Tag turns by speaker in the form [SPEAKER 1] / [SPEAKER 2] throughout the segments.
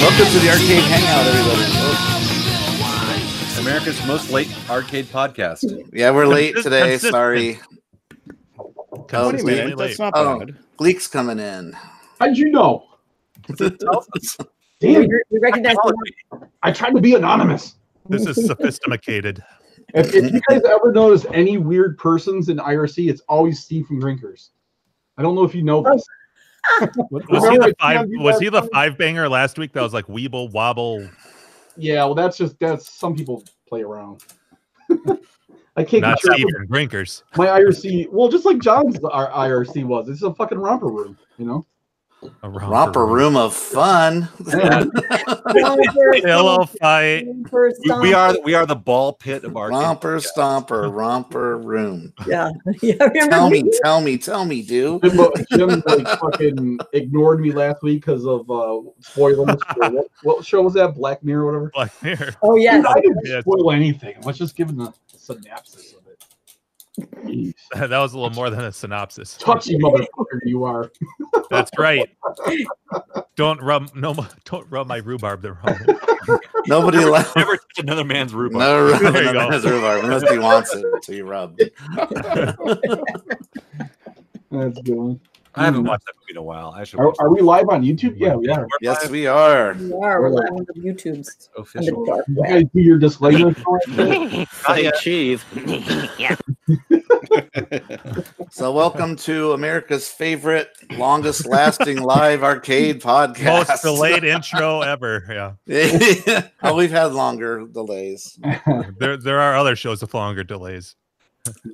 [SPEAKER 1] Welcome to the Arcade Hangout, everybody.
[SPEAKER 2] America's most late arcade podcast.
[SPEAKER 1] Yeah, we're late
[SPEAKER 3] Consist-
[SPEAKER 1] today.
[SPEAKER 3] consistent.
[SPEAKER 1] Sorry. Oh,
[SPEAKER 4] Wait a
[SPEAKER 1] it's
[SPEAKER 4] minute,
[SPEAKER 3] Consistently
[SPEAKER 4] that's
[SPEAKER 3] late.
[SPEAKER 4] not
[SPEAKER 1] Oh.
[SPEAKER 4] bad.
[SPEAKER 1] Gleek's coming in.
[SPEAKER 5] How'd you know?
[SPEAKER 6] We,
[SPEAKER 5] Damn,
[SPEAKER 6] re- we recognize the
[SPEAKER 5] I tried to be anonymous.
[SPEAKER 3] This is sophisticated.
[SPEAKER 5] If, if you guys ever notice any weird persons in IRC, it's always Steve from Drinkers. I don't know if you know this.
[SPEAKER 6] Oh.
[SPEAKER 3] Was he
[SPEAKER 5] Remember I
[SPEAKER 3] the five?
[SPEAKER 5] found you
[SPEAKER 3] Was
[SPEAKER 5] guys
[SPEAKER 3] he the
[SPEAKER 5] on-
[SPEAKER 3] five banger last week? That was like Weeble Wobble.
[SPEAKER 5] Yeah, well, that's just that's some people play around. I can't
[SPEAKER 3] Not
[SPEAKER 5] get track
[SPEAKER 3] Stephen Grinkers.
[SPEAKER 5] of my IRC. Well, just like John's our IRC was. It's a fucking romper room, you know.
[SPEAKER 3] A
[SPEAKER 1] Oh. Romper room of fun.
[SPEAKER 3] Pillow fight.
[SPEAKER 6] first
[SPEAKER 2] We, we are we are the ball pit of arcade.
[SPEAKER 1] Romper stomper, romper room.
[SPEAKER 6] Yeah, yeah. I Remember
[SPEAKER 1] Tell me, tell me, tell me, dude.
[SPEAKER 5] Jim, Jim like fucking ignored me last week because of uh, spoilers. for what, what show was that? Black Mirror, or whatever.
[SPEAKER 3] Black Mirror.
[SPEAKER 6] Oh yeah.
[SPEAKER 5] Dude, I didn't
[SPEAKER 3] Yeah.
[SPEAKER 5] spoil anything. Let's just give him the synopsis of it. Jeez.
[SPEAKER 3] That was a little more than a synopsis.
[SPEAKER 5] Touchy motherfucker you are.
[SPEAKER 3] That's right. Don't rub no. mo- Don't rub my rhubarb the wrong. way.
[SPEAKER 1] Nobody left.
[SPEAKER 2] Never touch another man's rhubarb.
[SPEAKER 1] No rub
[SPEAKER 3] There you go.
[SPEAKER 1] no man's rhubarb unless he wants it to be rubbed.
[SPEAKER 5] That's good.
[SPEAKER 2] I haven't
[SPEAKER 3] Mm.
[SPEAKER 2] watched that movie in a while. I should.
[SPEAKER 5] Are,
[SPEAKER 2] watch
[SPEAKER 5] are we live on YouTube? Yeah, we are.
[SPEAKER 2] that. We're
[SPEAKER 1] Yes,
[SPEAKER 2] live
[SPEAKER 1] we are.
[SPEAKER 6] We are. We're live on the YouTubes. On the
[SPEAKER 2] official.
[SPEAKER 6] dark
[SPEAKER 5] You
[SPEAKER 6] web.
[SPEAKER 5] guys do your disclaimer. for it?
[SPEAKER 2] Not yet.
[SPEAKER 7] cheese. yeah.
[SPEAKER 1] So, welcome to America's favorite, longest lasting live arcade podcast.
[SPEAKER 3] Most delayed intro ever. Yeah.
[SPEAKER 1] oh, we've had longer delays.
[SPEAKER 3] There there are other shows with longer delays.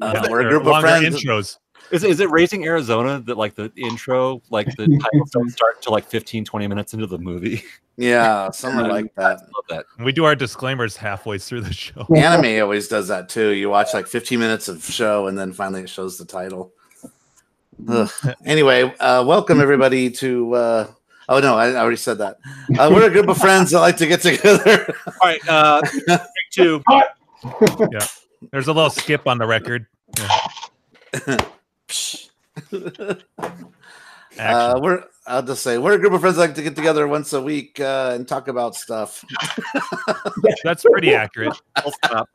[SPEAKER 1] Uh,
[SPEAKER 3] Yeah,
[SPEAKER 1] we're a
[SPEAKER 3] there are
[SPEAKER 1] group of
[SPEAKER 3] longer
[SPEAKER 1] friends.
[SPEAKER 3] Intros.
[SPEAKER 2] Is, is it Raising Arizona that like the intro, like the titles don't start until like 15, 20 minutes into the movie?
[SPEAKER 1] Yeah, something like that.
[SPEAKER 2] I love that.
[SPEAKER 3] We do our disclaimers halfway through the show.
[SPEAKER 1] Anime always does that too. You watch like 15 minutes of show and then finally it shows the title. Ugh. Anyway, uh, welcome everybody to. Uh, oh no, I, I already said that. Uh, we're a group of friends that like to get together.
[SPEAKER 2] All right, uh, take two.
[SPEAKER 3] There's a little skip on the record.
[SPEAKER 1] Uh,
[SPEAKER 3] Action.
[SPEAKER 1] Uh, we're. I'll just say we're a group of friends that like to get together once a week uh, and talk about stuff.
[SPEAKER 3] That's pretty accurate.
[SPEAKER 2] I'll stop.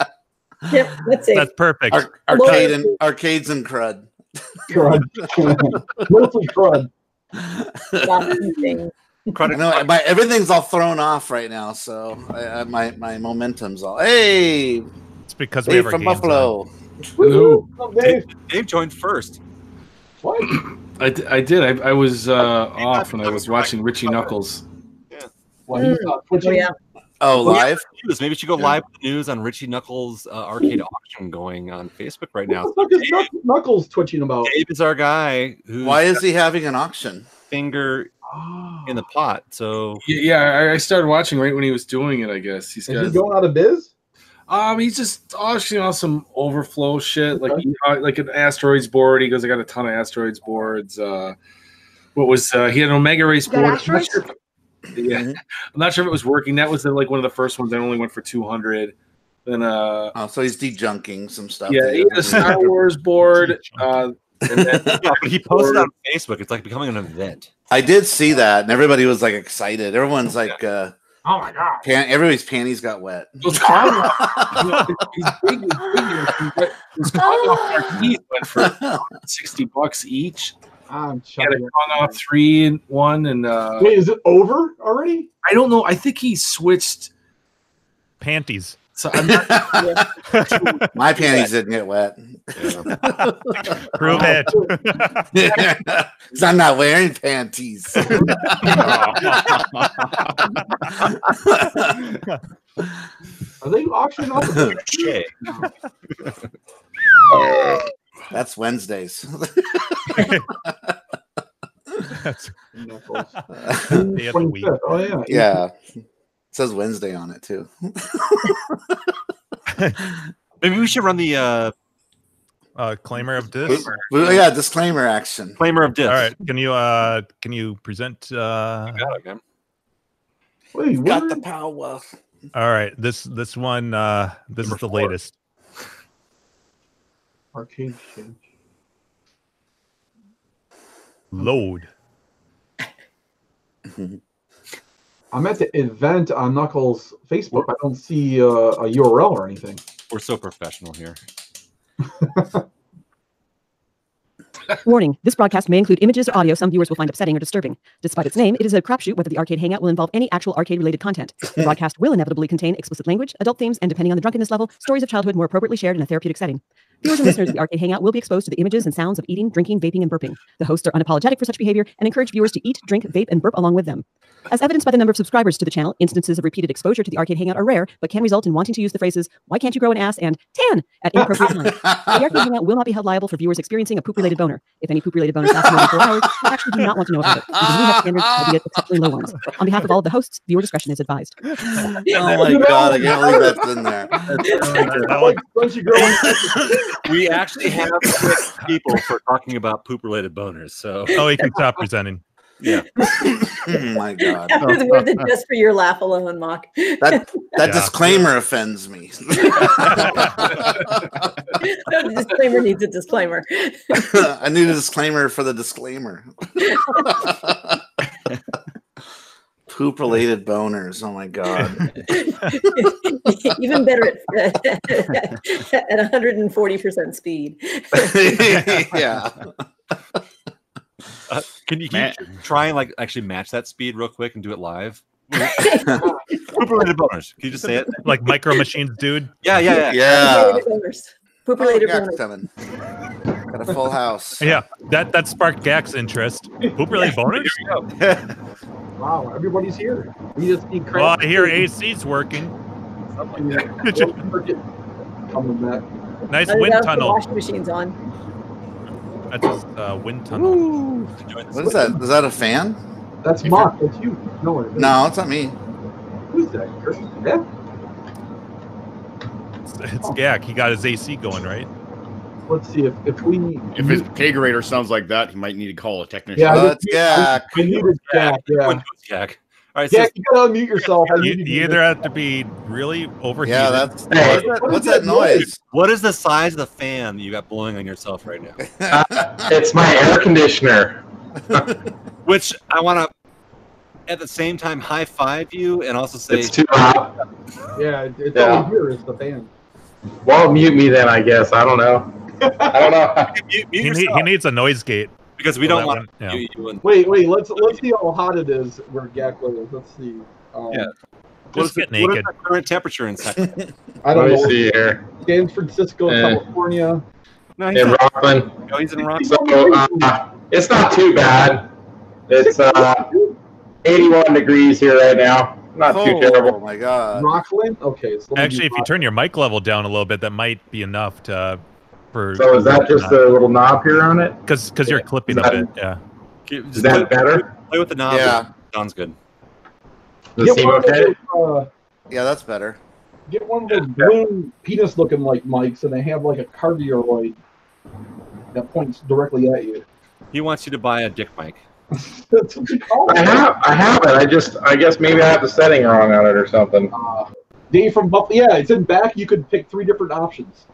[SPEAKER 6] Yep, that's it.
[SPEAKER 3] That's perfect.
[SPEAKER 1] Ar- arcade and arcades and crud.
[SPEAKER 5] Crud. Mostly crud.
[SPEAKER 6] Not anything.
[SPEAKER 1] I know my everything's all thrown off right now, so I, I, my my momentum's all. Hey,
[SPEAKER 3] It's because we
[SPEAKER 1] Dave
[SPEAKER 3] have our
[SPEAKER 1] from
[SPEAKER 3] games on.
[SPEAKER 1] Buffalo.
[SPEAKER 5] Woo! Someday.
[SPEAKER 2] Dave joined first.
[SPEAKER 5] What?
[SPEAKER 4] I, d- I did. I, I was uh, off and I was watching Richie Knuckles.
[SPEAKER 5] What, he's not twitching?
[SPEAKER 6] Oh yeah.
[SPEAKER 1] Oh,
[SPEAKER 2] Well, yeah.
[SPEAKER 1] live.
[SPEAKER 2] News. Maybe we should go live with the news on Richie Knuckles uh,
[SPEAKER 1] Hmm.
[SPEAKER 2] arcade auction going on Facebook right now.
[SPEAKER 5] What the fuck is Knuck- Knuckles twitching about?
[SPEAKER 2] Dave is our guy who's
[SPEAKER 1] Why is he having an auction?
[SPEAKER 2] finger
[SPEAKER 5] Ah.
[SPEAKER 2] in the pot. So
[SPEAKER 4] Y- Yeah, I, I started watching right when he was doing it. I guess he's
[SPEAKER 5] Is he
[SPEAKER 4] got.
[SPEAKER 5] going out of biz?
[SPEAKER 4] um, he's just auctioning off some overflow shit, like he- uh, like an asteroids board. He goes, I got a ton of asteroids boards. Uh, what was uh, he had an Omega race
[SPEAKER 6] You got
[SPEAKER 4] board? I'm not sure
[SPEAKER 6] asteroids?
[SPEAKER 4] if- Yeah,
[SPEAKER 1] Mm-hmm.
[SPEAKER 4] I'm not sure if it was working. That was the, like one of the first ones. that only went for two hundred. Then uh,
[SPEAKER 1] Oh, so he's dejunking some stuff.
[SPEAKER 4] Yeah, he had a Star Wars board. Uh, and then-
[SPEAKER 2] yeah, but he posted on Facebook. It's like becoming an event.
[SPEAKER 1] I did see that, and everybody was like excited. Everyone's like, uh,
[SPEAKER 5] Oh my god.
[SPEAKER 1] pan- everybody's panties got wet.
[SPEAKER 4] those Cogwell- these big- these big- these- those Cogwell RPGs went for sixty bucks each.
[SPEAKER 5] I'm
[SPEAKER 4] He had a
[SPEAKER 5] chugging.
[SPEAKER 4] Kong off three and one, and uh,
[SPEAKER 5] Wait, is it over already?
[SPEAKER 4] I don't know. I think he switched.
[SPEAKER 3] Panties.
[SPEAKER 4] So I'm not,
[SPEAKER 1] My panties didn't get wet
[SPEAKER 3] Prove it.
[SPEAKER 1] because I'm not wearing panties.
[SPEAKER 5] Are they auctioning off? the-
[SPEAKER 2] Yeah.
[SPEAKER 1] That's Wednesdays.
[SPEAKER 3] That's
[SPEAKER 5] Knuckles.
[SPEAKER 3] the day of the week.
[SPEAKER 5] 25th. Oh yeah.
[SPEAKER 1] yeah, it says Wednesday on it too.
[SPEAKER 2] Maybe we should run the uh,
[SPEAKER 3] Uh, claimer of this.
[SPEAKER 1] Well, yeah, disclaimer action.
[SPEAKER 2] claimer of disc.
[SPEAKER 3] All right. Can you uh can you present uh
[SPEAKER 2] Got it, man.
[SPEAKER 5] Wait, what?
[SPEAKER 1] Got the power.
[SPEAKER 3] all right, this this one uh this is
[SPEAKER 2] Number
[SPEAKER 3] the
[SPEAKER 2] four.
[SPEAKER 3] latest.
[SPEAKER 5] Arcade shit.
[SPEAKER 3] Load.
[SPEAKER 5] I'm at the event on Knuckles Facebook. I don't see uh, a URL or anything.
[SPEAKER 2] We're so professional here.
[SPEAKER 7] Warning, this broadcast may include images or audio some viewers will find upsetting or disturbing. Despite its name, it is a crapshoot whether the arcade hangout will involve any actual arcade related content. The broadcast will inevitably contain explicit language, adult themes, and depending on the drunkenness level, stories of childhood more appropriately shared in a therapeutic setting. Viewers and listeners of the arcade hangout will be exposed to the images and sounds of eating, drinking, vaping, and burping. The hosts are unapologetic for such behavior and encourage viewers to eat, drink, vape, and burp along with them. As evidenced by the number of subscribers to the channel, instances of repeated exposure to the arcade hangout are rare, but can result in wanting to use the phrases, why can't you grow an ass and tan at inappropriate times. The arcade hangout will not be held liable for viewers experiencing a poop related boner. If any poop related boners last more than four hours, we actually do not want to know about it. Because we have standards, albeit exceptionally low ones. On behalf of all of the hosts, viewer discretion is advised.
[SPEAKER 1] Oh my god, I can't believe that's in
[SPEAKER 6] uh,
[SPEAKER 1] there.
[SPEAKER 2] We actually have six people for talking about poop related boners. So
[SPEAKER 3] Oh, he can stop presenting.
[SPEAKER 2] yeah,
[SPEAKER 1] oh my god.
[SPEAKER 6] After the word that just for your laugh alone, mock.
[SPEAKER 1] That that
[SPEAKER 3] Yeah.
[SPEAKER 1] disclaimer offends me.
[SPEAKER 6] No, the disclaimer needs a disclaimer.
[SPEAKER 1] I need a disclaimer for the disclaimer. Poop related boners. Oh my god.
[SPEAKER 6] Even better at, at 140% speed.
[SPEAKER 1] yeah.
[SPEAKER 2] Uh, can you, can
[SPEAKER 8] Man.
[SPEAKER 2] you try and like actually match that speed real quick and do it live? poop related boners. Can you just say it?
[SPEAKER 3] Like micro machines, dude.
[SPEAKER 2] Yeah, yeah, yeah.
[SPEAKER 1] Yeah.
[SPEAKER 6] Poop-related boners. Poop related
[SPEAKER 1] Yeah,
[SPEAKER 6] boners.
[SPEAKER 1] Kevin. Got a full house.
[SPEAKER 3] Yeah, that that sparked Gak's interest. Poop related boners.
[SPEAKER 5] Wow, everybody's here. We just need
[SPEAKER 3] Well,
[SPEAKER 5] crap.
[SPEAKER 3] I hear AC's working.
[SPEAKER 5] Coming back.
[SPEAKER 3] Nice
[SPEAKER 6] Other
[SPEAKER 3] wind
[SPEAKER 6] than the
[SPEAKER 3] tunnel.
[SPEAKER 6] Washing machines on.
[SPEAKER 3] That's his uh, wind tunnel.
[SPEAKER 1] What is that? Is that a fan?
[SPEAKER 5] That's
[SPEAKER 2] If
[SPEAKER 5] Mark. That's you. No, it isn't.
[SPEAKER 1] No, it's not me.
[SPEAKER 5] Who's that? You're- Yeah.
[SPEAKER 3] It's, it's Gak. He got his AC going, right?
[SPEAKER 5] Let's see if, if we.
[SPEAKER 8] If his kegerator sounds like that, he might need to call a technician.
[SPEAKER 5] Yeah, I
[SPEAKER 1] Oh,
[SPEAKER 5] just-
[SPEAKER 1] it's Gak.
[SPEAKER 5] I needed Jack. Yeah.
[SPEAKER 2] One jack. All right,
[SPEAKER 5] Yeah,
[SPEAKER 2] so
[SPEAKER 5] you gotta unmute yourself. I
[SPEAKER 3] You,
[SPEAKER 5] needed
[SPEAKER 3] you either have to be really overheated.
[SPEAKER 1] Yeah, that's
[SPEAKER 8] Hey.
[SPEAKER 1] what's that,
[SPEAKER 5] What
[SPEAKER 1] what's
[SPEAKER 5] is
[SPEAKER 1] that
[SPEAKER 5] that
[SPEAKER 1] noise?
[SPEAKER 2] what is the size of the fan you got blowing on yourself right now?
[SPEAKER 9] It's my air conditioner.
[SPEAKER 2] Which I want to, at the same time, high five you and also say,
[SPEAKER 9] It's too hot.
[SPEAKER 5] Yeah, it- it's
[SPEAKER 9] Yeah.
[SPEAKER 5] all here is the fan.
[SPEAKER 9] Well, mute me then, I guess. I don't know. I don't know.
[SPEAKER 2] mute, mute
[SPEAKER 3] He, need,
[SPEAKER 2] yourself
[SPEAKER 3] he needs a noise gate.
[SPEAKER 2] because we
[SPEAKER 3] Well,
[SPEAKER 2] don't
[SPEAKER 3] that
[SPEAKER 2] want
[SPEAKER 3] one-
[SPEAKER 2] to mute you. And
[SPEAKER 5] Wait, wait. Let's let's see how hot it is where Gackler is. Let's see. Um,
[SPEAKER 2] Yeah.
[SPEAKER 3] Just
[SPEAKER 2] is the-
[SPEAKER 3] get naked.
[SPEAKER 2] is the current temperature inside?
[SPEAKER 5] I
[SPEAKER 9] Let
[SPEAKER 5] don't
[SPEAKER 9] me
[SPEAKER 5] know.
[SPEAKER 9] see here.
[SPEAKER 5] San Francisco,
[SPEAKER 9] Eh.
[SPEAKER 5] California.
[SPEAKER 2] no, he's,
[SPEAKER 9] In
[SPEAKER 2] in,
[SPEAKER 9] Rockland.
[SPEAKER 2] no, he's in Rock.
[SPEAKER 9] So, uh, it's not too bad. It's uh, 81 degrees here right now. Not too
[SPEAKER 1] Oh
[SPEAKER 9] terrible.
[SPEAKER 1] my god.
[SPEAKER 5] Rockland. Okay. So let me
[SPEAKER 3] Actually,
[SPEAKER 5] do
[SPEAKER 3] if you turn your mic level down a little bit, that might be enough to uh, for
[SPEAKER 9] So is that just a little knob here on it?
[SPEAKER 3] because because you're clipping
[SPEAKER 9] Is that-
[SPEAKER 3] a bit. Yeah.
[SPEAKER 9] Is
[SPEAKER 2] Just play,
[SPEAKER 9] that better?
[SPEAKER 2] play with the knob.
[SPEAKER 1] Yeah.
[SPEAKER 2] Sounds good.
[SPEAKER 9] Does it
[SPEAKER 5] Get
[SPEAKER 9] seem
[SPEAKER 5] one, of
[SPEAKER 9] okay?
[SPEAKER 5] those, uh,
[SPEAKER 1] Yeah, that's better.
[SPEAKER 5] get one of those blue penis-looking like mics, and they have like a cardioid that points directly at you.
[SPEAKER 2] He wants you to buy a dick mic.
[SPEAKER 5] That's what you call
[SPEAKER 9] I
[SPEAKER 5] it.
[SPEAKER 9] have, I have it. I just, I guess maybe I have the setting wrong on it or something.
[SPEAKER 5] Uh, Dave from Buffalo. Yeah, it's in back. You could pick three different options.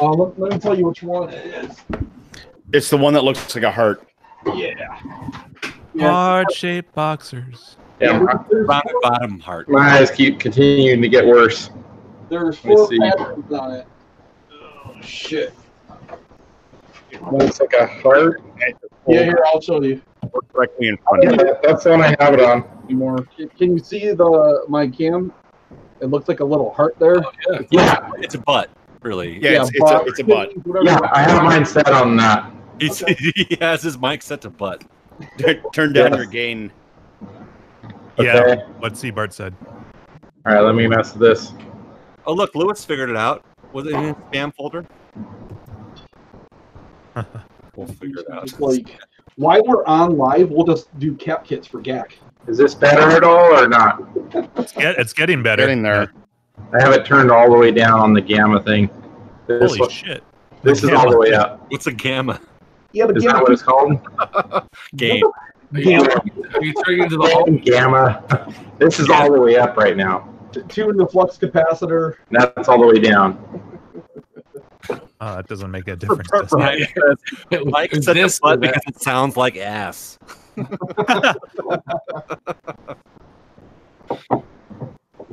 [SPEAKER 5] Uh, let, let me tell you which one it is.
[SPEAKER 8] It's the one that looks like a heart.
[SPEAKER 5] Yeah.
[SPEAKER 3] Hard shaped boxers.
[SPEAKER 9] Yeah, my,
[SPEAKER 5] There's,
[SPEAKER 2] Round and bottom heart.
[SPEAKER 9] my eyes keep continuing to get worse.
[SPEAKER 5] there's
[SPEAKER 9] Let me
[SPEAKER 5] four
[SPEAKER 9] see.
[SPEAKER 5] patterns on it. Oh shit!
[SPEAKER 9] Looks like a heart.
[SPEAKER 5] Yeah, here I'll show you.
[SPEAKER 8] Look Directly in front of
[SPEAKER 9] Yeah, that's the one I have it on.
[SPEAKER 5] Anymore. Can- Can you see the my cam? It looks like a little heart there.
[SPEAKER 2] Oh,
[SPEAKER 9] Yeah,
[SPEAKER 2] It's a butt, really.
[SPEAKER 8] Yeah, it's, it's, a, it's a butt.
[SPEAKER 9] yeah, I have mine set on uh, that.
[SPEAKER 2] He's, he has his mic set to butt.
[SPEAKER 8] Turn down
[SPEAKER 9] Yeah.
[SPEAKER 8] your gain.
[SPEAKER 3] Yeah.
[SPEAKER 9] Okay.
[SPEAKER 3] What Seabart said.
[SPEAKER 9] All right, let me mess with this.
[SPEAKER 2] Oh, look, Lewis figured it out. Was it in his spam folder? we'll figure it out.
[SPEAKER 5] Just like, why we're on live, we'll just do cap kits for GAC.
[SPEAKER 9] Is this better at all or not?
[SPEAKER 3] It's, get, it's getting better.
[SPEAKER 8] Getting there.
[SPEAKER 9] I have it turned all the way down on the gamma thing. This,
[SPEAKER 3] Holy
[SPEAKER 9] one-
[SPEAKER 3] shit.
[SPEAKER 9] this is all the way up.
[SPEAKER 2] What's a gamma?
[SPEAKER 5] Yeah, the
[SPEAKER 9] Is that
[SPEAKER 5] gamma.
[SPEAKER 9] what it's called?
[SPEAKER 2] Game.
[SPEAKER 4] Are you, are you turning into the Hulk?
[SPEAKER 9] Gamma. This is all the way up right now.
[SPEAKER 5] Two in the flux capacitor.
[SPEAKER 9] And That's all the way down.
[SPEAKER 3] Oh, that doesn't make a difference. does it?
[SPEAKER 2] Mike Mike
[SPEAKER 4] Is
[SPEAKER 2] said
[SPEAKER 4] this
[SPEAKER 2] this
[SPEAKER 4] or
[SPEAKER 2] butt
[SPEAKER 4] that?
[SPEAKER 2] because it sounds like ass.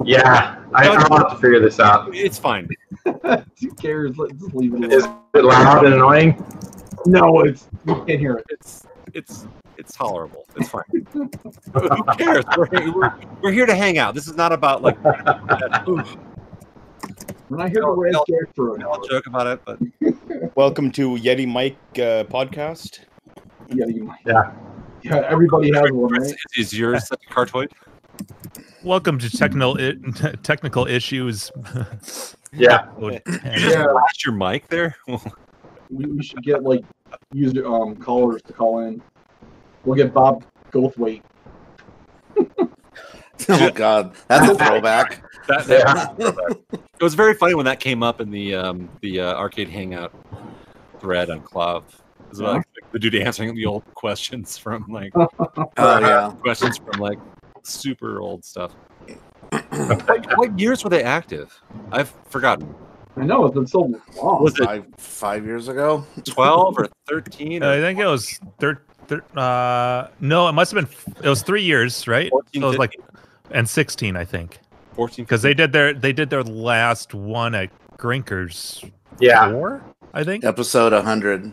[SPEAKER 9] Yeah, I, I'll have to figure this out.
[SPEAKER 2] It's fine.
[SPEAKER 5] Who cares? Let's just leave it
[SPEAKER 9] Is
[SPEAKER 5] alone.
[SPEAKER 9] it loud and annoying?
[SPEAKER 5] No, it's you can't hear it.
[SPEAKER 2] It's it's it's tolerable. It's fine. Who cares? We're, we're, we're here to hang out. This is not about like
[SPEAKER 5] When I hear the
[SPEAKER 2] No,
[SPEAKER 5] word
[SPEAKER 2] no.
[SPEAKER 5] scared for an hour,
[SPEAKER 2] I'll joke about it, but
[SPEAKER 8] Welcome to Yeti Mike uh, podcast.
[SPEAKER 5] yeah, you might.
[SPEAKER 9] Yeah.
[SPEAKER 5] Yeah, everybody has one,
[SPEAKER 2] is,
[SPEAKER 5] right?
[SPEAKER 2] is yours such a cartoid?
[SPEAKER 3] Welcome to technical i- technical issues.
[SPEAKER 9] Yeah.
[SPEAKER 2] You just
[SPEAKER 5] Yeah.
[SPEAKER 2] flashed your mic there.
[SPEAKER 5] We, we should get like user um callers to call in. We'll get Bob Goldthwait.
[SPEAKER 1] Oh God, that's a throwback.
[SPEAKER 2] That- that-
[SPEAKER 9] yeah.
[SPEAKER 2] it was very funny when that came up in the um, the uh, arcade hangout thread on Clove. It was about, like, the dude answering the old questions from like
[SPEAKER 1] Oh yeah,
[SPEAKER 2] questions from like super old stuff. what, what years were they active? I've forgotten.
[SPEAKER 5] I know it's been so long.
[SPEAKER 2] Was it
[SPEAKER 1] five five years ago.
[SPEAKER 2] twelve or thirteen?
[SPEAKER 3] Uh, I
[SPEAKER 2] Or
[SPEAKER 3] think it was third. Thir- uh, no, it must have been. f- It was three years, right?
[SPEAKER 2] 14,
[SPEAKER 3] so it was like and sixteen, I think,
[SPEAKER 2] fourteen?
[SPEAKER 3] because they did their they did their last one at Grinkers
[SPEAKER 9] Yeah.
[SPEAKER 3] Four, I think.
[SPEAKER 1] Episode hundred,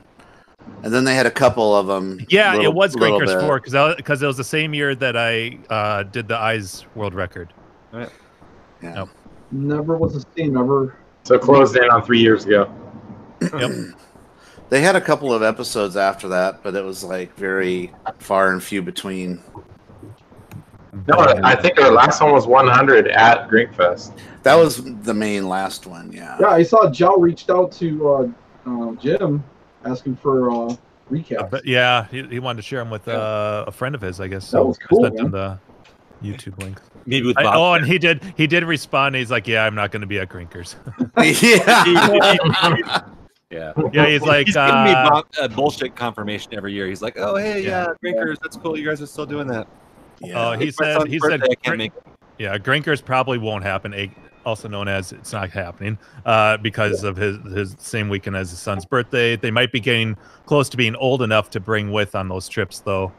[SPEAKER 1] and then they had a couple of them.
[SPEAKER 3] Yeah, it was Grinkers Four because because it was the same year that I uh, did the Eyes World Record. Oh.
[SPEAKER 5] Never was the same ever.
[SPEAKER 9] So closed in on three years ago.
[SPEAKER 1] They had a couple of episodes after that, but it was like very far and few between.
[SPEAKER 9] No, I think our last one was 100 at Drinkfest.
[SPEAKER 1] That was the main last one. Yeah.
[SPEAKER 5] Yeah, I saw Jow reached out to uh, uh, Jim asking for uh,
[SPEAKER 3] Uh,
[SPEAKER 5] recap.
[SPEAKER 3] But yeah, he, he wanted to share them with uh, a friend of his, I guess.
[SPEAKER 5] That
[SPEAKER 3] So
[SPEAKER 5] was
[SPEAKER 3] I
[SPEAKER 5] cool,
[SPEAKER 3] sent him the YouTube link.
[SPEAKER 2] maybe with
[SPEAKER 3] I-
[SPEAKER 2] Bob.
[SPEAKER 3] oh, and he did. He did respond. He's like, "Yeah, I'm not going to be at Grinkers."
[SPEAKER 1] yeah.
[SPEAKER 2] yeah.
[SPEAKER 3] yeah, he's like,
[SPEAKER 2] He's giving me
[SPEAKER 3] uh,
[SPEAKER 2] bo- uh, bullshit confirmation every year. He's like, "Oh, hey, yeah,
[SPEAKER 3] Yeah.
[SPEAKER 2] drinkers, that's cool. You guys are still doing that."
[SPEAKER 3] uh, he
[SPEAKER 2] It's my
[SPEAKER 3] said,
[SPEAKER 2] son's
[SPEAKER 3] he said,
[SPEAKER 2] birthday, I can't
[SPEAKER 3] Grin-
[SPEAKER 2] make
[SPEAKER 3] yeah, Grinkers probably won't happen. eh, Also known as it's not happening uh, because of his his same weekend as his son's birthday. They might be getting close to being old enough to bring with on those trips, though.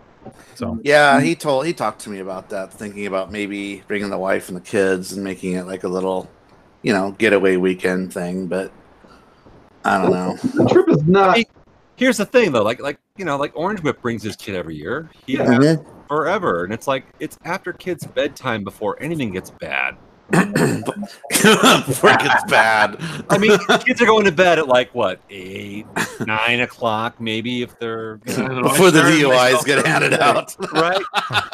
[SPEAKER 3] So
[SPEAKER 1] Yeah,
[SPEAKER 5] Hmm.
[SPEAKER 1] he told he talked to me about that, thinking about maybe bringing the wife and the kids and making it like a little, you know, getaway weekend thing. But I don't know.
[SPEAKER 5] The trip is not.
[SPEAKER 2] Here's the thing, though. Like, like you know, like Orange Whip brings his kid every year. He
[SPEAKER 5] Yeah.
[SPEAKER 2] has
[SPEAKER 1] Mhm.
[SPEAKER 2] forever, and it's like it's after kids' bedtime before anything gets bad.
[SPEAKER 1] Before it gets bad.
[SPEAKER 2] I mean, kids are going to bed at like what eight, nine o'clock, maybe if they're you know,
[SPEAKER 1] Before the DUIs get handed out.
[SPEAKER 2] right.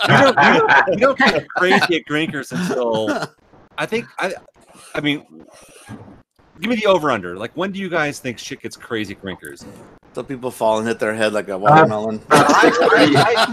[SPEAKER 2] We don't, we don't, we don't get crazy at Grinkers until I think I. I mean, give me the over under. Like, when do you guys think shit gets crazy at Grinkers?
[SPEAKER 1] So people fall and hit their head
[SPEAKER 2] Uh,
[SPEAKER 1] like a watermelon.
[SPEAKER 2] I,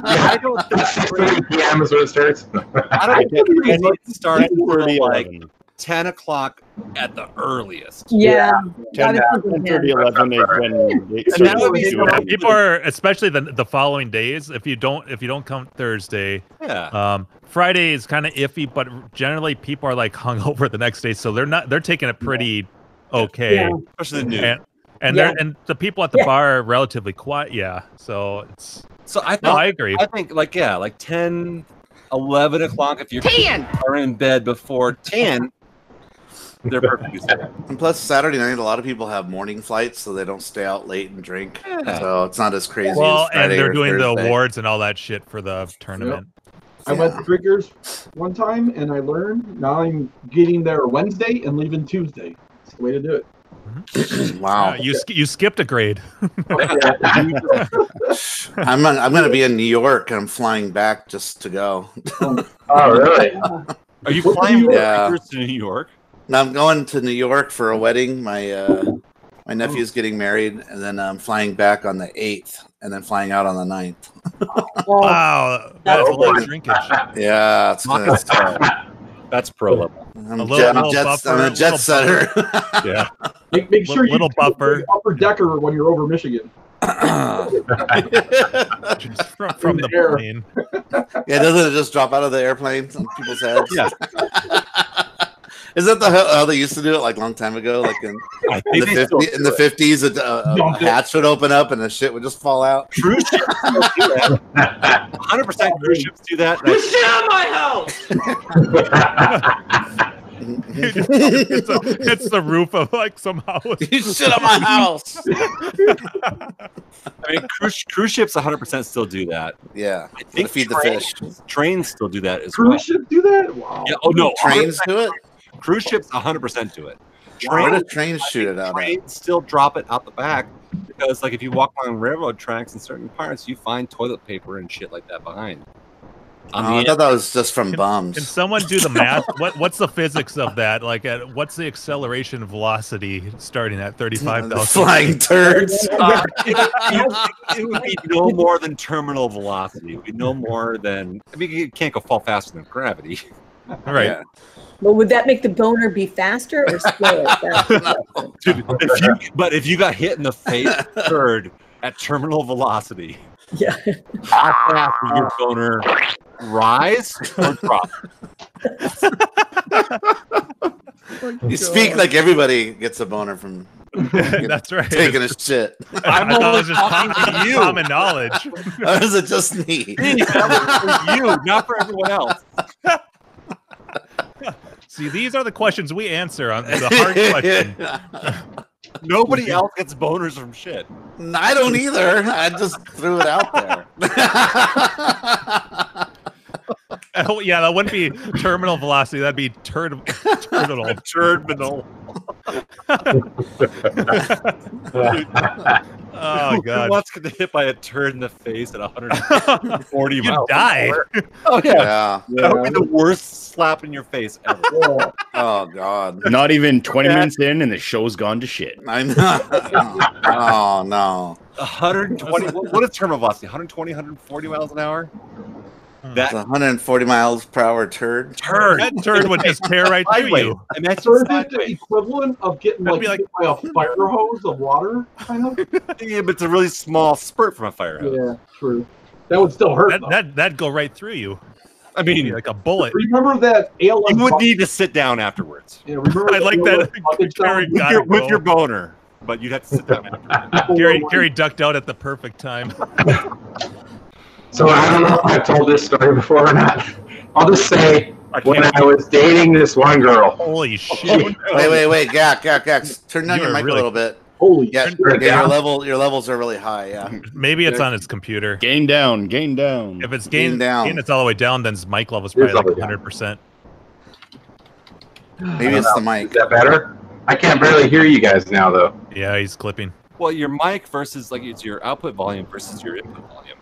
[SPEAKER 2] I, I don't think
[SPEAKER 9] 6:30 p.m. is when it starts.
[SPEAKER 2] I don't think
[SPEAKER 5] I
[SPEAKER 2] crazy starts
[SPEAKER 8] Thirty,
[SPEAKER 2] until like
[SPEAKER 8] eleven.
[SPEAKER 2] ten o'clock at the earliest.
[SPEAKER 6] Yeah. I
[SPEAKER 8] 10,
[SPEAKER 6] was thinking
[SPEAKER 8] 30, 11 is when they
[SPEAKER 2] And that
[SPEAKER 8] start
[SPEAKER 2] would be
[SPEAKER 8] doing
[SPEAKER 2] so-
[SPEAKER 8] it.
[SPEAKER 3] people are, especially the the following days. If you don't if you don't come Thursday,
[SPEAKER 2] Yeah.
[SPEAKER 3] Um, Friday is kind of iffy, but generally people are like hungover the next day, so they're not they're taking it pretty okay.
[SPEAKER 6] Yeah.
[SPEAKER 2] Especially the new.
[SPEAKER 3] And, and
[SPEAKER 6] Yeah.
[SPEAKER 3] they're and the people at the
[SPEAKER 6] Yeah.
[SPEAKER 3] bar are relatively quiet. Yeah, so it's
[SPEAKER 2] So I
[SPEAKER 3] no,
[SPEAKER 2] think
[SPEAKER 3] I agree.
[SPEAKER 2] I think like yeah, like 10, 11 o'clock if you're are in bed before ten, they're perfectly safe.
[SPEAKER 1] And plus, Saturday night, a lot of people have morning flights, so they don't stay out late and drink.
[SPEAKER 2] Yeah.
[SPEAKER 1] So it's not as crazy.
[SPEAKER 3] Well,
[SPEAKER 1] as
[SPEAKER 3] and
[SPEAKER 1] Friday
[SPEAKER 3] they're
[SPEAKER 1] or
[SPEAKER 3] doing the
[SPEAKER 1] Thursday.
[SPEAKER 3] awards and all that shit for the tournament.
[SPEAKER 5] I went to Griggers one time and I learned. Now I'm getting there Wednesday and leaving Tuesday. It's the way to do it.
[SPEAKER 1] Mm-hmm. Wow.
[SPEAKER 3] Uh, you sk- you skipped a grade.
[SPEAKER 1] I'm gonna, I'm gonna be in New York and I'm flying back just to go.
[SPEAKER 9] Oh, really?
[SPEAKER 2] Are you flying from
[SPEAKER 1] Yeah.
[SPEAKER 2] Rikers to New York?
[SPEAKER 1] Now I'm going to New York for a wedding. My uh,
[SPEAKER 2] Oh.
[SPEAKER 1] my nephew's getting married, and then I'm flying back on the eighth, and then flying out on the 9th.
[SPEAKER 6] Well,
[SPEAKER 3] wow, that's a
[SPEAKER 9] Oh,
[SPEAKER 3] lot
[SPEAKER 9] boy.
[SPEAKER 3] of drinkage.
[SPEAKER 1] Yeah, it's gonna,
[SPEAKER 2] Mock is That's pro level.
[SPEAKER 1] I'm,
[SPEAKER 3] A little-
[SPEAKER 1] jet, I'm,
[SPEAKER 3] little
[SPEAKER 1] jets-
[SPEAKER 3] buffer,
[SPEAKER 1] I'm a jet
[SPEAKER 3] little
[SPEAKER 1] setter.
[SPEAKER 3] Yeah,
[SPEAKER 5] Make, make
[SPEAKER 3] Li-
[SPEAKER 5] sure you
[SPEAKER 3] little
[SPEAKER 5] do a big
[SPEAKER 3] buffer.
[SPEAKER 5] upper decker when you're over Michigan.
[SPEAKER 1] yeah,
[SPEAKER 3] just from, from the
[SPEAKER 5] air.
[SPEAKER 3] plane.
[SPEAKER 1] doesn't it just drop out of the airplane on people's heads?
[SPEAKER 2] Yeah.
[SPEAKER 1] Is that the how, how they used to do it like long time ago? Like in,
[SPEAKER 2] I think
[SPEAKER 1] in the
[SPEAKER 2] they still
[SPEAKER 1] fifty in
[SPEAKER 2] do
[SPEAKER 1] the
[SPEAKER 2] it.
[SPEAKER 1] fifties, a, a, a
[SPEAKER 2] Don't do it.
[SPEAKER 1] hatch would open up and the shit would just fall out.
[SPEAKER 2] Cruise ships still do that. 100% cruise ships do that. and I-
[SPEAKER 3] it's, a, it's the roof of like some house.
[SPEAKER 1] You shit on my house.
[SPEAKER 2] I mean, cruise, cruise ships 100% still do that.
[SPEAKER 1] Yeah,
[SPEAKER 2] I think
[SPEAKER 1] feed the
[SPEAKER 2] trains,
[SPEAKER 1] fish.
[SPEAKER 2] Trains still do that as well.
[SPEAKER 5] Cruise ship do that? Wow.
[SPEAKER 2] Yeah, oh no,
[SPEAKER 1] Trains do it.
[SPEAKER 2] Cruise ships 100% do it.
[SPEAKER 1] Where
[SPEAKER 2] Trains,
[SPEAKER 1] do trains shoot it out? At?
[SPEAKER 2] trains still drop it out the back because, like, if you walk on railroad tracks in certain parts, you find toilet paper and shit like that behind. On
[SPEAKER 1] Oh, I
[SPEAKER 2] the
[SPEAKER 1] thought that was just from
[SPEAKER 3] Can
[SPEAKER 1] bombs.
[SPEAKER 3] someone do the math? What what's the physics of that? Like, at what's the acceleration velocity starting at thirty-five
[SPEAKER 1] The
[SPEAKER 3] thousand?
[SPEAKER 1] flying turds.
[SPEAKER 2] end, it would be no more than terminal velocity. It would be no more than. I mean, you can't go fall faster than gravity.
[SPEAKER 3] Right.
[SPEAKER 1] Yeah.
[SPEAKER 10] But would that make the boner be faster or slower? That's the question.
[SPEAKER 2] Dude, if you, but if you got hit in the face third at terminal velocity,
[SPEAKER 10] Yeah.
[SPEAKER 2] how fast would your boner rise or drop?
[SPEAKER 1] You speak like everybody gets a boner from
[SPEAKER 3] That's right.
[SPEAKER 1] taking a shit.
[SPEAKER 3] I thought it was just
[SPEAKER 2] talking
[SPEAKER 3] com-
[SPEAKER 2] to you.
[SPEAKER 3] common knowledge.
[SPEAKER 1] Or is it just me?
[SPEAKER 2] that was for you, not for everyone else.
[SPEAKER 3] See, these are the questions we answer on the hard question.
[SPEAKER 2] Nobody else gets boners from shit.
[SPEAKER 1] I don't either. I just threw it out there.
[SPEAKER 3] Oh, yeah, that wouldn't be terminal velocity. That'd be turd terminal.
[SPEAKER 2] Terminal.
[SPEAKER 3] Oh
[SPEAKER 2] Who
[SPEAKER 3] god,
[SPEAKER 2] wants to get hit by a turd in the face at 140 miles?
[SPEAKER 3] you
[SPEAKER 2] an
[SPEAKER 3] die.
[SPEAKER 2] hour? Oh yeah.
[SPEAKER 1] yeah.
[SPEAKER 2] That would be the worst slap in your face ever.
[SPEAKER 5] Yeah.
[SPEAKER 1] Oh God.
[SPEAKER 8] Not even 20
[SPEAKER 2] Yeah.
[SPEAKER 8] minutes in, and the show's gone to shit.
[SPEAKER 1] I'm oh no.
[SPEAKER 2] 120. what what is terminal velocity? 120, 140 miles an hour?
[SPEAKER 1] It's
[SPEAKER 2] That
[SPEAKER 1] 140 miles per hour turd.
[SPEAKER 2] turd.
[SPEAKER 3] that turd would just tear right through
[SPEAKER 2] Sideways.
[SPEAKER 3] you.
[SPEAKER 2] Imagine
[SPEAKER 5] So is it the
[SPEAKER 2] sideways.
[SPEAKER 5] equivalent of getting
[SPEAKER 3] That'd
[SPEAKER 5] like,
[SPEAKER 3] be hmm.
[SPEAKER 5] hit by a fire hose of water? Kind of?
[SPEAKER 2] Yeah, but it's a really small spurt from a fire hose.
[SPEAKER 5] yeah, true. That would still hurt.
[SPEAKER 3] That
[SPEAKER 5] though.
[SPEAKER 3] that that'd go right through you.
[SPEAKER 2] I
[SPEAKER 3] Be
[SPEAKER 2] mean,
[SPEAKER 3] like a bullet.
[SPEAKER 5] remember that ALS?
[SPEAKER 2] you would
[SPEAKER 5] bucket-
[SPEAKER 2] need to sit down afterwards
[SPEAKER 5] yeah, remember
[SPEAKER 3] I like
[SPEAKER 5] ALS
[SPEAKER 3] that.
[SPEAKER 5] bucket
[SPEAKER 3] Gary,
[SPEAKER 5] sound?
[SPEAKER 2] with,
[SPEAKER 3] Gotta
[SPEAKER 2] your, with
[SPEAKER 3] go.
[SPEAKER 2] your boner, but you'd have to sit down afterwards.
[SPEAKER 3] Gary, Gary ducked out at the perfect time.
[SPEAKER 9] So I don't know if I've told this story before or not. I'll just say
[SPEAKER 2] I can't.
[SPEAKER 9] when I was dating this one girl.
[SPEAKER 3] Holy shit!
[SPEAKER 1] Wait, wait, wait, Gak, Gak, Gak. Turn down
[SPEAKER 3] You
[SPEAKER 1] your
[SPEAKER 3] are
[SPEAKER 1] mic
[SPEAKER 3] really-
[SPEAKER 1] a little bit.
[SPEAKER 5] Holy
[SPEAKER 1] Yeah,
[SPEAKER 5] shit.
[SPEAKER 1] yeah, your
[SPEAKER 9] down?
[SPEAKER 1] level your levels are really high, yeah.
[SPEAKER 3] Maybe it's on his computer.
[SPEAKER 8] Gain down, gain down.
[SPEAKER 3] If it's
[SPEAKER 1] Gain
[SPEAKER 3] gain
[SPEAKER 1] down.
[SPEAKER 3] down, gain it's all the way down, then his mic level's probably
[SPEAKER 9] It's all the
[SPEAKER 3] like
[SPEAKER 9] way down.
[SPEAKER 3] hundred percent.
[SPEAKER 1] Maybe it's the mic.
[SPEAKER 9] Is that better? I can't barely hear you guys now though.
[SPEAKER 3] Yeah, he's clipping.
[SPEAKER 2] Well, your mic versus like it's your output volume versus your input volume.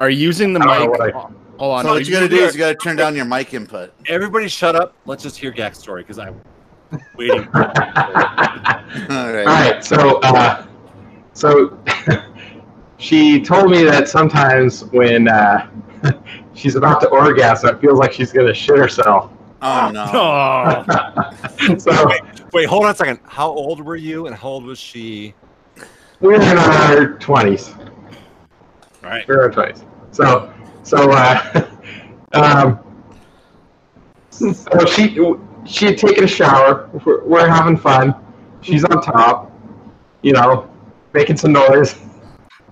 [SPEAKER 8] Are you using the
[SPEAKER 9] I don't know what
[SPEAKER 8] mic?
[SPEAKER 9] I-
[SPEAKER 8] Hold on.
[SPEAKER 1] So
[SPEAKER 8] are
[SPEAKER 1] what you gotta
[SPEAKER 8] using
[SPEAKER 1] do
[SPEAKER 8] the-
[SPEAKER 1] is you gotta turn down your mic input.
[SPEAKER 2] Everybody, shut up. Let's just hear Gak's story because I'm waiting.
[SPEAKER 1] All
[SPEAKER 9] All
[SPEAKER 1] right.
[SPEAKER 9] right, so uh, so she told me that sometimes when uh, she's about to orgasm, it feels like she's gonna shit herself.
[SPEAKER 1] Oh no.
[SPEAKER 8] Oh,
[SPEAKER 9] So
[SPEAKER 2] Wait, hold on a second. How old were you, and how old was she?
[SPEAKER 9] we were in our twenties.
[SPEAKER 2] All right.
[SPEAKER 9] We were in our twenties. So so uh, um, so she she had taken a shower. We're, we're having fun. She's on top, you know, making some noise.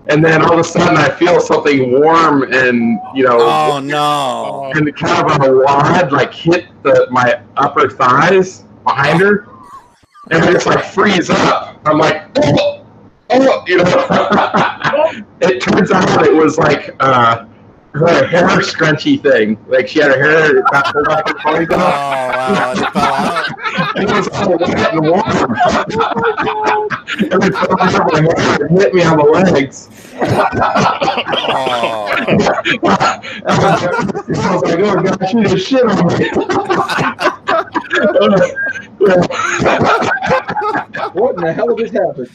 [SPEAKER 9] And then all of a sudden, I feel something warm and you know
[SPEAKER 1] Oh no.
[SPEAKER 9] and the kind of a wad like hit the, my upper thighs behind her, and I just like freeze up. I'm like, oh, oh," you know. it turns out it was like uh, her hair scrunchy thing. Like she had her hair about pulled up in a
[SPEAKER 1] Oh
[SPEAKER 9] ponytail,
[SPEAKER 1] wow, it fell out.
[SPEAKER 9] and it was all wet and warm. and it fell out of my hair and hit me on the legs.
[SPEAKER 1] Oh.
[SPEAKER 9] I was like, oh gosh, you just shit on me.
[SPEAKER 5] What in the hell just happened?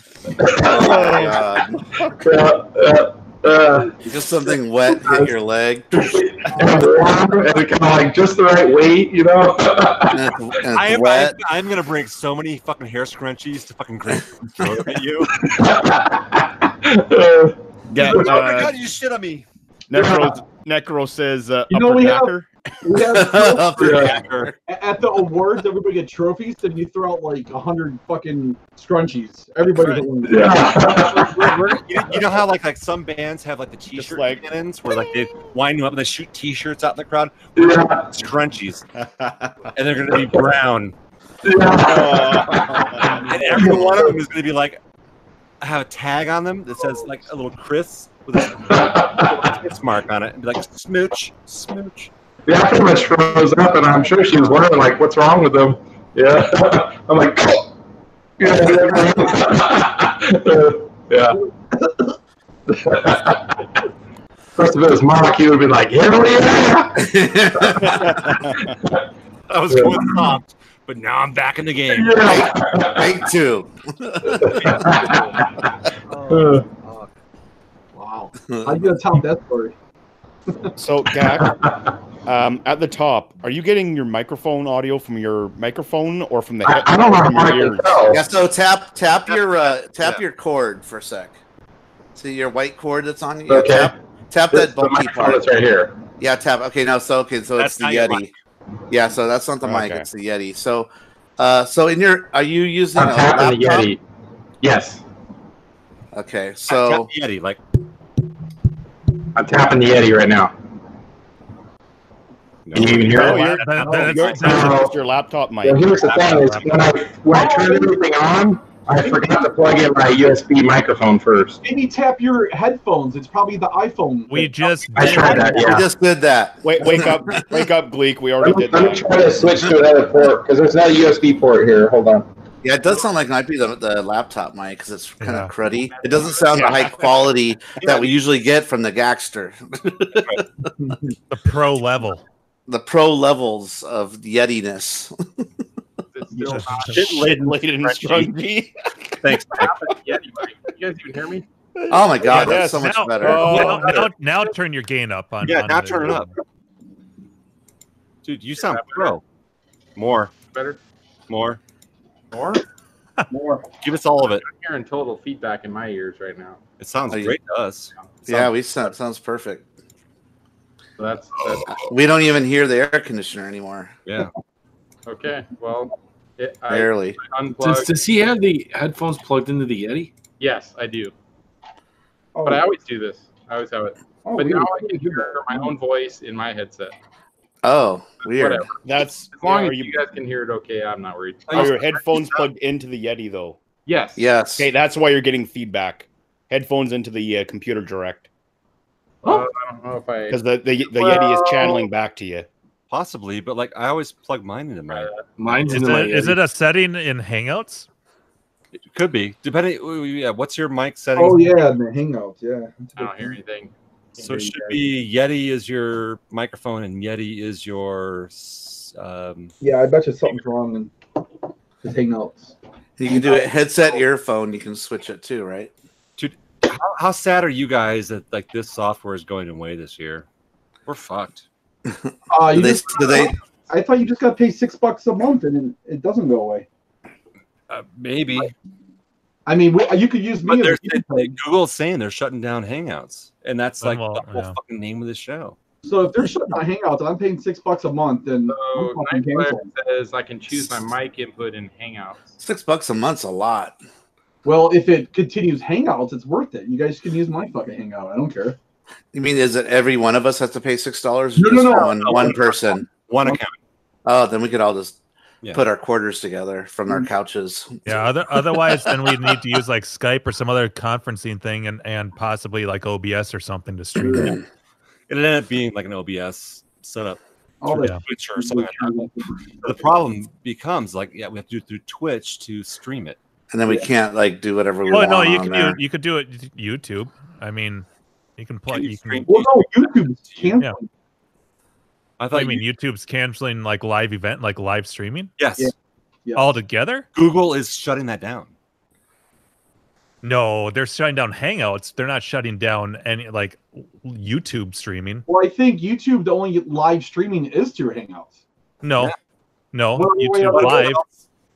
[SPEAKER 1] Oh, my God.
[SPEAKER 9] uh, uh, uh,
[SPEAKER 1] Just something wet hit your leg.
[SPEAKER 9] and warm and kind of like just the right weight, you know?
[SPEAKER 1] And it's, and it's
[SPEAKER 2] I am.
[SPEAKER 1] wet.
[SPEAKER 2] I, am gonna bring so many fucking hair scrunchies to fucking Grant and throw them at you.
[SPEAKER 9] Uh,
[SPEAKER 8] yeah,
[SPEAKER 2] oh my
[SPEAKER 8] uh,
[SPEAKER 2] god, you shit on me.
[SPEAKER 8] Necro, Necro says uh,
[SPEAKER 5] You know
[SPEAKER 8] upper
[SPEAKER 5] we have-
[SPEAKER 8] backer.
[SPEAKER 5] We have
[SPEAKER 1] Up your
[SPEAKER 5] Yeah.
[SPEAKER 1] backer.
[SPEAKER 5] A- At the awards, everybody get trophies, then you throw out like a hundred fucking scrunchies. Everybody. wins.
[SPEAKER 2] We're- we're- you, you know how like like some bands have like the t-shirt cannons where like they wind them up and they shoot t-shirts out in the crowd. We're gonna have scrunchies, and they're gonna be brown. and every one of them is gonna be like I have a tag on them that says like a little Chris with a kiss mark on it, and be like smooch, smooch.
[SPEAKER 9] Yeah, I pretty much froze up, and I'm sure she was wondering, like, what's wrong with them? Yeah. I'm like, yeah. First of it was Mark, he would be like, yeah,
[SPEAKER 2] I was going soft, but now I'm back in the game.
[SPEAKER 1] Take two.
[SPEAKER 5] wow. I'm gonna top that story.
[SPEAKER 8] So, Dak, um, at the top, are you getting your microphone audio from your microphone or from the? I,
[SPEAKER 9] don't know
[SPEAKER 8] from your ears?
[SPEAKER 9] Oh.
[SPEAKER 1] Yeah, so tap tap your uh, tap your cord for a sec. See your white cord that's on you. Yeah,
[SPEAKER 9] Okay.
[SPEAKER 1] Tap, tap
[SPEAKER 9] This-
[SPEAKER 1] that
[SPEAKER 9] the
[SPEAKER 1] bulky
[SPEAKER 9] microphone
[SPEAKER 1] part.
[SPEAKER 9] is right here.
[SPEAKER 1] Yeah, tap. Okay, now so okay, so
[SPEAKER 9] That's
[SPEAKER 1] it's the
[SPEAKER 9] not your
[SPEAKER 1] Yeti.
[SPEAKER 9] mic.
[SPEAKER 1] Yeah, so that's not the mic.
[SPEAKER 9] Okay.
[SPEAKER 1] It's the Yeti. So, uh, so in your are you using
[SPEAKER 9] I'm
[SPEAKER 1] a
[SPEAKER 9] tapping the
[SPEAKER 1] laptop?
[SPEAKER 9] Yeti. Yes.
[SPEAKER 1] Okay, so
[SPEAKER 2] Yeti, like
[SPEAKER 9] I'm tapping the Yeti right now. Can you even hear
[SPEAKER 8] No,
[SPEAKER 9] it?
[SPEAKER 8] you're- no, you're- that's just your laptop mic.
[SPEAKER 9] Well, here's the thing: is when I when I turn everything on, I forgot to plug in my USB microphone first.
[SPEAKER 5] Maybe tap your headphones. It's probably the iPhone.
[SPEAKER 3] We just
[SPEAKER 9] I tried that. Yeah.
[SPEAKER 1] did that.
[SPEAKER 8] Wait, wake up, wake up, Gleek. We already
[SPEAKER 9] Let me,
[SPEAKER 8] did
[SPEAKER 9] let me
[SPEAKER 8] that.
[SPEAKER 9] try to switch to another port because there's not a USB port here. Hold on.
[SPEAKER 1] yeah, it does sound like it might be the, the laptop mic because it's kind of cruddy. It doesn't sound the high quality that we usually get from the Gaxter.
[SPEAKER 3] the pro level.
[SPEAKER 1] The pro levels of Yetiness.
[SPEAKER 8] Shit laid, laid in scrunchie.
[SPEAKER 2] Thanks.
[SPEAKER 11] You guys even hear me?
[SPEAKER 1] Oh my god, that's
[SPEAKER 3] Yes,
[SPEAKER 1] so much
[SPEAKER 3] now-
[SPEAKER 1] better.
[SPEAKER 2] Oh,
[SPEAKER 3] Now, now, now turn your gain up on.
[SPEAKER 2] Yeah,
[SPEAKER 3] on
[SPEAKER 2] now
[SPEAKER 3] the-
[SPEAKER 2] turn it up. Dude, you sound pro. More.
[SPEAKER 11] Better?
[SPEAKER 2] More.
[SPEAKER 11] More?
[SPEAKER 2] More. Give us all of it.
[SPEAKER 11] I'm hearing total feedback in my ears right now.
[SPEAKER 2] It sounds
[SPEAKER 1] Oh, you-
[SPEAKER 2] great to us.
[SPEAKER 1] yeah, we sound sounds perfect.
[SPEAKER 11] So that's, that's
[SPEAKER 1] We don't even hear the air conditioner anymore.
[SPEAKER 2] Yeah.
[SPEAKER 11] okay. Well, it, I,
[SPEAKER 1] Barely.
[SPEAKER 11] I unplugged.
[SPEAKER 4] Does, does he have the headphones plugged into the Yeti?
[SPEAKER 11] Yes, I do.
[SPEAKER 5] Oh.
[SPEAKER 11] But I always do this. I always have it.
[SPEAKER 5] Oh,
[SPEAKER 11] but
[SPEAKER 5] weird.
[SPEAKER 11] now I can hear my own voice in my headset.
[SPEAKER 1] Oh, weird.
[SPEAKER 11] Whatever.
[SPEAKER 8] That's
[SPEAKER 11] As long
[SPEAKER 8] yeah, are
[SPEAKER 11] as you,
[SPEAKER 8] you,
[SPEAKER 11] guys can hear it okay, I'm not worried.
[SPEAKER 8] are your headphones plugged into the Yeti though?
[SPEAKER 11] Yes.
[SPEAKER 1] Yes.
[SPEAKER 8] Okay, that's why you're getting feedback. Headphones into the uh, computer direct
[SPEAKER 11] Uh, I don't know if I.
[SPEAKER 8] because the the, the Yeti is channeling back to you.
[SPEAKER 2] Possibly, but like I always plug mine into my.
[SPEAKER 4] Mine's
[SPEAKER 3] Uh, Is
[SPEAKER 4] in my
[SPEAKER 3] it, is
[SPEAKER 4] Yeti.
[SPEAKER 3] it a setting in Hangouts?
[SPEAKER 2] It could be depending. oh, Yeah, what's your mic setting?
[SPEAKER 5] Oh yeah, the Hangouts. Yeah.
[SPEAKER 11] I don't hear anything.
[SPEAKER 2] So it should be Yeti is your microphone and Yeti is your. s- Um,
[SPEAKER 5] Yeah, I bet you something's wrong in his Hangouts.
[SPEAKER 1] You can do a headset earphone. You can switch it too, right?
[SPEAKER 2] how, how sad are you guys that like this software is going away this year? We're fucked.
[SPEAKER 5] Uh,
[SPEAKER 1] Do
[SPEAKER 5] you
[SPEAKER 1] they,
[SPEAKER 5] just,
[SPEAKER 1] do they?
[SPEAKER 5] I thought you just got to pay six bucks a month and it, it doesn't go away.
[SPEAKER 2] Uh, maybe,
[SPEAKER 5] I mean, we, you could use
[SPEAKER 2] but
[SPEAKER 5] me.
[SPEAKER 2] they're,
[SPEAKER 5] as a
[SPEAKER 2] they- Google's saying they're shutting down Hangouts, and that's like
[SPEAKER 3] Well,
[SPEAKER 2] the whole
[SPEAKER 3] yeah.
[SPEAKER 2] fucking name of the show.
[SPEAKER 5] So if they're shutting my Hangouts, I'm paying six bucks a month, then
[SPEAKER 11] So
[SPEAKER 5] I'm fucking
[SPEAKER 11] Nightflare
[SPEAKER 5] canceling.
[SPEAKER 11] says I can choose my mic input in Hangouts.
[SPEAKER 1] Six bucks a month's a lot.
[SPEAKER 5] Well, if it continues Hangouts, it's worth it. You guys can use my fucking Hangout. I don't care.
[SPEAKER 1] You mean is it every one of us has to pay six dollars?
[SPEAKER 5] No, no, no.
[SPEAKER 1] One, one person.
[SPEAKER 2] One account.
[SPEAKER 1] Oh, then we could all just
[SPEAKER 2] Yeah.
[SPEAKER 1] put our quarters together from
[SPEAKER 5] Mm-hmm.
[SPEAKER 1] our couches.
[SPEAKER 3] Yeah. Other, otherwise, then we need to use like Skype or some other conferencing thing, and and possibly like OBS or something to stream it.
[SPEAKER 2] It ended up being like an OBS setup,
[SPEAKER 5] All
[SPEAKER 2] through
[SPEAKER 3] yeah.
[SPEAKER 2] Twitch or something like that. The problem becomes like, yeah, we have to do it through Twitch to stream it.
[SPEAKER 1] And then we can't like do whatever we
[SPEAKER 3] Oh
[SPEAKER 1] want.
[SPEAKER 3] no, you
[SPEAKER 1] on
[SPEAKER 3] can
[SPEAKER 1] there.
[SPEAKER 3] do you could do it YouTube. I mean, you can plug.
[SPEAKER 2] Can you
[SPEAKER 3] You
[SPEAKER 2] stream-
[SPEAKER 3] can,
[SPEAKER 5] Well, no, YouTube's canceling.
[SPEAKER 3] Yeah.
[SPEAKER 2] I thought
[SPEAKER 3] I
[SPEAKER 2] you
[SPEAKER 3] mean, YouTube's canceling like live event, like live streaming
[SPEAKER 2] yes,
[SPEAKER 5] Yeah. Yeah.
[SPEAKER 3] all together.
[SPEAKER 2] Google is shutting that down.
[SPEAKER 3] No, they're shutting down Hangouts. They're not shutting down any like YouTube streaming.
[SPEAKER 5] Well, I think YouTube, the only live streaming is through Hangouts.
[SPEAKER 3] No,
[SPEAKER 2] Yeah.
[SPEAKER 3] no,
[SPEAKER 5] Well, wait,
[SPEAKER 3] YouTube
[SPEAKER 5] wait,
[SPEAKER 3] live.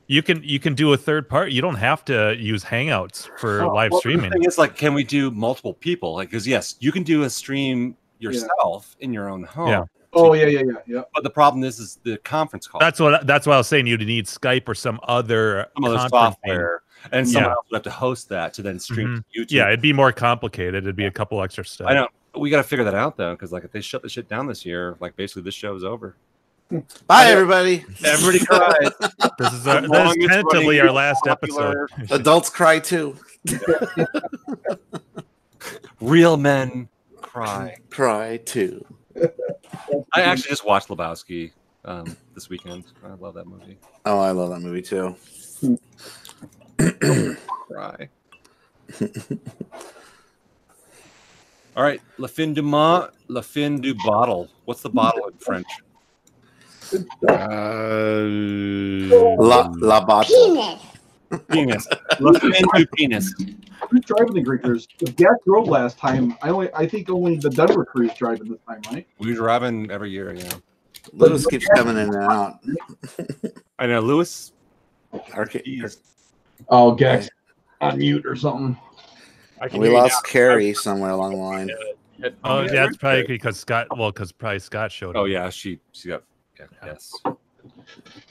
[SPEAKER 3] You can you can do a third part. You don't have to use Hangouts for
[SPEAKER 5] Oh,
[SPEAKER 3] live
[SPEAKER 2] Well,
[SPEAKER 3] streaming.
[SPEAKER 2] The thing is, like, can we do multiple people? Like, because yes, you can do a stream yourself in your own home.
[SPEAKER 3] Yeah.
[SPEAKER 5] Oh yeah, yeah, yeah, yeah.
[SPEAKER 2] But the problem is, is the conference call.
[SPEAKER 3] That's what that's what I was saying. You'd need Skype or some other
[SPEAKER 2] Some other
[SPEAKER 3] conferencing.
[SPEAKER 2] software, and someone
[SPEAKER 3] Yeah.
[SPEAKER 2] else would have to host that to then stream
[SPEAKER 3] Mhm.
[SPEAKER 2] to YouTube.
[SPEAKER 3] Yeah, it'd be more complicated. It'd be a couple extra steps.
[SPEAKER 2] I know. We got to figure that out though, because like if they shut the shit down this year, like basically this show is over.
[SPEAKER 1] Bye, everybody.
[SPEAKER 2] Everybody cries.
[SPEAKER 3] This is,
[SPEAKER 2] The
[SPEAKER 3] our, this is
[SPEAKER 2] longest
[SPEAKER 3] tentatively
[SPEAKER 2] running
[SPEAKER 3] our last
[SPEAKER 2] popular-
[SPEAKER 3] episode.
[SPEAKER 1] Adults cry too.
[SPEAKER 2] Real men cry.
[SPEAKER 1] Cry too.
[SPEAKER 2] I actually just watched Lebowski um, this weekend. I love that movie.
[SPEAKER 1] Oh, I love that movie too.
[SPEAKER 2] Cry. All right, La Fin du Ma, La Fin du Bottle. What's the bottle in French? Uh,
[SPEAKER 1] La la bottle.
[SPEAKER 2] Penis. La Fin du Penis.
[SPEAKER 5] Who's driving the Greekers? If Dak drove last time, I only I think only the Denver crew's driving this time, right?
[SPEAKER 2] We're driving every year, yeah.
[SPEAKER 1] Lewis keeps coming in and out.
[SPEAKER 2] I know, Lewis.
[SPEAKER 1] Arcade.
[SPEAKER 5] Oh, Gax on mute or something.
[SPEAKER 11] I
[SPEAKER 1] We lost Carrie somewhere along the line.
[SPEAKER 3] Oh yeah, it's probably because Scott. Well, because probably Scott showed.
[SPEAKER 2] Oh yeah, she she got yeah, yes.
[SPEAKER 5] Oh,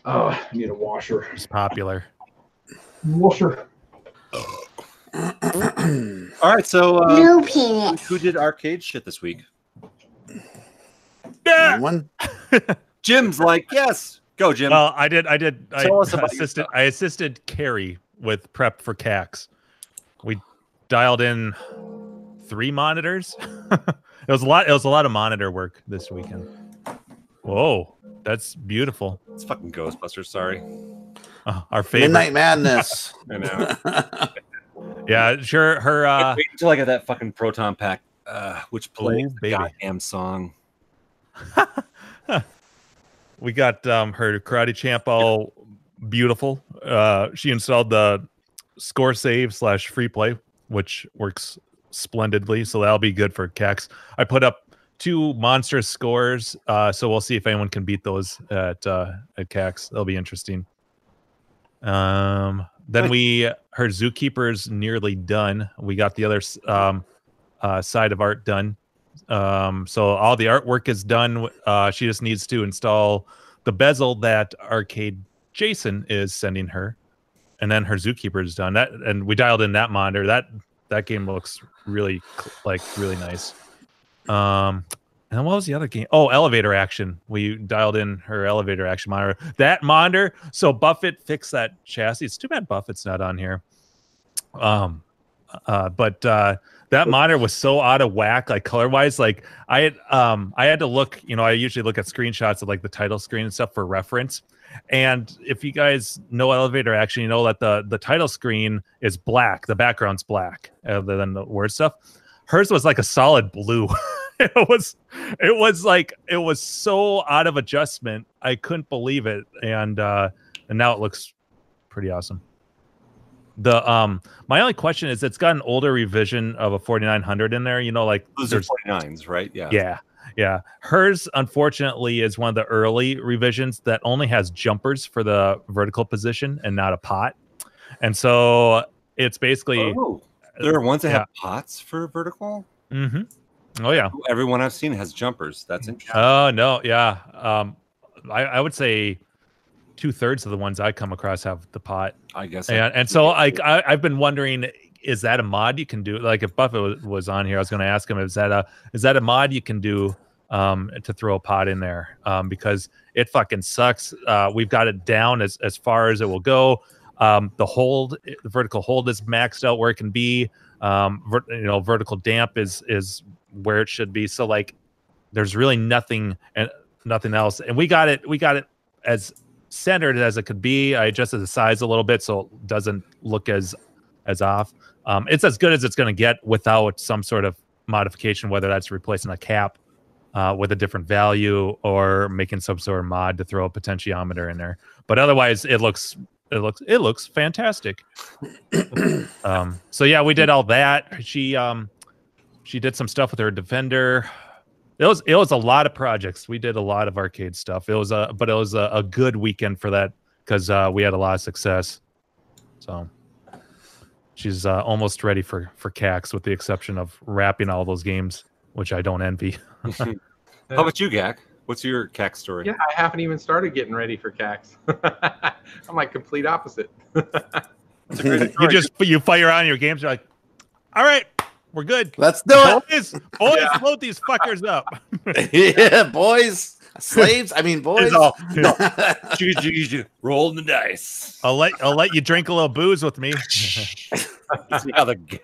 [SPEAKER 5] I need a washer.
[SPEAKER 3] It's popular.
[SPEAKER 5] Washer.
[SPEAKER 2] All right, so uh,
[SPEAKER 12] No penis.
[SPEAKER 2] Who did arcade shit this week?
[SPEAKER 1] One.
[SPEAKER 2] Jim's like, yes, go Jim.
[SPEAKER 3] Well, I did. I did. I
[SPEAKER 2] Tell us about your
[SPEAKER 3] assisted. I assisted Carrie with prep for CAX. We dialed in three monitors. it was a lot. It was a lot of monitor work this weekend. Whoa, that's beautiful.
[SPEAKER 2] It's fucking Ghostbusters. Sorry.
[SPEAKER 3] Uh, our favorite
[SPEAKER 1] Midnight Madness.
[SPEAKER 2] I know.
[SPEAKER 3] yeah, sure. Her. uh
[SPEAKER 2] Wait until I get that fucking proton pack, uh, which plays
[SPEAKER 3] Oh,
[SPEAKER 2] the
[SPEAKER 3] baby.
[SPEAKER 2] goddamn song.
[SPEAKER 3] We got um her karate champ all beautiful. Uh she installed the score save slash free play, which works splendidly. So that'll be good for CAX. I put up two monstrous scores. Uh so we'll see if anyone can beat those at uh at CAX. That'll be interesting. Um then we her zookeeper's nearly done. We got the other s- um uh side of art done. Um, so all the artwork is done. Uh, she just needs to install the bezel that Arcade Jason is sending her, and then her zookeeper is done. That and we dialed in that monitor. That that game looks really cl- like really nice. Um, and what was the other game? Oh, elevator action. We dialed in her elevator action monitor. That monitor. So Buffett fixed that chassis. It's too bad Buffett's not on here. Um, uh, but uh, that monitor was so out of whack, like color wise. Like I had, um, I had to look. You know, I usually look at screenshots of like the title screen and stuff for reference. And if you guys know elevator action, you know that the the title screen is black, the background's black, other than the word stuff. Hers was like a solid blue. it was, it was like it was so out of adjustment. I couldn't believe it. And uh, and now it looks pretty awesome. The um, my only question is, it's got an older revision of a 4900 in there. You know, like
[SPEAKER 2] Those are
[SPEAKER 3] there's-
[SPEAKER 2] 49s, right? Yeah.
[SPEAKER 3] yeah. Yeah. Hers, unfortunately, is one of the early revisions that only has jumpers for the vertical position and not a pot. And so it's basically.
[SPEAKER 2] Oh, there are ones that have pots for vertical.
[SPEAKER 3] have. hmm Oh, yeah.
[SPEAKER 2] Everyone I've seen has jumpers. That's interesting.
[SPEAKER 3] Oh, no. Yeah. Um, I, I would say two thirds of the ones I come across have the pot.
[SPEAKER 2] I guess. I-
[SPEAKER 3] And, and so like I, I've been wondering, is that a mod you can do? Like if Buffett was, was on here, I was going to ask him, is that a is that a mod you can do um, to throw a pot in there? Um, because it fucking sucks. Uh, we've got it down as as far as it will go. Um, the hold, the vertical hold is maxed out where it can be. Um, ver- you know, vertical damp is is where it should be. So like, there's really nothing and nothing else. And we got it. We got it as centered as it could be. I adjusted the size a little bit so it doesn't look as as off. Um, it's as good as it's going to get without some sort of modification, whether that's replacing a cap uh, with a different value or making some sort of mod to throw a potentiometer in there. But otherwise, it looks it looks it looks fantastic. um, so yeah, we did all that. She um, she did some stuff with her defender. It was it was a lot of projects. We did a lot of arcade stuff. It was a but it was a, a good weekend for that because uh, we had a lot of success. So she's uh, almost ready for for CAX, with the exception of wrapping all those games, which I don't envy.
[SPEAKER 2] How about you, Gak? What's your CAC story?
[SPEAKER 11] Yeah, I haven't even started getting ready for CACs. I'm like complete opposite.
[SPEAKER 3] you just you fire on your games. You're like, all right, we're good.
[SPEAKER 1] Let's do it.
[SPEAKER 3] boys. Boys, load these fuckers up.
[SPEAKER 1] yeah, boys, slaves. I mean, boys.
[SPEAKER 3] It's all-
[SPEAKER 2] Rolling the dice.
[SPEAKER 3] I'll let I'll let you drink a little booze with me.
[SPEAKER 2] how the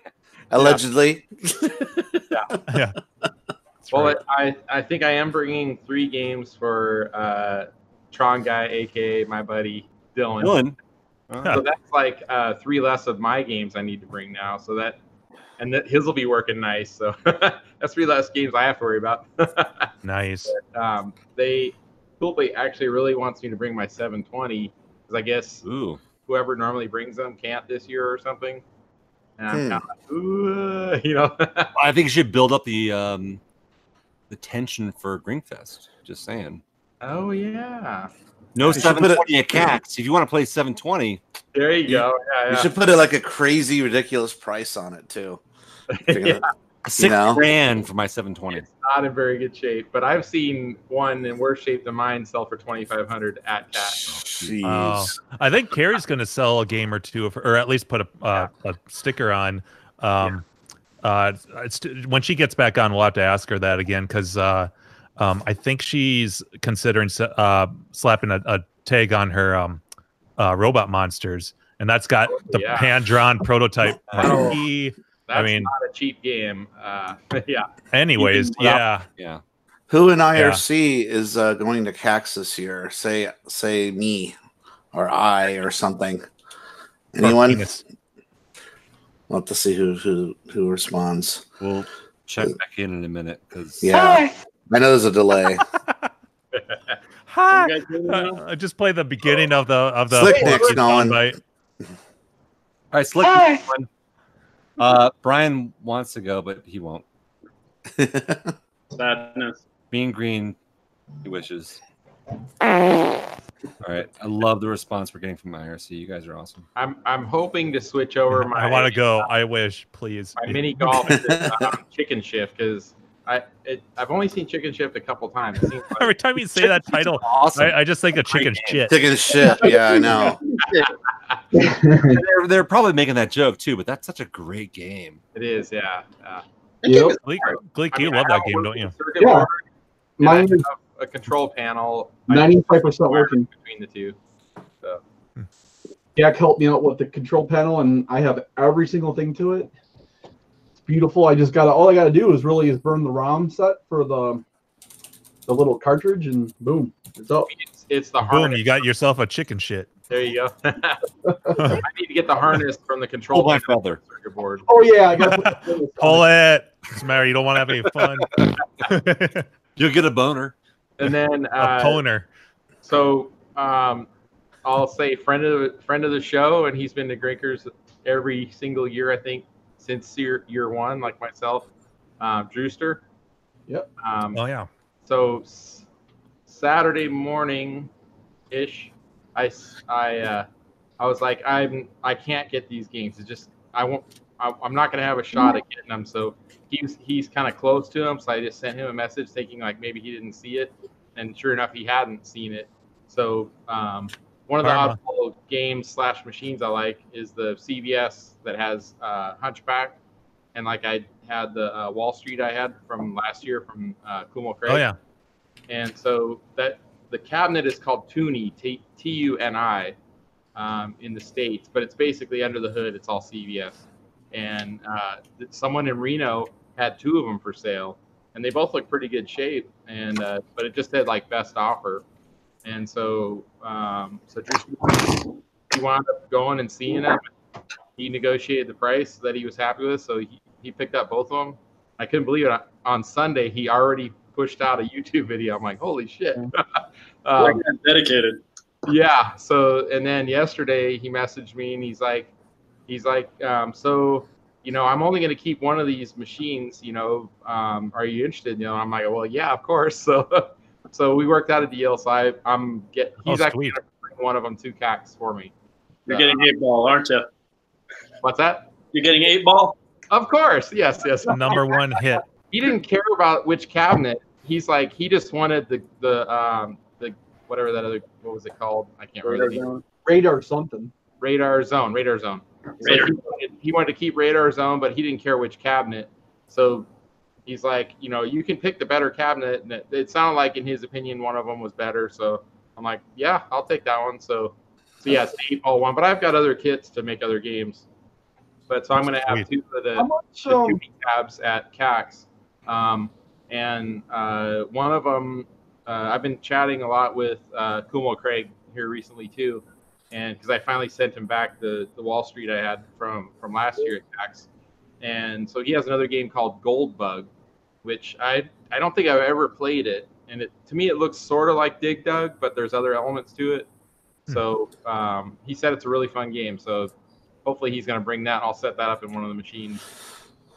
[SPEAKER 1] Allegedly.
[SPEAKER 3] yeah.
[SPEAKER 11] well,
[SPEAKER 3] right.
[SPEAKER 11] I, I think I am bringing three games for uh, Tron guy, aka my buddy Dylan.
[SPEAKER 2] Dylan?
[SPEAKER 11] So that's like uh, three less of my games I need to bring now. So that and that his will be working nice. So that's three less games I have to worry about.
[SPEAKER 3] Nice. Oh,
[SPEAKER 11] um, they Coolplay actually really wants me to bring my 720 because I guess
[SPEAKER 2] Ooh.
[SPEAKER 11] whoever normally brings them can't this year or something. And I'm
[SPEAKER 2] Hmm.
[SPEAKER 11] kinda like, "Ooh," you know.
[SPEAKER 2] I think you should build up the um the tension for Greenfest. Just saying.
[SPEAKER 11] oh yeah.
[SPEAKER 2] No
[SPEAKER 1] You should put it-
[SPEAKER 2] 720 at CACs. If you want to play 720,
[SPEAKER 11] There you go. Yeah,
[SPEAKER 1] You
[SPEAKER 11] yeah.
[SPEAKER 1] should put it like a crazy, ridiculous price on it too.
[SPEAKER 11] Yeah.
[SPEAKER 2] six grand for my 720.
[SPEAKER 11] not in very good shape, but I've seen one in worse shape than mine sell for 2500 at cat.
[SPEAKER 3] Oh. I think Carrie's going to sell a game or two, of, or at least put a, uh, a sticker on. Um, uh, it's, when she gets back on, we'll have to ask her that again because uh, um, I think she's considering s- uh, slapping a, a tag on her um, uh, robot monsters, and that's got the
[SPEAKER 11] Oh, yeah.
[SPEAKER 3] hand drawn prototype.
[SPEAKER 11] Oh,
[SPEAKER 3] monkey.
[SPEAKER 11] That's
[SPEAKER 3] I mean,
[SPEAKER 11] not a cheap game. Uh, yeah.
[SPEAKER 3] anyways, yeah,
[SPEAKER 2] yeah.
[SPEAKER 1] Who in IRC is uh, going to CAX this year? Say, say me, or I, or something. Anyone? We'll have to see who who who responds. Uh,
[SPEAKER 2] We'll check back in in a minute because
[SPEAKER 1] Yeah, I know there's a delay.
[SPEAKER 3] Hi. Uh, I just play the beginning
[SPEAKER 11] Oh.
[SPEAKER 3] of the of the
[SPEAKER 1] Slick Nick's
[SPEAKER 3] Fortnite
[SPEAKER 1] going.
[SPEAKER 3] soundbite.
[SPEAKER 2] All right, select
[SPEAKER 3] Hi.
[SPEAKER 2] one. Uh, Brian wants to go, but he won't.
[SPEAKER 12] Sadness.
[SPEAKER 2] Bean green, he wishes. All right, I love the response we're getting from IRC. You guys are awesome.
[SPEAKER 11] I'm I'm hoping to switch over my
[SPEAKER 3] I want to go. I wish, please.
[SPEAKER 11] my mini golf to, um, chicken shift because I it, I've only seen chicken shift a couple times. It seems like-
[SPEAKER 3] Every time you say that title,
[SPEAKER 2] awesome.
[SPEAKER 3] I, I just think of chicken shit.
[SPEAKER 1] Chicken shit. Yeah, I know.
[SPEAKER 2] they're, they're probably making that joke too, but that's such a great game.
[SPEAKER 11] it is, yeah. yeah.
[SPEAKER 3] Gleek,
[SPEAKER 11] I
[SPEAKER 3] Gleek
[SPEAKER 11] mean,
[SPEAKER 3] you
[SPEAKER 11] I
[SPEAKER 3] love that
[SPEAKER 11] have a
[SPEAKER 3] game, don't you?
[SPEAKER 11] Circuit
[SPEAKER 5] Yeah.
[SPEAKER 11] board, and I
[SPEAKER 5] Mine is-
[SPEAKER 11] have a control panel. I just
[SPEAKER 5] 95%
[SPEAKER 11] wire
[SPEAKER 5] working.
[SPEAKER 11] between the two. So
[SPEAKER 5] Jack helped me out with the control panel, and I have every single thing to it. It's beautiful. I just gotta all I gotta do is really is burn the ROM set for the the little cartridge, and boom, it's up.
[SPEAKER 11] it's, it's the
[SPEAKER 3] Boom,
[SPEAKER 11] harness.
[SPEAKER 3] you got yourself a chicken shit.
[SPEAKER 11] There you go. I need to get the harness from the control
[SPEAKER 3] Pull my
[SPEAKER 11] panel
[SPEAKER 2] feather.
[SPEAKER 11] circuit board.
[SPEAKER 5] Oh yeah, I got
[SPEAKER 3] Pull it. It's Mary, you don't want to have any fun.
[SPEAKER 2] You'll get a boner.
[SPEAKER 11] And then
[SPEAKER 3] A Oh,
[SPEAKER 11] uh,
[SPEAKER 3] poner.
[SPEAKER 11] So um, I'll say friend of the, friend of the show, and he's been to Grinkers every single year, I think, since year year one, like myself, um, Drewster.
[SPEAKER 5] Yep.
[SPEAKER 11] Um,
[SPEAKER 3] Oh yeah.
[SPEAKER 11] So s- Saturday morning, ish, I s- I uh, I was like I'm I can't get these games. It's just I won't. I, I'm not gonna have a shot at getting them. So he's he's kind of close to him. So I just sent him a message thinking like maybe he didn't see it, and sure enough, he hadn't seen it. So um, one of the
[SPEAKER 3] Karma.
[SPEAKER 11] oddball games slash machines I like is the CVS that has uh, Hunchback, and like I had the uh, Wall Street I had from last year from uh, Kumo Craig.
[SPEAKER 3] Oh yeah.
[SPEAKER 11] And so that the cabinet is called Tuni, T T U N I, um, in the states, but it's basically under the hood. It's all CVS. And uh, th- someone in Reno had two of them for sale, and they both look pretty good shape. And uh, but it just said like best offer. And so um, so Drew, he wound up going and seeing them. He negotiated the price that he was happy with, so he, he picked up both of them. I couldn't believe it. On Sunday, he already pushed out a YouTube video. I'm like, holy shit. um,
[SPEAKER 12] dedicated.
[SPEAKER 11] yeah. So and then yesterday he messaged me and he's like, he's like, um, so you know, I'm only going to keep one of these machines. You know, um, are you interested? You know, I'm like, well, yeah, of course. So, so we worked out a deal. So I, I'm get.
[SPEAKER 3] Oh,
[SPEAKER 11] He's actually gonna bring one of them two cacks for me.
[SPEAKER 12] You're
[SPEAKER 11] Uh,
[SPEAKER 12] getting eight ball, aren't you?
[SPEAKER 11] What's that?
[SPEAKER 12] You're getting eight ball.
[SPEAKER 11] Of course. Yes. Yes.
[SPEAKER 3] Number one hit.
[SPEAKER 11] He didn't care about which cabinet. he's like he just wanted the the um the whatever that other what was it called? I can't
[SPEAKER 5] radar,
[SPEAKER 11] remember. the name.
[SPEAKER 5] zone. radar something.
[SPEAKER 11] Radar Zone, Radar Zone. So
[SPEAKER 5] Radar.
[SPEAKER 11] he, wanted, he wanted to keep Radar Zone, but he didn't care which cabinet. So he's like, you know, you can pick the better cabinet. And it, it sounded like, in his opinion, one of them was better. So I'm like, yeah, I'll take that one. So, so yeah, it's the eight ball one. But I've got other kits to make other games. But so I'm going to have two of the, the
[SPEAKER 5] um,
[SPEAKER 11] two tabs at CAX. Um, and uh, one of them, uh, I've been chatting a lot with uh, Kumo Craig here recently too, and because I finally sent him back the, the Wall Street I had from from last year at tax, and so he has another game called Gold Bug, which I I don't think I've ever played it, and it to me it looks sort of like Dig Dug, but there's other elements to it.
[SPEAKER 3] Hmm.
[SPEAKER 11] So um, he said it's a really fun game. So hopefully he's going to bring that. I'll set that up in one of the machines.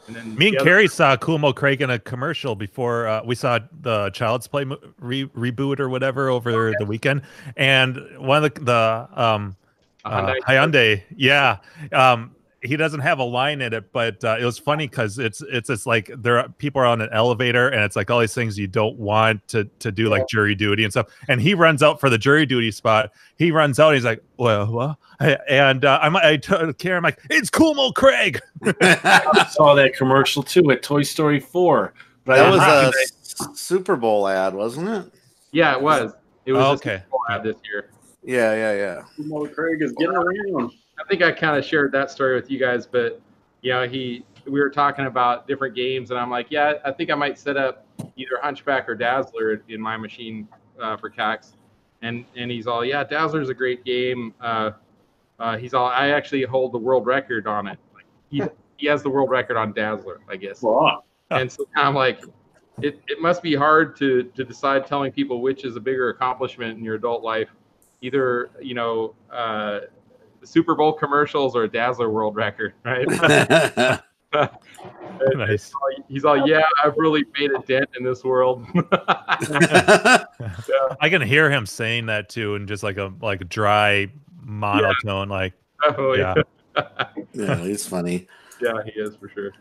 [SPEAKER 11] And then
[SPEAKER 3] Me and
[SPEAKER 11] the other-
[SPEAKER 3] Carrie saw Kumo Craig in a commercial before uh, we saw the Child's Play mo- re- reboot or whatever over
[SPEAKER 11] Oh,
[SPEAKER 3] the weekend, and one of the, the um,
[SPEAKER 11] A
[SPEAKER 3] uh, Hyundai,
[SPEAKER 11] Hyundai?
[SPEAKER 3] yeah, um, he doesn't have a line in it, but uh, it was funny because it's it's it's like there are, people are on an elevator and it's like all these things you don't want to to do like jury duty and stuff, and he runs out for the jury duty spot. He runs out, and he's like, well, what? and uh, I'm I told Carrie, I'm like, it's Kumo Craig.
[SPEAKER 4] I saw that commercial too at Toy Story 4. But I
[SPEAKER 1] that
[SPEAKER 4] did
[SPEAKER 1] was
[SPEAKER 4] not do
[SPEAKER 1] a
[SPEAKER 4] that.
[SPEAKER 1] S- Super Bowl ad, wasn't it?
[SPEAKER 11] Yeah, it was. It was
[SPEAKER 1] Oh,
[SPEAKER 11] a Super
[SPEAKER 1] okay.
[SPEAKER 11] Bowl ad this year.
[SPEAKER 1] Yeah, yeah, yeah.
[SPEAKER 11] Well, Craig is getting around. I think I kind of shared that story with you guys, but you know, he we were talking about different games, and I'm like, yeah, I think I might set up either Hunchback or Dazzler in my machine uh, for Cax, and and he's all, yeah, Dazzler's a great game. Uh, uh, he's all, I actually hold the world record on it. Like, he he has the world record on Dazzler, I guess.
[SPEAKER 4] Wow.
[SPEAKER 11] And so I'm like, it, it must be hard to to decide telling people which is a bigger accomplishment in your adult life either you know uh, Super Bowl commercials or a Dazzler world record, right?
[SPEAKER 3] nice.
[SPEAKER 11] He's all, yeah, I've really made a dent in this world.
[SPEAKER 3] I can hear him saying that too, and just like a like a dry monotone, like
[SPEAKER 11] Oh,
[SPEAKER 3] yeah.
[SPEAKER 11] yeah.
[SPEAKER 1] Yeah, he's funny.
[SPEAKER 11] yeah, he is for sure.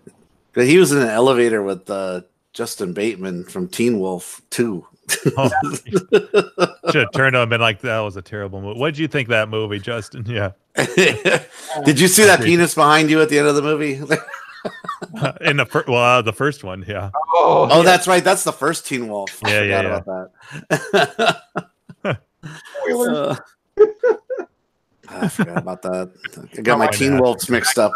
[SPEAKER 1] 'Cause He was in an elevator with uh, Justin Bateman from Teen Wolf 2.
[SPEAKER 3] Should have turned to him and been like, "That was a terrible movie." What did you think of that movie, Justin? Yeah,
[SPEAKER 1] Did you see that penis behind you at the end of the movie?
[SPEAKER 3] in the fir- well, uh, the first one, yeah.
[SPEAKER 1] Oh, that's right. That's the first Teen Wolf. I
[SPEAKER 3] Yeah, yeah,
[SPEAKER 1] forgot
[SPEAKER 3] yeah.
[SPEAKER 1] about
[SPEAKER 3] Spoilers.
[SPEAKER 1] that. I forgot about that. I got my
[SPEAKER 11] wife-
[SPEAKER 1] Teen Wolves mixed up.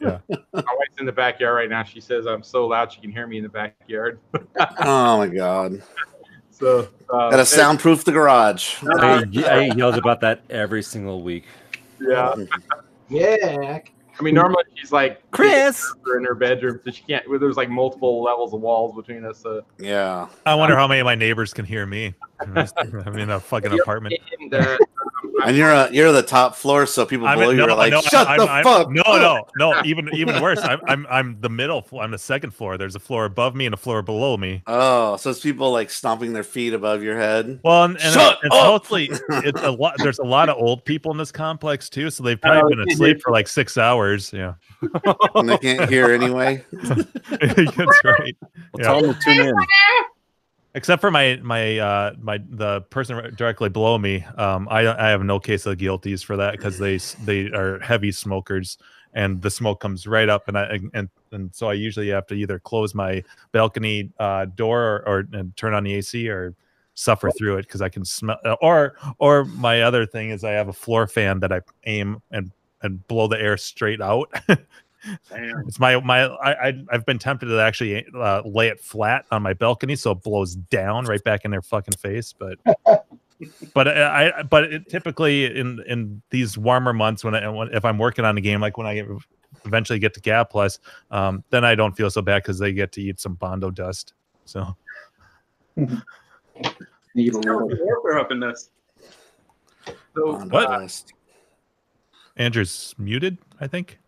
[SPEAKER 11] Now, my wife's in the backyard right now. She says I'm so loud she can hear me in the backyard.
[SPEAKER 1] Oh my god!
[SPEAKER 11] So uh,
[SPEAKER 1] Gotta soundproof the garage.
[SPEAKER 2] I, I yelled about that every single week.
[SPEAKER 11] Yeah.
[SPEAKER 5] Yeah.
[SPEAKER 11] I mean, normally she's like Chris in her bedroom, so she can't. There's like multiple levels of walls between us. uh, So
[SPEAKER 1] Yeah.
[SPEAKER 3] I wonder how many of my neighbors can hear me. I'm in a fucking apartment.
[SPEAKER 11] And, uh,
[SPEAKER 1] And you're a, you're the top floor, so people
[SPEAKER 3] I'm
[SPEAKER 1] below
[SPEAKER 3] in-
[SPEAKER 1] you are like, "Shut
[SPEAKER 3] I'm-
[SPEAKER 1] the
[SPEAKER 3] I'm-
[SPEAKER 1] fuck!"
[SPEAKER 3] No,
[SPEAKER 1] up."
[SPEAKER 3] no, no. Even even worse. I'm I'm I'm the middle. floor. I'm the second floor. There's a floor above me and a floor below me.
[SPEAKER 1] Oh, so it's people like stomping their feet above your head.
[SPEAKER 3] Well, and, and
[SPEAKER 1] Shut
[SPEAKER 3] it's
[SPEAKER 1] up!
[SPEAKER 3] mostly it's a lot. There's a lot of old people in this complex too, so they've probably
[SPEAKER 1] Oh,
[SPEAKER 3] been
[SPEAKER 1] yeah,
[SPEAKER 3] asleep
[SPEAKER 1] yeah.
[SPEAKER 3] for like six hours. Yeah,
[SPEAKER 1] and they can't hear anyway.
[SPEAKER 3] that's right.
[SPEAKER 2] Well, tell them to tune in.
[SPEAKER 3] Except for my my uh my the person right- directly below me, um, I I have no case of guilties for that because they s- they are heavy smokers and the smoke comes right up and I and and so I usually have to either close my balcony uh door or, or and turn on the AC or suffer through it because I can smell uh, or or my other thing is I have a floor fan that I aim and and blow the air straight out It's my my I, I I've been tempted to actually uh, lay it flat on my balcony so it blows down right back in their fucking face, but but uh, I I- but it, typically in in these warmer months when I when, if I'm working on a game like when I get, eventually get to Gap Plus, um, then I don't feel so bad because they get to eat some bondo dust. So
[SPEAKER 5] Need a
[SPEAKER 11] warfare up in this. So
[SPEAKER 3] What? Andrew's muted, I think.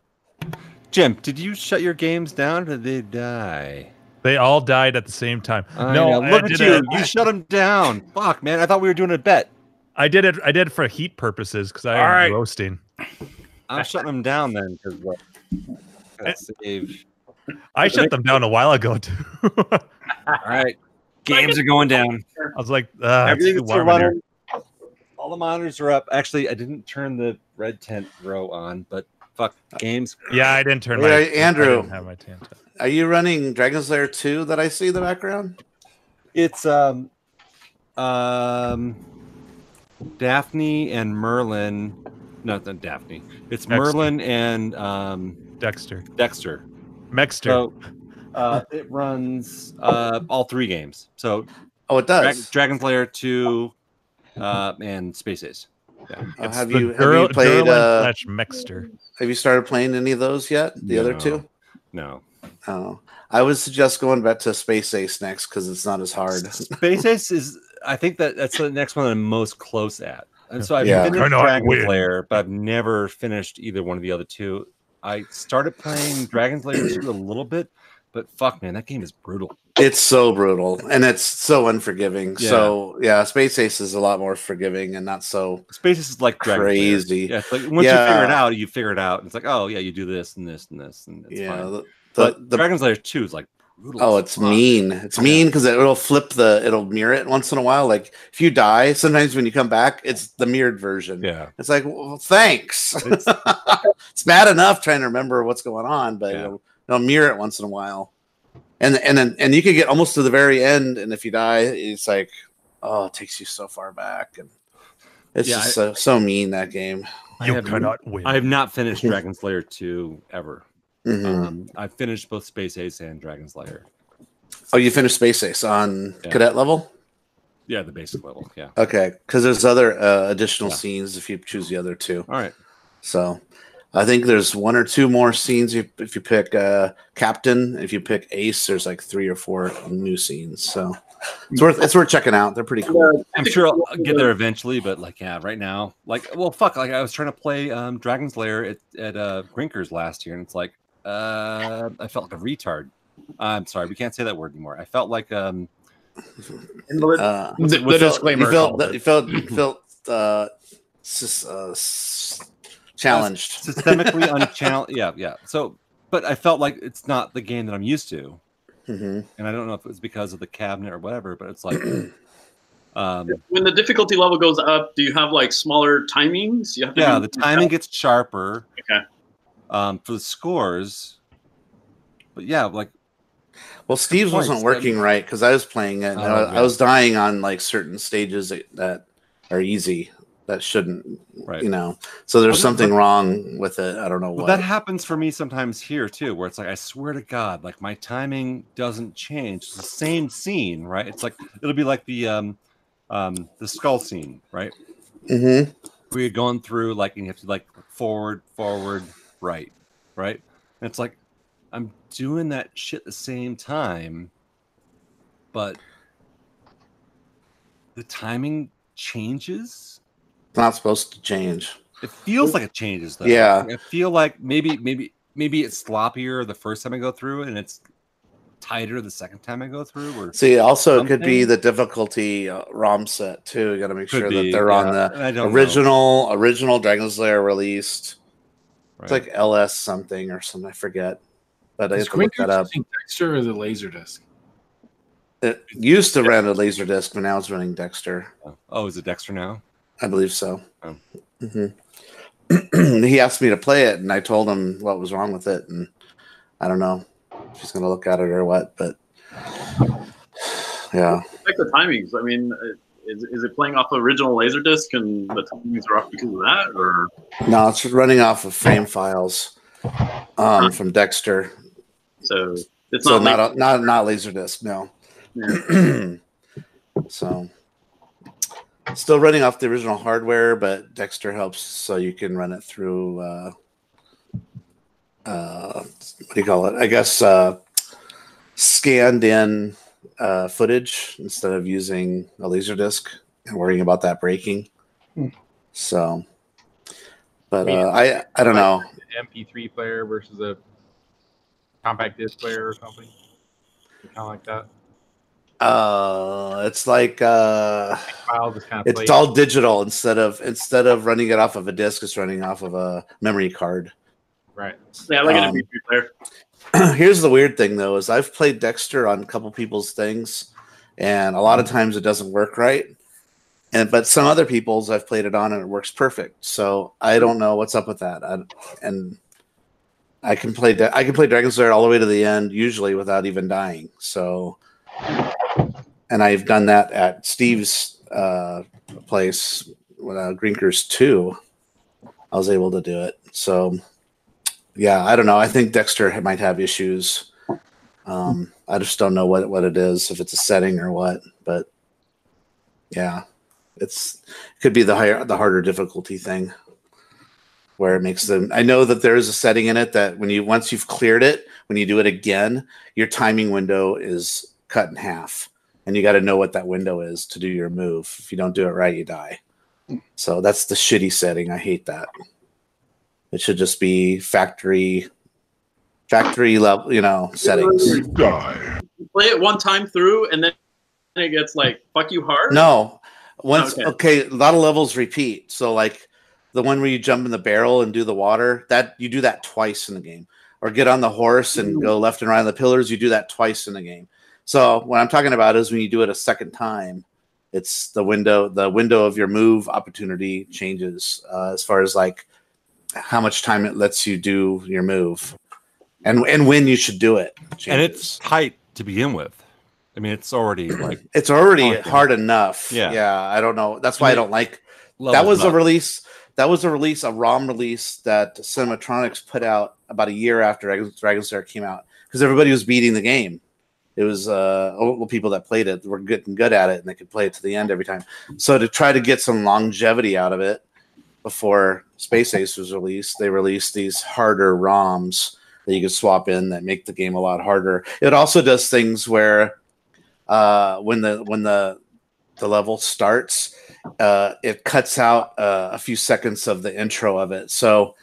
[SPEAKER 2] Jim, did you shut your games down or did they die?
[SPEAKER 3] They all died at the same time.
[SPEAKER 2] I
[SPEAKER 3] no,
[SPEAKER 2] know.
[SPEAKER 3] I
[SPEAKER 2] look at
[SPEAKER 3] did
[SPEAKER 2] you.
[SPEAKER 3] it-
[SPEAKER 2] You shut them down. Fuck, man. I thought we were doing a bet.
[SPEAKER 3] I did it. I did it for heat purposes because I
[SPEAKER 2] All
[SPEAKER 3] am
[SPEAKER 2] right.
[SPEAKER 3] roasting.
[SPEAKER 2] I'm shutting them down then because what? Gotta save.
[SPEAKER 3] I shut them down a while ago too.
[SPEAKER 2] All right. Games are going down.
[SPEAKER 3] I was like, ah, it's too
[SPEAKER 2] Everything's
[SPEAKER 3] warm in here.
[SPEAKER 2] running. All the monitors are up. Actually, I didn't turn the red tent row on, but fuck games.
[SPEAKER 3] Yeah, I didn't turn
[SPEAKER 1] Hey, Andrew, are you running Dragon Slayer 2 that I see in the background?
[SPEAKER 2] It's um um Daphne and Merlin. No, it's not Daphne. It's
[SPEAKER 3] Dexter.
[SPEAKER 2] Merlin and um
[SPEAKER 3] Dexter.
[SPEAKER 2] Dexter.
[SPEAKER 3] Mexter.
[SPEAKER 2] So, uh, it runs uh, all three games. So
[SPEAKER 1] oh, it
[SPEAKER 2] does. Dragon Slayer two uh, and Space Ace. Yeah.
[SPEAKER 1] Uh, have you have you played uh, Have you started playing any of those yet? The other
[SPEAKER 2] No.
[SPEAKER 1] two?
[SPEAKER 2] No.
[SPEAKER 1] Oh, I would suggest going back to Space Ace next because it's not as hard.
[SPEAKER 2] Space Ace is, I think that that's the next one I'm most close at. And so I've
[SPEAKER 1] Yeah.
[SPEAKER 2] finished
[SPEAKER 1] Turn on
[SPEAKER 2] Dragon
[SPEAKER 1] weird.
[SPEAKER 2] Slayer, but I've never finished either one of the other two. I started playing Dragon Slayer 2 a little bit, but fuck, man, that game is brutal.
[SPEAKER 1] It's so brutal and it's so unforgiving.
[SPEAKER 2] Yeah.
[SPEAKER 1] So yeah, Space Ace is a lot more forgiving and not so.
[SPEAKER 2] Space Ace is like Dragon Slayer.
[SPEAKER 1] Crazy.
[SPEAKER 2] Yeah, it's like once you figure it
[SPEAKER 1] Yeah.
[SPEAKER 2] out, you figure it out. It's like, oh, yeah, you do this and this and this. And it's
[SPEAKER 1] Yeah,
[SPEAKER 2] fine.
[SPEAKER 1] the-
[SPEAKER 2] but
[SPEAKER 1] the-
[SPEAKER 2] Dragon Slayer 2 is like brutal.
[SPEAKER 1] Oh,
[SPEAKER 2] as
[SPEAKER 1] it's
[SPEAKER 2] fuck.
[SPEAKER 1] mean. It's mean because it'll flip the it'll mirror it once in a while. Like if you die, sometimes when you come back, it's the mirrored version.
[SPEAKER 2] Yeah.
[SPEAKER 1] It's like, well, thanks. It's, bad enough trying to remember what's going on, but it'll, it'll mirror it once in a while. And and then and you can get almost to the very end, and if you die, it's like, oh, it takes you so far back, and it's
[SPEAKER 2] Yeah,
[SPEAKER 1] just
[SPEAKER 2] I-
[SPEAKER 1] so so mean that game.
[SPEAKER 2] I have- I have not finished Dragon Slayer 2 ever.
[SPEAKER 1] Mhm.
[SPEAKER 2] Um, I finished both Space Ace and Dragon Slayer.
[SPEAKER 1] Oh, you finished Space Ace on
[SPEAKER 2] Yeah.
[SPEAKER 1] cadet level.
[SPEAKER 2] Yeah, the basic level. Yeah.
[SPEAKER 1] Okay, because there's other uh, additional scenes if you choose the other two.
[SPEAKER 2] All right.
[SPEAKER 1] So, I think there's one or two more scenes if, if you pick uh, Captain. If you pick Ace, there's like three or four new scenes. So it's worth it's worth checking out. They're pretty cool.
[SPEAKER 2] I'm sure I'll get there eventually, but like, yeah, right now, like, well, fuck, like I was trying to play um, Dragon Slayer at, at uh, Grinkers last year, and it's like, uh, I felt like a retard. I'm sorry, we can't say that word anymore. I felt like um,
[SPEAKER 1] Uh,
[SPEAKER 2] What's it-
[SPEAKER 1] you
[SPEAKER 2] what's
[SPEAKER 1] felt-
[SPEAKER 2] disclaimer
[SPEAKER 1] You felt
[SPEAKER 2] called it?
[SPEAKER 1] you felt you felt uh, sus- uh, s- challenged
[SPEAKER 2] systemically unchallenged. Yeah, yeah. So, but I felt like it's not the game that I'm used to,
[SPEAKER 1] Mhm.
[SPEAKER 2] and I don't know if it was because of the cabinet or whatever, but it's like, um,
[SPEAKER 12] When the difficulty level goes up, do you have like smaller timings? You have to
[SPEAKER 2] yeah,
[SPEAKER 12] do-
[SPEAKER 2] the timing gets sharper.
[SPEAKER 12] Okay.
[SPEAKER 2] Um, for the scores, but yeah, like
[SPEAKER 1] Well, Steve's
[SPEAKER 2] points.
[SPEAKER 1] wasn't working right because I was playing it. And
[SPEAKER 2] Oh,
[SPEAKER 1] I, I
[SPEAKER 2] yeah.
[SPEAKER 1] was dying on like certain stages that, that are easy that shouldn't,
[SPEAKER 2] right.
[SPEAKER 1] you know. So there's
[SPEAKER 2] Well,
[SPEAKER 1] something
[SPEAKER 2] but-
[SPEAKER 1] wrong with it. I don't know
[SPEAKER 2] Well,
[SPEAKER 1] what.
[SPEAKER 2] that happens for me sometimes here too, where it's like I swear to God, like my timing doesn't change. It's the same scene, right? It's like it'll be like the um, um, the skull scene, right?
[SPEAKER 1] Mhm.
[SPEAKER 2] Where you're going through like and you have to like forward, forward, right, right, and it's like I'm doing that shit the same time, but the timing changes
[SPEAKER 1] It's not supposed to change.
[SPEAKER 2] it feels like it changes though.
[SPEAKER 1] Yeah.
[SPEAKER 2] I feel like maybe maybe maybe it's sloppier the first time I go through and it's tighter the second time I go through. Or
[SPEAKER 1] See, also it could be
[SPEAKER 2] something.
[SPEAKER 1] the difficulty uh, ROM set too. You got to make
[SPEAKER 2] Could
[SPEAKER 1] sure
[SPEAKER 2] be,
[SPEAKER 1] that they're on
[SPEAKER 2] yeah. I
[SPEAKER 1] the
[SPEAKER 2] don't know.
[SPEAKER 1] original original Dragon Slayer released. It's
[SPEAKER 2] Right.
[SPEAKER 1] like LS something or something. I forget, but I
[SPEAKER 4] Is
[SPEAKER 1] have to look
[SPEAKER 4] Quinker
[SPEAKER 1] that up.
[SPEAKER 4] using Dexter or the Laserdisc?
[SPEAKER 1] It used to run a Laserdisc, but now it's running Dexter.
[SPEAKER 2] Oh, is it Dexter now?
[SPEAKER 1] I believe so.
[SPEAKER 2] Oh.
[SPEAKER 1] Mhm. he asked me to play it, and I told him what was wrong with it, and I don't know if he's going to look at it or what, but yeah,
[SPEAKER 12] Check the timings. I mean, uh, is, is it playing off the original Laserdisc and the timings are off because of that? Or
[SPEAKER 1] no, it's running off of frame files um, from Dexter,
[SPEAKER 12] Ah. so it's
[SPEAKER 1] so
[SPEAKER 12] not,
[SPEAKER 1] not not not, Laserdisc, no. so still running off the original hardware, but Dexter helps so you can run it through. Uh, uh, what do you call it? I guess uh, scanned in uh, footage instead of using a laser disc and worrying about that breaking.
[SPEAKER 5] Hmm.
[SPEAKER 1] So, but
[SPEAKER 11] Yeah.
[SPEAKER 1] uh, I I don't know.
[SPEAKER 11] An MP3 player versus a compact disc player or something. Kind of like that.
[SPEAKER 1] Uh, it's like uh,
[SPEAKER 11] Files is kind of
[SPEAKER 1] it's all digital instead of instead of running it off of a disk, it's running off of a memory card.
[SPEAKER 12] right. Yeah, like
[SPEAKER 1] Um,
[SPEAKER 12] an MP3 player.
[SPEAKER 1] Here's the weird thing though is I've played Dexter on a couple people's things, and a lot of times it doesn't work right. And but some other people's I've played it on and it works perfect. So I don't know what's up with that. I, and I can play Dra- I can play Dragon's Lair all the way to the end usually without even dying. So and I've done that at Steve's uh, place when uh, Grinkers two. I was able to do it. So yeah, I don't know. I think Dexter ha- might have issues. Um, I just don't know what what it is, if it's a setting or what. But yeah, it's it could be the higher the harder difficulty thing where it makes them. I know that there is a setting in it that when you once you've cleared it, when you do it again, your timing window is cut in half, and you got to know what that window is to do your move. If you don't do it right, you die. So that's the shitty setting. I hate that. It should just be factory, factory level, you know, settings.
[SPEAKER 12] You play it one time through, and then it gets like fuck you hard.
[SPEAKER 1] No, once
[SPEAKER 12] Okay.
[SPEAKER 1] okay. a lot of levels repeat. So like the one where you jump in the barrel and do the water, that you do that twice in the game, or get on the horse and go left and right on the pillars. You do that twice in the game. So what I'm talking about is when you do it a second time, it's the window, the window of your move opportunity changes uh, as far as like how much time it lets you do your move, and and when you should do it.
[SPEAKER 2] and it's tight to begin with. I mean, it's already like
[SPEAKER 1] It's already
[SPEAKER 2] Okay.
[SPEAKER 1] hard enough.
[SPEAKER 2] Yeah.
[SPEAKER 1] Yeah. I don't know. That's why I don't like that
[SPEAKER 2] Levels
[SPEAKER 1] was a
[SPEAKER 2] up.
[SPEAKER 1] release. That was a release, a ROM release that Cinematronics put out about a year after Dragon- Dragon's Lair came out because everybody was beating the game. It was uh, all the people that played it were getting good at it and they could play it to the end every time. So to try to get some longevity out of it before Space Ace was released, they released these harder ROMs that you could swap in that make the game a lot harder. It also does things where uh, when the when the the level starts, uh, it cuts out uh, a few seconds of the intro of it. So,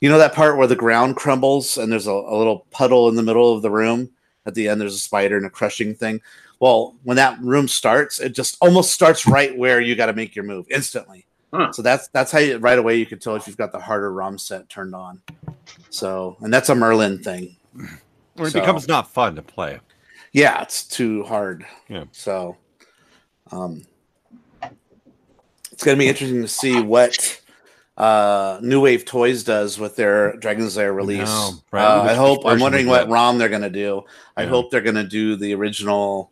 [SPEAKER 1] you know that part where the ground crumbles and there's a, a little puddle in the middle of the room. At the end, there's a spider and a crushing thing. Well, when that room starts, it just almost starts right where you got to make your move instantly. So that's that's how you, right away you can tell if you've got the harder ROM set turned on. So, and that's a Merlin thing.
[SPEAKER 2] Or it
[SPEAKER 1] So-
[SPEAKER 2] becomes not fun to play.
[SPEAKER 1] yeah, it's too hard.
[SPEAKER 2] Yeah.
[SPEAKER 1] So, um, it's going to be interesting to see what uh, New Wave Toys does with their Dragon's Lair release.
[SPEAKER 2] know, right?
[SPEAKER 1] uh, I
[SPEAKER 2] Which
[SPEAKER 1] hope.
[SPEAKER 2] version
[SPEAKER 1] I'm
[SPEAKER 2] we
[SPEAKER 1] wondering what
[SPEAKER 2] get.
[SPEAKER 1] ROM they're going to do. I
[SPEAKER 2] Yeah.
[SPEAKER 1] hope they're going to do the original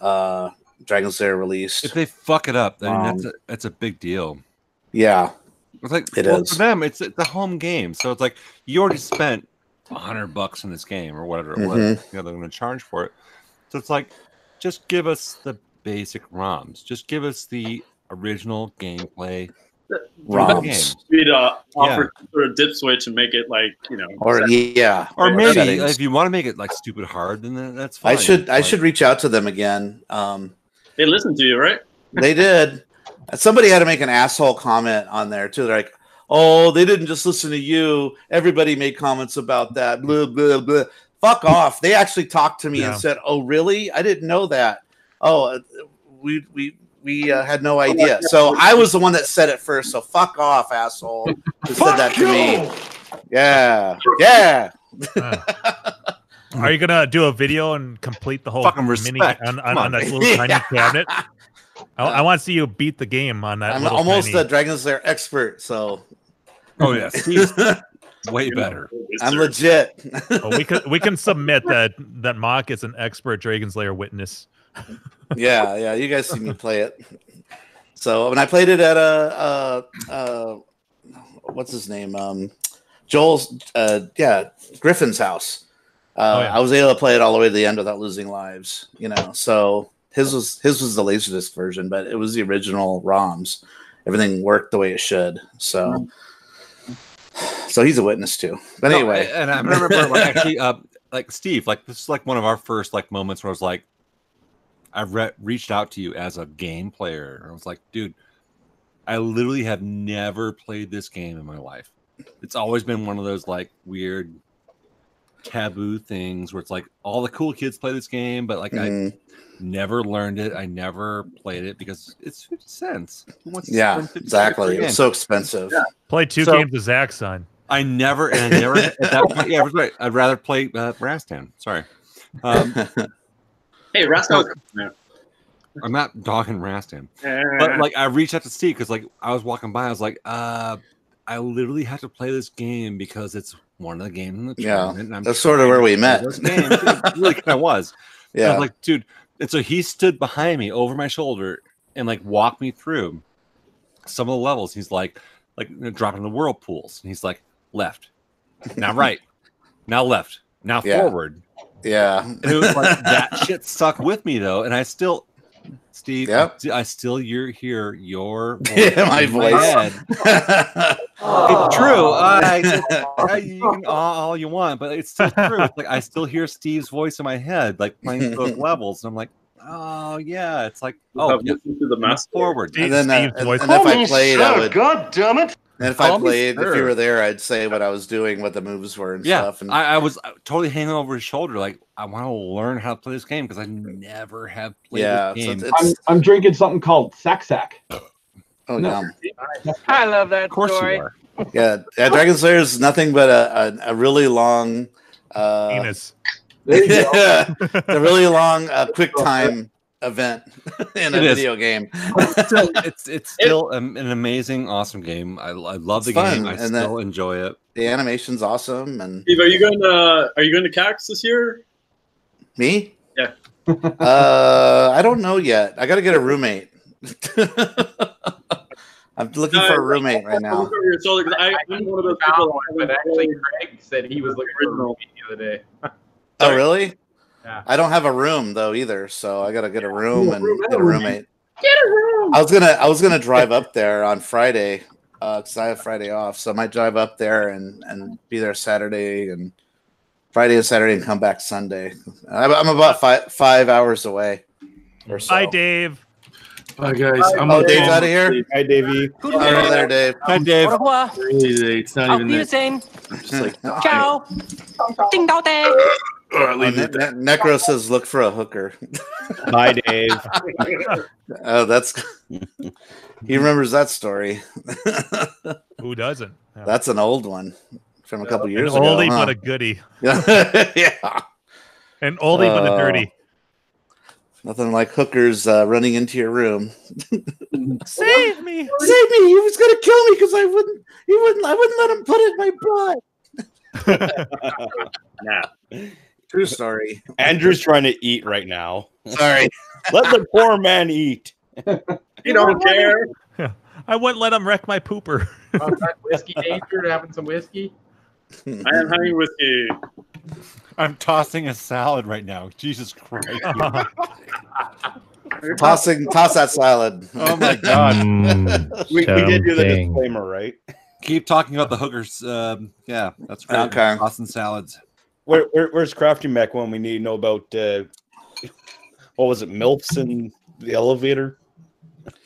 [SPEAKER 1] uh, Dragon's Lair release.
[SPEAKER 2] If they fuck it up, then that's
[SPEAKER 1] Um,
[SPEAKER 2] a, that's a big deal.
[SPEAKER 1] Yeah,
[SPEAKER 2] It's like
[SPEAKER 1] It
[SPEAKER 2] well,
[SPEAKER 1] is.
[SPEAKER 2] for them. It's it's a home game, so it's like you already spent a hundred bucks on this game or whatever it was.
[SPEAKER 1] Mhm.
[SPEAKER 2] You know they're going to charge for it, so it's like just give us the basic ROMs. Just give us the original gameplay. ROMs.
[SPEAKER 12] ROMs. We'd uh, offer some sort of dip switch and make it like you know. set-
[SPEAKER 2] or
[SPEAKER 12] Yeah.
[SPEAKER 2] maybe
[SPEAKER 1] settings.
[SPEAKER 2] if you want to make it like stupid hard, then tha- that's fine.
[SPEAKER 1] I should. I
[SPEAKER 2] Like,
[SPEAKER 1] should reach out to them again. Um,
[SPEAKER 12] They listen to you, right?
[SPEAKER 1] they did. Somebody had to make an asshole comment on there too. They're like, "Oh, they didn't just listen to you. Everybody made comments about that." Blah blah blah. Fuck off. They actually talked to me
[SPEAKER 2] Yeah.
[SPEAKER 1] and said, "Oh, really? I didn't know that. Oh, uh, we we we uh, had no idea." So I was the one that said it first. So fuck off, asshole. Who said that to me? Yeah, yeah.
[SPEAKER 3] Are you gonna do a video and complete the whole
[SPEAKER 2] Fucking
[SPEAKER 3] mini
[SPEAKER 2] respect.
[SPEAKER 3] on, on,
[SPEAKER 2] Come
[SPEAKER 3] on
[SPEAKER 2] on.
[SPEAKER 3] that little tiny
[SPEAKER 1] Yeah.
[SPEAKER 3] cabinet? I, I want to see you beat the game on that.
[SPEAKER 1] I'm
[SPEAKER 3] little
[SPEAKER 1] almost
[SPEAKER 3] tiny-
[SPEAKER 1] a Dragon's Lair expert. So.
[SPEAKER 2] Oh yeah, Steve's way better.
[SPEAKER 1] I'm legit.
[SPEAKER 3] Oh, we can we can submit that that Mock is an expert Dragon's Lair witness.
[SPEAKER 1] yeah, yeah. You guys see me play it. So when I played it at uh uh, uh what's his name? Um, Joel's. Uh, yeah, Griffin's house. Uh,
[SPEAKER 13] Oh, yeah.
[SPEAKER 1] I was able to play it all the way to the end without losing lives. You know, so his was his was the laserdisc version, but it was the original ROMs. Everything worked the way it should. So. So he's a witness too.
[SPEAKER 2] Hmm.
[SPEAKER 1] But
[SPEAKER 2] No,
[SPEAKER 1] anyway,
[SPEAKER 2] and I remember like, actually, uh, like Steve, like this is like one of our first like moments where I was like, I re- reached out to you as a game player, and I was like, dude, I literally have never played this game in my life. It's always been one of those like weird taboo things where it's like all the cool kids play this game, but like
[SPEAKER 1] Mhm.
[SPEAKER 2] I never learned it. I never played it because it's 50 cents. Who wants to
[SPEAKER 1] yeah,
[SPEAKER 2] spend 50 cents for a
[SPEAKER 1] exactly. It was
[SPEAKER 2] game?
[SPEAKER 1] so expensive.
[SPEAKER 3] Play two
[SPEAKER 2] So-
[SPEAKER 3] games with Zach's son.
[SPEAKER 2] I never and I never at that point. Yeah, I was right. I'd rather play uh, Rastan. Sorry. Um,
[SPEAKER 12] Hey, Rascal.
[SPEAKER 2] I'm not dog and rant him, but like I reached out to Steve because like I was walking by, I was like, uh, I literally have to play this game because it's one of the games in the
[SPEAKER 1] Yeah,
[SPEAKER 2] tournament. and I'm
[SPEAKER 1] that's sorta where we
[SPEAKER 2] trying to
[SPEAKER 1] met.
[SPEAKER 2] play this game. really, kinda was. And I
[SPEAKER 1] Yeah.
[SPEAKER 2] was like, dude. And so he stood behind me over my shoulder and like walked me through some of the levels. He's like, like you know, dropping the whirlpools, and he's like, left, now right, now left, now
[SPEAKER 1] Yeah.
[SPEAKER 2] forward.
[SPEAKER 1] Yeah.
[SPEAKER 2] And it was like that shit stuck with me though, and I still, Steve,
[SPEAKER 1] Yep.
[SPEAKER 2] I still hear hear your
[SPEAKER 1] Yeah, my
[SPEAKER 2] in
[SPEAKER 1] voice.
[SPEAKER 2] head. it's true. I, I- you can all, all you want, but it's still true. It's like I still hear Steve's voice in my head, like playing those levels, and I'm like, oh yeah, it's like oh
[SPEAKER 12] have
[SPEAKER 2] yeah,
[SPEAKER 12] listened to the master.
[SPEAKER 2] forward.
[SPEAKER 1] And then, uh, and- and if I played, I would.
[SPEAKER 13] God damn it!
[SPEAKER 1] And if I
[SPEAKER 2] Call me
[SPEAKER 1] played, if you
[SPEAKER 2] sir.
[SPEAKER 1] were there, I'd say what I was doing, what the moves were, and
[SPEAKER 2] yeah,
[SPEAKER 1] stuff. And
[SPEAKER 2] I, I was uh, totally hanging over his shoulder, like I want to learn how to play this game because I never have played
[SPEAKER 1] Yeah,
[SPEAKER 2] this
[SPEAKER 1] so
[SPEAKER 2] game.
[SPEAKER 1] it's- it's-
[SPEAKER 5] I'm drinking something called Sack Sack.
[SPEAKER 1] oh,
[SPEAKER 5] No.
[SPEAKER 1] yum.
[SPEAKER 13] I love that
[SPEAKER 2] course you
[SPEAKER 13] story.
[SPEAKER 2] are.
[SPEAKER 1] yeah, yeah. Dragon Slayer is nothing but a, a, a really long uh,
[SPEAKER 3] Penis.
[SPEAKER 5] There you Oh,
[SPEAKER 1] a really long uh, quick time event in a
[SPEAKER 2] It is.
[SPEAKER 1] video game.
[SPEAKER 2] It's still, it's, it's still um, an amazing, awesome game. I, I love
[SPEAKER 1] It's
[SPEAKER 2] the
[SPEAKER 1] fun,
[SPEAKER 2] game. I
[SPEAKER 1] and that-
[SPEAKER 2] still enjoy it.
[SPEAKER 1] The animation's awesome, and
[SPEAKER 12] Steve, are you going to are you going to CAX this year?
[SPEAKER 1] me.
[SPEAKER 12] Yeah.
[SPEAKER 1] uh, I don't know yet. I got to get a roommate. I'm looking for a roommate right now.
[SPEAKER 12] Over your shoulder, 'cause I, I'm one of those people.
[SPEAKER 11] But actually, Craig said he was looking for a roommate the other day.
[SPEAKER 1] Oh, really?
[SPEAKER 11] Yeah.
[SPEAKER 1] I don't have a room though either, so I gotta get a room and get a roommate.
[SPEAKER 13] Get a room.
[SPEAKER 1] I was gonna I was gonna drive up there on Friday because I have Friday off, so I might drive up there and and be there Saturday and Friday and Saturday and come back Sunday. I'm, I'm about five five hours away. Or so.
[SPEAKER 3] Bye, Dave.
[SPEAKER 4] Bye, guys. I'm
[SPEAKER 1] oh,
[SPEAKER 4] gonna
[SPEAKER 1] Dave's
[SPEAKER 4] go.
[SPEAKER 1] out of here.
[SPEAKER 8] Hi, Davey.
[SPEAKER 1] All right, later, Dave.
[SPEAKER 2] Hi, Dave.
[SPEAKER 13] Au revoir.
[SPEAKER 4] Crazy. It's not
[SPEAKER 13] Auf
[SPEAKER 4] even that.
[SPEAKER 13] Wiedersehen.
[SPEAKER 1] Ciao.
[SPEAKER 13] Ciao. Ding dong day.
[SPEAKER 1] Oh, Necro says, "Look for a hooker."
[SPEAKER 8] Bye, Dave.
[SPEAKER 1] oh, that's he remembers that story.
[SPEAKER 3] Who doesn't? Yeah.
[SPEAKER 1] That's an old one from a couple
[SPEAKER 3] An
[SPEAKER 1] years ago.
[SPEAKER 3] oldie
[SPEAKER 1] huh?
[SPEAKER 3] but a goodie.
[SPEAKER 1] yeah.
[SPEAKER 3] An oldie but a
[SPEAKER 1] Uh,
[SPEAKER 3] dirty.
[SPEAKER 1] Nothing like hookers uh, running into your room.
[SPEAKER 3] Save me.
[SPEAKER 1] Save me! He was gonna kill me because I wouldn't. He wouldn't. I wouldn't let him put it in my butt.
[SPEAKER 8] Nah.
[SPEAKER 1] True story.
[SPEAKER 8] Andrew's trying to eat right now.
[SPEAKER 1] Sorry.
[SPEAKER 8] Let the poor man eat.
[SPEAKER 12] You don't care.
[SPEAKER 3] I wouldn't let him wreck my pooper.
[SPEAKER 11] Oh, is that whiskey danger? Having some whiskey?
[SPEAKER 1] Hmm.
[SPEAKER 12] I am having whiskey.
[SPEAKER 2] I'm tossing a salad right now. Jesus Christ.
[SPEAKER 1] Tossing, toss that salad.
[SPEAKER 8] Oh my god.
[SPEAKER 2] Mm,
[SPEAKER 8] we, we did do the
[SPEAKER 13] Something.
[SPEAKER 8] disclaimer, right?
[SPEAKER 2] Keep talking about the hookers. Um, yeah, that's great.
[SPEAKER 1] Okay.
[SPEAKER 2] Tossing salads.
[SPEAKER 8] Where, where, where's Crafty Mech when we need to know about uh, what was it, MILFs in the elevator?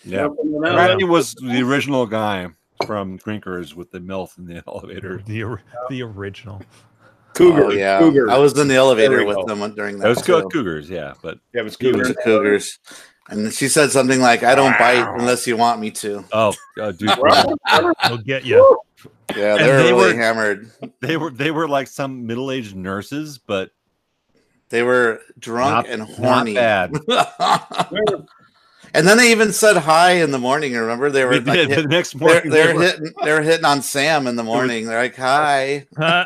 [SPEAKER 2] Yeah.
[SPEAKER 12] Yeah.
[SPEAKER 2] Randy was the original guy from Drinkers with the MILF in the elevator.
[SPEAKER 3] The, or- the original.
[SPEAKER 8] Cougar.
[SPEAKER 1] Oh, yeah.
[SPEAKER 8] Cougar.
[SPEAKER 1] I was in the
[SPEAKER 8] There
[SPEAKER 1] elevator
[SPEAKER 8] we
[SPEAKER 1] with
[SPEAKER 8] go.
[SPEAKER 1] them during that.
[SPEAKER 2] Those
[SPEAKER 1] too.
[SPEAKER 2] co- Cougars, yeah. But
[SPEAKER 8] Yeah, it was
[SPEAKER 1] It was
[SPEAKER 8] Cougar.
[SPEAKER 1] the Cougars. And she said something like, "I don't bite unless you want me to."
[SPEAKER 2] oh, uh, dude,
[SPEAKER 3] We'll get you.
[SPEAKER 1] Yeah,
[SPEAKER 2] And
[SPEAKER 1] they were
[SPEAKER 2] they
[SPEAKER 1] really
[SPEAKER 2] were-
[SPEAKER 1] hammered.
[SPEAKER 2] they were they were like some middle aged nurses, but
[SPEAKER 1] They were drunk
[SPEAKER 2] Not-
[SPEAKER 1] and
[SPEAKER 2] not
[SPEAKER 1] horny.
[SPEAKER 2] bad.
[SPEAKER 1] and then they even said hi in the morning. Remember, they were
[SPEAKER 2] we
[SPEAKER 1] like,
[SPEAKER 2] did
[SPEAKER 1] hit-
[SPEAKER 2] the next
[SPEAKER 1] they're,
[SPEAKER 2] morning.
[SPEAKER 1] they're
[SPEAKER 2] they were-
[SPEAKER 1] hitting they're hitting on Sam in the morning. They're like, "Hi,"
[SPEAKER 3] Huh?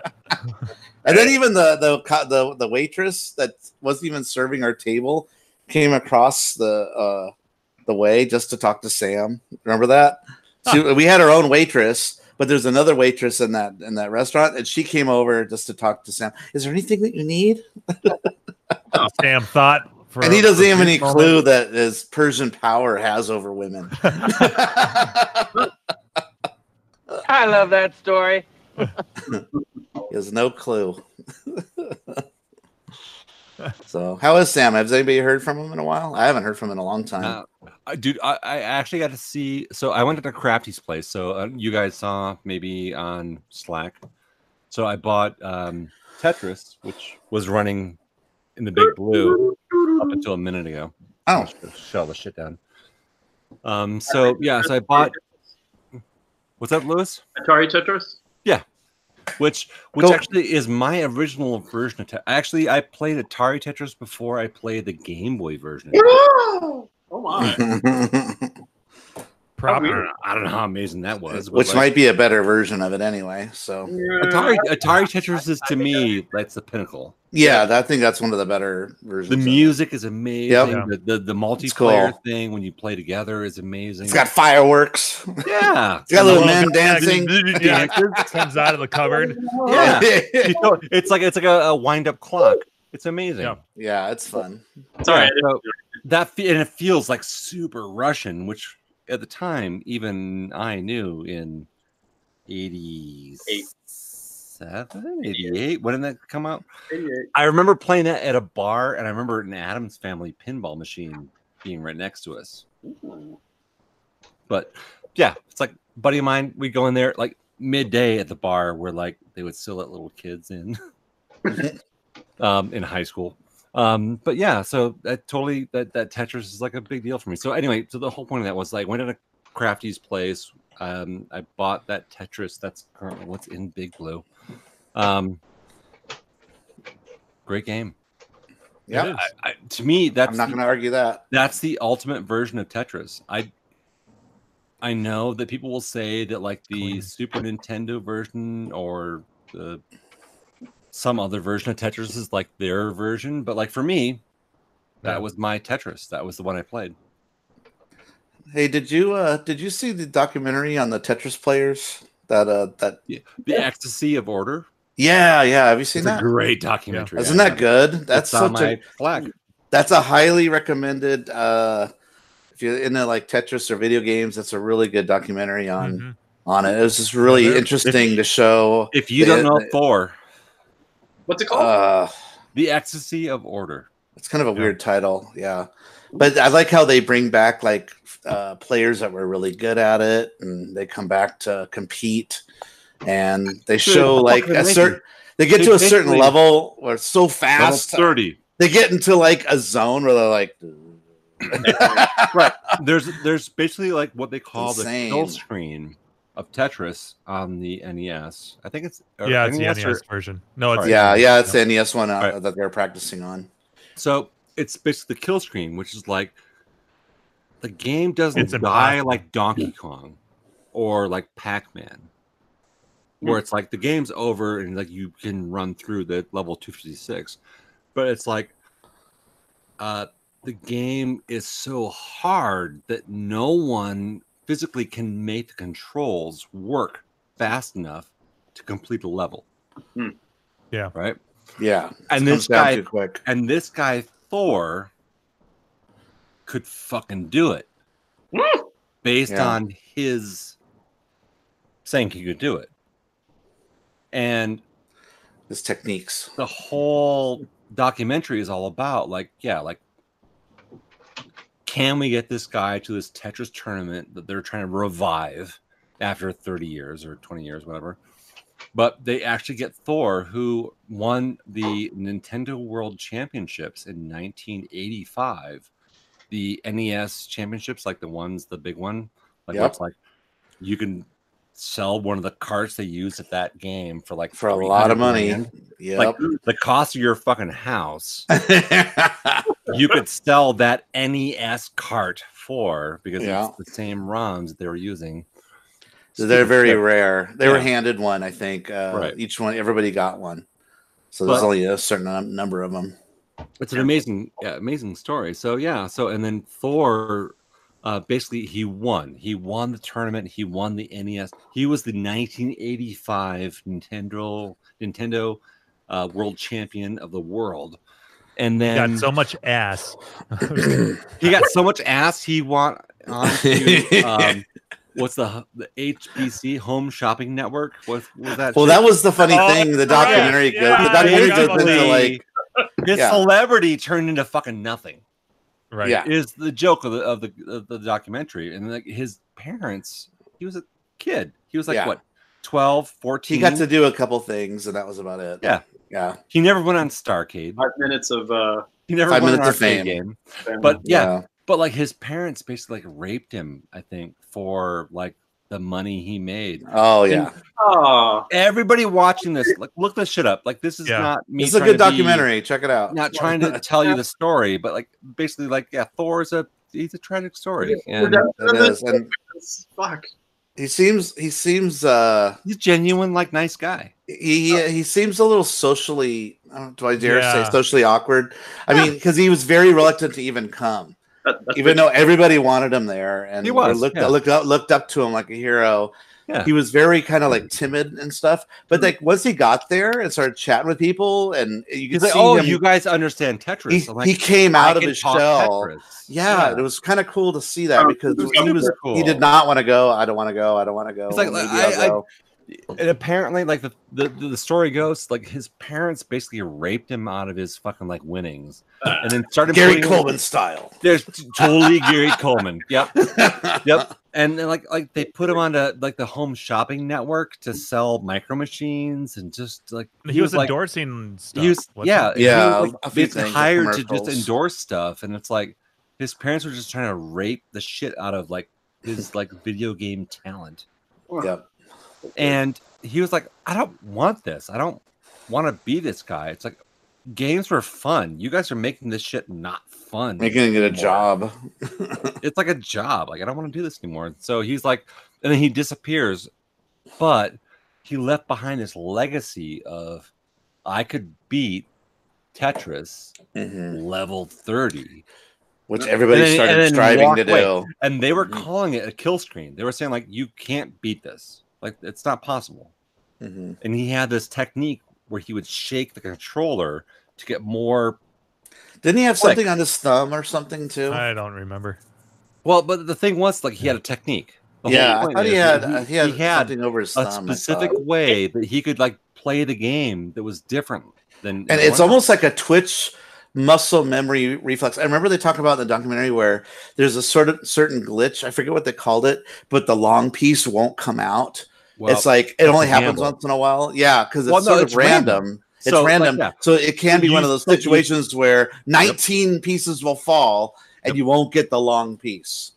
[SPEAKER 1] and then even the the co- the, the waitress that wasn't even serving our table came across the uh, the way just to talk to Sam. Remember that? She, we had our own waitress, but there's another waitress in that in that restaurant, and she came over just to talk to Sam. Is there anything that you need?
[SPEAKER 3] Sam thought. For,
[SPEAKER 1] and he doesn't
[SPEAKER 3] for
[SPEAKER 1] have
[SPEAKER 3] a
[SPEAKER 1] any
[SPEAKER 3] brief moment.
[SPEAKER 1] clue that his Persian power has over women.
[SPEAKER 13] I love that story.
[SPEAKER 1] He has no clue. so, how is Sam? Has anybody heard from him in a while? I haven't heard from him in a long time.
[SPEAKER 2] Uh, I- dude, I, I actually got to see. So I went to Crafty's place. So uh, you guys saw maybe on Slack. So I bought um, Tetris, which was running in the big blue up until a minute ago.
[SPEAKER 1] Oh.
[SPEAKER 2] shut the shit down. Um. So yeah. So I bought. What's that, Lewis?
[SPEAKER 12] Atari Tetris.
[SPEAKER 2] which which
[SPEAKER 1] Go-
[SPEAKER 2] actually is my original version of Tetris. Actually, I played Atari Tetris before I played the Game Boy version. Of Tetris.
[SPEAKER 12] Oh my.
[SPEAKER 2] Probably. I don't, know, I don't know how amazing that was. but,
[SPEAKER 1] which
[SPEAKER 2] like,
[SPEAKER 1] might be a better version of it anyway. So
[SPEAKER 2] Atari, Atari Tetris is to me that's the pinnacle.
[SPEAKER 1] yeah, that, I think that's one of the better versions.
[SPEAKER 2] The
[SPEAKER 1] of it.
[SPEAKER 2] music is amazing.
[SPEAKER 1] Yep.
[SPEAKER 2] The, the the
[SPEAKER 1] It's cool.
[SPEAKER 2] multiplayer thing when you play together is amazing.
[SPEAKER 1] It's got fireworks.
[SPEAKER 2] Yeah,
[SPEAKER 1] it's got little
[SPEAKER 2] Yeah.
[SPEAKER 1] men dancing.
[SPEAKER 3] Yeah, comes out of the cupboard.
[SPEAKER 2] Yeah, You know, it's like it's like a, a wind up clock. It's amazing. Yeah,
[SPEAKER 1] it's fun.
[SPEAKER 12] Sorry, I
[SPEAKER 2] that fe- and it feels like super Russian, which at the time even I knew in 87, 88. When did that come out? I remember playing that at a bar, and I remember an Adams Family pinball machine being right next to us. But yeah, it's like buddy of mine. We go in there like midday at the bar, where like they would still let little kids in, um, in high school. Um, but yeah, so that totally that that Tetris is like a big deal for me. So anyway, so the whole point of that was like went to Crafty's place. Um, I bought that Tetris. That's currently what's in Big Blue. Um, great game.
[SPEAKER 1] Yep.
[SPEAKER 2] It is. I, I, to me, that's
[SPEAKER 1] I'm not going to argue that.
[SPEAKER 2] that's the ultimate version of Tetris. I I know that people will say that like the Super Nintendo version or the some other version of Tetris is like their version, but like for me, that was my Tetris. That was the one I played.
[SPEAKER 1] Hey, did you uh did you see the documentary on the Tetris players? That uh that
[SPEAKER 2] yeah, The Ecstasy of Order.
[SPEAKER 1] yeah, Have you seen
[SPEAKER 2] It's
[SPEAKER 1] that?
[SPEAKER 2] a great documentary.
[SPEAKER 1] Isn't
[SPEAKER 2] I
[SPEAKER 1] that
[SPEAKER 2] have.
[SPEAKER 1] good?
[SPEAKER 2] It's
[SPEAKER 1] That's
[SPEAKER 2] on
[SPEAKER 1] such
[SPEAKER 2] my
[SPEAKER 1] a
[SPEAKER 2] flag.
[SPEAKER 1] That's a highly recommended. uh If you're into like Tetris or video games, that's a really good documentary on on it. It was just really interesting to show.
[SPEAKER 2] Mm-hmm. If you
[SPEAKER 1] the-
[SPEAKER 2] don't know Thor,
[SPEAKER 12] what's it
[SPEAKER 1] called? Uh,
[SPEAKER 2] the Ecstasy of Order.
[SPEAKER 1] It's kind of a weird title, yeah. But I like how they bring back like uh, players that were really good at it, and they come back to compete, and they
[SPEAKER 2] Dude,
[SPEAKER 1] show
[SPEAKER 2] what
[SPEAKER 1] like
[SPEAKER 2] can
[SPEAKER 1] a
[SPEAKER 2] they
[SPEAKER 1] certain.
[SPEAKER 2] do?
[SPEAKER 1] They get
[SPEAKER 2] They
[SPEAKER 1] to a certain
[SPEAKER 2] basically-
[SPEAKER 1] level where it's so fast,
[SPEAKER 2] thirty.
[SPEAKER 1] They get into like a zone where they're like,
[SPEAKER 2] right. There's there's basically like what they call the
[SPEAKER 1] Insane.
[SPEAKER 2] kill screen of Tetris on the NES. I think it's or E
[SPEAKER 3] Yeah, it's the
[SPEAKER 2] or-
[SPEAKER 3] NES version. No, it's- E
[SPEAKER 1] yeah, yeah, it's
[SPEAKER 2] Yep.
[SPEAKER 1] the NES one uh, that they're practicing on.
[SPEAKER 2] So it's basically the kill screen, which is like the game doesn't
[SPEAKER 1] It's
[SPEAKER 2] die like Donkey Kong or like Pac Man, where it's like the game's over and like you can run through the level 256. But it's like uh, the game is so hard that no one physically can make the controls work fast enough to complete a level.
[SPEAKER 3] Yeah.
[SPEAKER 2] Right.
[SPEAKER 1] Yeah.
[SPEAKER 2] And
[SPEAKER 1] it
[SPEAKER 2] this
[SPEAKER 1] comes down
[SPEAKER 2] guy
[SPEAKER 1] too quick.
[SPEAKER 2] and this guy Thor could fucking do it. based
[SPEAKER 1] Yeah.
[SPEAKER 2] on his saying he could do it. And
[SPEAKER 1] his techniques.
[SPEAKER 2] The whole documentary is all about like, yeah, like can we get this guy to this Tetris tournament that they're trying to revive after 30 years or 20 years, whatever? But they actually get Thor, who won the Nintendo World Championships in 1985. The NES championships, like the ones, the big one, like where
[SPEAKER 1] Yep.
[SPEAKER 2] it's like you can sell one of the carts they used at that game for like
[SPEAKER 1] For a lot
[SPEAKER 2] 300
[SPEAKER 1] of money.
[SPEAKER 2] grand.
[SPEAKER 1] Yep.
[SPEAKER 2] Like the cost of your fucking house you could sell that NES cart for because
[SPEAKER 1] Yeah.
[SPEAKER 2] it's the same ROMs they were using.
[SPEAKER 1] So they're
[SPEAKER 2] Stupid
[SPEAKER 1] very
[SPEAKER 2] shit.
[SPEAKER 1] rare. They were
[SPEAKER 2] Yeah.
[SPEAKER 1] handed one, I think. Uh,
[SPEAKER 2] Right.
[SPEAKER 1] Each one, everybody got one. So there's
[SPEAKER 2] But-
[SPEAKER 1] only a certain num- number of them.
[SPEAKER 2] It's an amazing, yeah, amazing story. So yeah, so and then Thor, uh, basically he won. He won the tournament. He won the NES. He was the 1985 Nintendo Nintendo uh, World Champion of the world. And then
[SPEAKER 3] got so much ass.
[SPEAKER 2] he got so much ass he want on to, um, what's the the HBC Home Shopping Network? What was that?
[SPEAKER 1] Well,
[SPEAKER 2] shit?
[SPEAKER 1] that was the funny Oh, thing, the right. documentary goes- the Yeah, documentary goes into,
[SPEAKER 2] Basically,
[SPEAKER 1] like-
[SPEAKER 2] this
[SPEAKER 1] Yeah.
[SPEAKER 2] celebrity turned into fucking nothing.
[SPEAKER 3] Right.
[SPEAKER 1] Yeah.
[SPEAKER 2] Is the joke of the of the, of the documentary and like his parents, he was a kid. He was like
[SPEAKER 1] Yeah.
[SPEAKER 2] what 12, 14.
[SPEAKER 1] He got to do a couple things, and that was about it.
[SPEAKER 2] Yeah.
[SPEAKER 1] Yeah.
[SPEAKER 2] He never went on Starcade.
[SPEAKER 12] Five minutes of uh,
[SPEAKER 2] He never
[SPEAKER 1] Five
[SPEAKER 2] won an
[SPEAKER 1] minutes of
[SPEAKER 2] arcade
[SPEAKER 1] fame.
[SPEAKER 2] game.
[SPEAKER 12] Fame.
[SPEAKER 2] But yeah,
[SPEAKER 1] Yeah.
[SPEAKER 2] but like his parents basically like raped him, I think, for like the money he made.
[SPEAKER 1] Oh,
[SPEAKER 2] And
[SPEAKER 1] yeah.
[SPEAKER 2] Everybody watching this, like look this shit up. Like this is
[SPEAKER 1] Yeah.
[SPEAKER 2] not me.
[SPEAKER 1] This is a
[SPEAKER 2] trying
[SPEAKER 1] good
[SPEAKER 2] to be-
[SPEAKER 1] documentary. Check it out.
[SPEAKER 2] Not trying to tell you the story, but like basically, like yeah, Thor is a it's a tragic story.
[SPEAKER 1] Yeah,
[SPEAKER 2] And
[SPEAKER 1] it is. And
[SPEAKER 12] Fuck.
[SPEAKER 1] he seems he seems uh
[SPEAKER 2] he's genuine, like nice guy. Oh.
[SPEAKER 1] He he, he seems a little socially I don't- do I dare
[SPEAKER 2] Yeah.
[SPEAKER 1] say socially awkward. I mean, because he was very reluctant to even come.
[SPEAKER 12] that's
[SPEAKER 1] even
[SPEAKER 12] big.
[SPEAKER 1] though everybody wanted him there and
[SPEAKER 12] He
[SPEAKER 1] were
[SPEAKER 12] was,
[SPEAKER 1] looked
[SPEAKER 12] yeah.
[SPEAKER 1] looked up looked up to him like a hero.
[SPEAKER 12] Yeah.
[SPEAKER 1] He was very kind of like timid and stuff, but like once he got there and started chatting with people, and you could
[SPEAKER 2] He's like,
[SPEAKER 1] see
[SPEAKER 2] oh,
[SPEAKER 1] him-
[SPEAKER 2] you guys understand Tetris.
[SPEAKER 1] he,
[SPEAKER 2] I'm like,
[SPEAKER 1] he came
[SPEAKER 2] I
[SPEAKER 1] out of
[SPEAKER 2] can
[SPEAKER 1] his
[SPEAKER 2] talk
[SPEAKER 1] shell.
[SPEAKER 2] Tetris.
[SPEAKER 1] Yeah,
[SPEAKER 2] Yeah.
[SPEAKER 1] it was kind of cool to see that because
[SPEAKER 2] Oh, was
[SPEAKER 1] he,
[SPEAKER 2] super
[SPEAKER 1] he did
[SPEAKER 2] cool.
[SPEAKER 1] not want to go. I don't want to go. I don't want to go.
[SPEAKER 2] It's like
[SPEAKER 1] Maybe I'll
[SPEAKER 2] I, I-
[SPEAKER 1] go."
[SPEAKER 2] and apparently, like the, the the story goes, like his parents basically raped him out of his fucking like winnings, and then started
[SPEAKER 1] Gary
[SPEAKER 2] putting him-
[SPEAKER 1] Coleman style.
[SPEAKER 2] There's t- totally Gary Coleman. Yep, yep. And then, like like they put him onto like the home shopping network to sell micro machines and just like
[SPEAKER 3] He was endorsing stuff,
[SPEAKER 2] He was
[SPEAKER 3] wasn't
[SPEAKER 2] yeah
[SPEAKER 3] he?
[SPEAKER 2] he was,
[SPEAKER 3] Yeah,
[SPEAKER 2] like,
[SPEAKER 3] a few
[SPEAKER 2] basically
[SPEAKER 3] things,
[SPEAKER 2] hired to just
[SPEAKER 3] commercials.
[SPEAKER 2] endorse stuff, and it's like his parents were just trying to rape the shit out of like his like video game talent.
[SPEAKER 1] Yep.
[SPEAKER 2] And he was like, I don't want this. I don't want to be this guy. It's like games were fun. You guys are making this shit not fun.
[SPEAKER 1] Making it a job.
[SPEAKER 2] it's like a job. Like, I don't want to do this anymore. So he's like, and then he disappears, but he left behind this legacy of I could beat Tetris level 30.
[SPEAKER 1] Mm-hmm. Which
[SPEAKER 2] And
[SPEAKER 1] everybody
[SPEAKER 2] then-
[SPEAKER 1] started
[SPEAKER 2] and then
[SPEAKER 1] striving
[SPEAKER 2] walk
[SPEAKER 1] to
[SPEAKER 2] away.
[SPEAKER 1] do. Mm-hmm.
[SPEAKER 2] And they were calling it a kill screen. They were saying, like, you can't beat this. Like, it's not possible.
[SPEAKER 1] Mhm.
[SPEAKER 2] And he had this technique where he would shake the controller to get more.
[SPEAKER 1] Didn't he have
[SPEAKER 2] click.
[SPEAKER 1] something on his thumb or something too?
[SPEAKER 3] I don't remember.
[SPEAKER 2] Well, but the thing was, like, he had a technique. The whole
[SPEAKER 1] Yeah, I
[SPEAKER 2] point
[SPEAKER 1] thought he
[SPEAKER 2] is
[SPEAKER 1] had-
[SPEAKER 2] that
[SPEAKER 1] uh, he had something over his
[SPEAKER 2] a
[SPEAKER 1] thumb, I
[SPEAKER 2] specific
[SPEAKER 1] thought.
[SPEAKER 2] way that he could like play the game that was different than.
[SPEAKER 1] and it's almost like a twitch muscle memory reflex. I remember they talked about in the documentary where there's a sort of certain glitch. I forget what they called it, but the long piece won't come out.
[SPEAKER 2] Well,
[SPEAKER 1] it's like it
[SPEAKER 2] that's
[SPEAKER 1] only
[SPEAKER 2] a
[SPEAKER 1] happens
[SPEAKER 2] gamble.
[SPEAKER 1] once in a while. Yeah, because it's
[SPEAKER 2] Well, no,
[SPEAKER 1] sort
[SPEAKER 2] it's
[SPEAKER 1] of random.
[SPEAKER 2] random.
[SPEAKER 1] It's
[SPEAKER 2] So, like,
[SPEAKER 1] random.
[SPEAKER 2] yeah.
[SPEAKER 1] So it can
[SPEAKER 2] So
[SPEAKER 1] be
[SPEAKER 2] you-
[SPEAKER 1] one of those
[SPEAKER 2] so you-
[SPEAKER 1] situations where 19 pieces will fall and you won't get the long piece.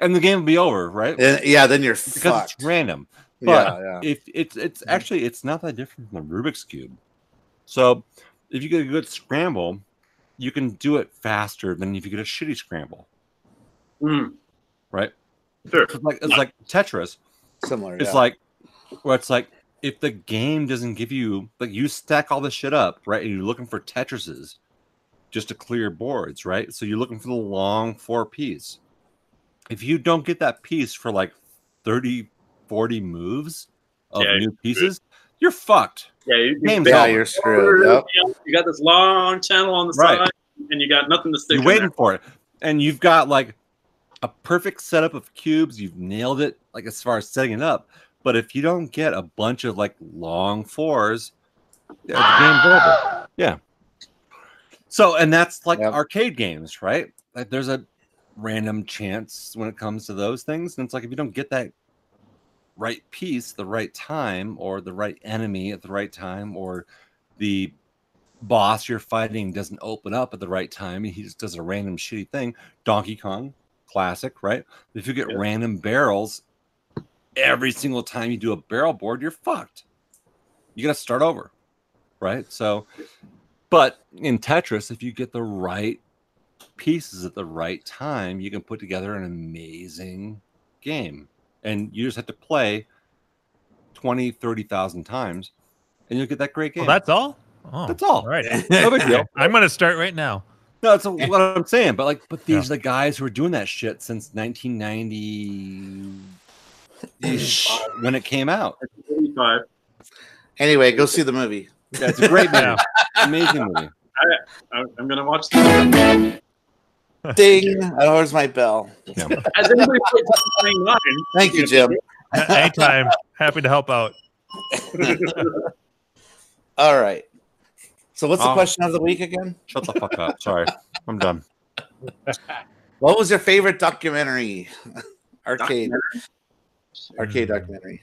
[SPEAKER 2] and the game will be over, right?
[SPEAKER 1] And- yeah, then you're
[SPEAKER 2] because
[SPEAKER 1] fucked.
[SPEAKER 2] it's random.
[SPEAKER 1] Yeah,
[SPEAKER 2] But
[SPEAKER 1] yeah. Mm.
[SPEAKER 2] if it's it's actually it's not that different from the Rubik's cube. So if you get a good scramble, you can do it faster than if you get a shitty scramble,
[SPEAKER 12] Mm.
[SPEAKER 2] right?
[SPEAKER 12] Sure.
[SPEAKER 2] It's like it's like Tetris.
[SPEAKER 1] Similar.
[SPEAKER 2] It's
[SPEAKER 1] yeah.
[SPEAKER 2] like where it's like if the game doesn't give you like you stack all this shit up, right? And you're looking for Tetrises just to clear boards, right? So you're looking for the long four piece. If you don't get that piece for like 30, 40 moves of
[SPEAKER 12] Yeah,
[SPEAKER 2] new
[SPEAKER 12] you're
[SPEAKER 2] pieces, you're fucked.
[SPEAKER 12] Yeah, you, you
[SPEAKER 2] Game's
[SPEAKER 12] bend
[SPEAKER 2] over.
[SPEAKER 12] over, You got this long channel on the
[SPEAKER 2] Right.
[SPEAKER 12] side, and you got nothing to stick.
[SPEAKER 2] You're
[SPEAKER 12] in
[SPEAKER 2] waiting
[SPEAKER 12] there.
[SPEAKER 2] for it. And you've got like a perfect setup of cubes. You've nailed it, like as far as setting it up. But if you don't get a bunch of like long fours, the game's over. Yeah. So, and that's like arcade games, right? Like there's a random chance when it comes to those things. And it's like if you don't get that right piece, the right time, or the right enemy at the right time, or the boss you're fighting doesn't open up at the right time. He just does a random shitty thing. Donkey Kong, classic, right? If you get random barrels every single time you do a barrel board, you're fucked. You got to start over, right? So, but in Tetris, if you get the right pieces at the right time, you can put together an amazing game. And you just have to play 20, 30,000 times and you'll get that great game.
[SPEAKER 3] Well, that's all. Oh,
[SPEAKER 2] That's all.
[SPEAKER 3] Right.
[SPEAKER 2] No big deal.
[SPEAKER 3] I'm gonna start right now.
[SPEAKER 2] No, that's what I'm saying. But like, but these
[SPEAKER 3] Yeah.
[SPEAKER 2] are the guys who are doing that shit since 1990 uh, when it came out.
[SPEAKER 1] Anyway, go see the movie.
[SPEAKER 2] Yeah, it's a great movie. Amazing movie.
[SPEAKER 12] I, I'm gonna watch. This.
[SPEAKER 1] Ding. Oh, where's my bell?
[SPEAKER 12] Has anybody played Tetris 99?
[SPEAKER 1] Thank you, Jim.
[SPEAKER 3] Anytime. Happy to help out.
[SPEAKER 1] All right. So what's the
[SPEAKER 2] Oh.
[SPEAKER 1] question of the week again?
[SPEAKER 2] Shut the fuck up. Sorry, I'm done.
[SPEAKER 1] What was your favorite documentary? Arcade. Arcade documentary.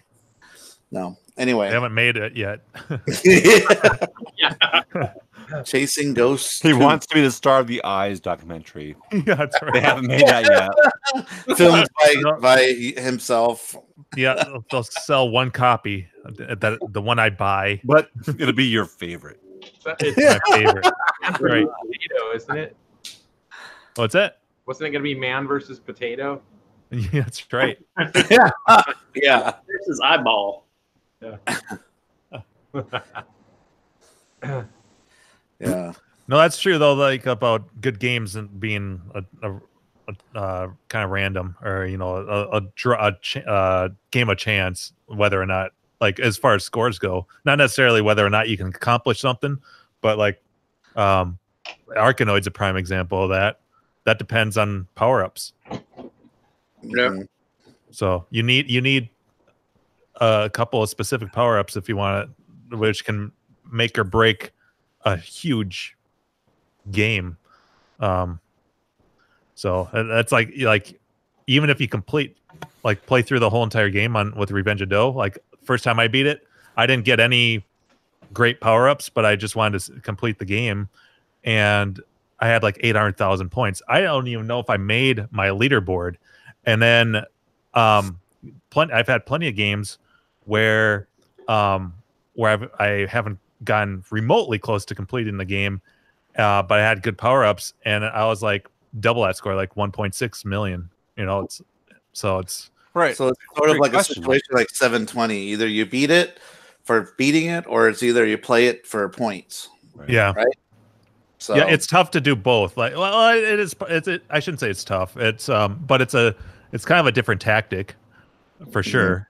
[SPEAKER 1] No. Anyway.
[SPEAKER 3] I haven't made it yet.
[SPEAKER 1] Chasing Ghosts.
[SPEAKER 2] He
[SPEAKER 1] 2.
[SPEAKER 2] wants to be the star of the Eyes documentary.
[SPEAKER 3] yeah, that's right.
[SPEAKER 2] They haven't made that yet.
[SPEAKER 1] filmed by, by himself.
[SPEAKER 3] yeah, they'll- they'll sell one copy, uh, that the one I buy.
[SPEAKER 2] But it'll be your favorite.
[SPEAKER 11] It's-
[SPEAKER 3] My favorite.
[SPEAKER 11] It's
[SPEAKER 3] Right.
[SPEAKER 11] Toledo, isn't it?
[SPEAKER 3] What's that?
[SPEAKER 11] Wasn't it going to be man versus potato?
[SPEAKER 3] Yeah, that's right.
[SPEAKER 1] yeah. yeah.
[SPEAKER 12] Versus eyeball.
[SPEAKER 11] Yeah.
[SPEAKER 1] Yeah.
[SPEAKER 3] No, that's true though. Like about good games and being a, a, a uh, kind of random or you know a a, draw, a ch- uh, game of chance, whether or not like as far as scores go, not necessarily whether or not you can accomplish something, but like um, Arkanoid's a prime example of that. That depends on power ups.
[SPEAKER 1] Mm-hmm.
[SPEAKER 12] Yeah.
[SPEAKER 3] So you need you need a couple of specific power ups if you want it, which can make or break a huge game. Um, so uh, that's like like even if you complete like play through the whole entire game on with Revenge of Doe, like first time I beat it, I didn't get any great power ups, but I just wanted to s- complete the game, and I had like eight hundred thousand points. I don't even know if I made my leaderboard, and then um, plenty. I've had plenty of games where um where I've, I haven't gotten remotely close to completing the game, uh, but I had good power ups, and I was like double that score, like 1.6 million. You know, it's so it's
[SPEAKER 1] So it's sort of like a situation like 720. Either you beat it for beating it, or it's either you play it for points.
[SPEAKER 3] Yeah.
[SPEAKER 1] Right. So
[SPEAKER 3] Yeah, it's tough to do both. Like, well, it it is. It's. It, I shouldn't say it's tough. It's um, but it's a. It's kind of a different tactic,
[SPEAKER 1] Mm-hmm.
[SPEAKER 3] for sure.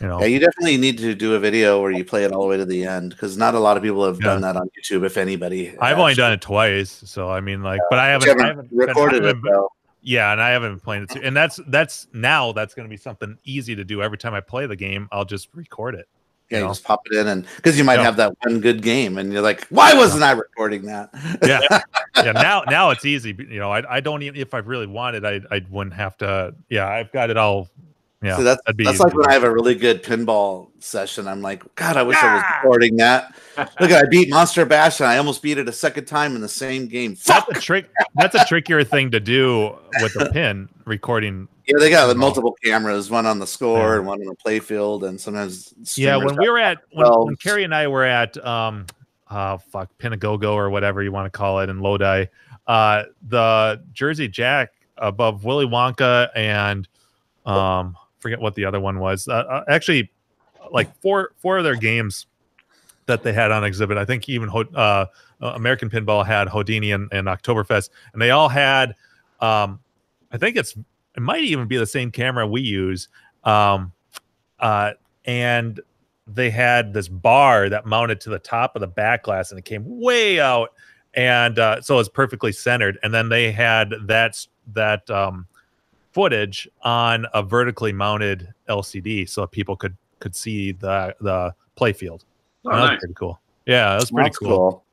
[SPEAKER 3] You know.
[SPEAKER 1] Yeah, you definitely need to do a video where you play it all the way to the end because not a lot of people have done
[SPEAKER 3] Yeah.
[SPEAKER 1] that on YouTube, if anybody.
[SPEAKER 3] I've only done it twice, so I mean, like, but I haven't,
[SPEAKER 1] haven't
[SPEAKER 3] I haven't
[SPEAKER 1] recorded
[SPEAKER 3] I
[SPEAKER 1] it, though.
[SPEAKER 3] Yeah, and I haven't been playing it too. And that's that's now that's going to be something easy to do. Every time I play the game, I'll just record it.
[SPEAKER 1] Yeah,
[SPEAKER 3] you
[SPEAKER 1] you
[SPEAKER 3] know?
[SPEAKER 1] just pop it in, and because you might
[SPEAKER 3] Yeah.
[SPEAKER 1] have that one good game, and you're like, "Why wasn't I recording that?"
[SPEAKER 3] yeah, yeah. Now now it's easy. but, You know, I I don't even if I really wanted, I I wouldn't have to. Yeah, I've got it all. Yeah,
[SPEAKER 1] so that's
[SPEAKER 3] that'd be
[SPEAKER 1] that's
[SPEAKER 3] easy
[SPEAKER 1] like
[SPEAKER 3] to
[SPEAKER 1] when
[SPEAKER 3] do.
[SPEAKER 1] I have a really good pinball session. I'm like, God, I wish I was recording that. Look, I beat Monster Bash, and I almost beat it a second time in the same game. Fuck.
[SPEAKER 3] That's a trick. That's a trickier thing to do with a pin recording.
[SPEAKER 1] Yeah, they got like,
[SPEAKER 3] multiple.
[SPEAKER 1] multiple cameras, one on the score and one on the play field, and sometimes
[SPEAKER 3] yeah
[SPEAKER 1] streamers
[SPEAKER 3] when we
[SPEAKER 1] have
[SPEAKER 3] were at when, when
[SPEAKER 1] themselves.
[SPEAKER 3] carrie and i were at um uh fuck pinagogo or whatever you want to call it in lodi uh the jersey jack above willy wonka and um forget what the other one was uh, uh, actually like four four of their games that they had on exhibit. I think even Ho- uh, uh, American Pinball had Houdini and, and Oktoberfest, and they all had. Um, I think it's it might even be the same camera we use, um, uh, and they had this bar that mounted to the top of the back glass, and it came way out, and uh, so it was perfectly centered. And then they had that s- that um, footage on a vertically mounted LCD, so people could could see the the play field.
[SPEAKER 12] Oh,
[SPEAKER 3] And that was
[SPEAKER 12] nice.
[SPEAKER 3] pretty cool. Yeah, that's pretty
[SPEAKER 12] That's
[SPEAKER 3] cool.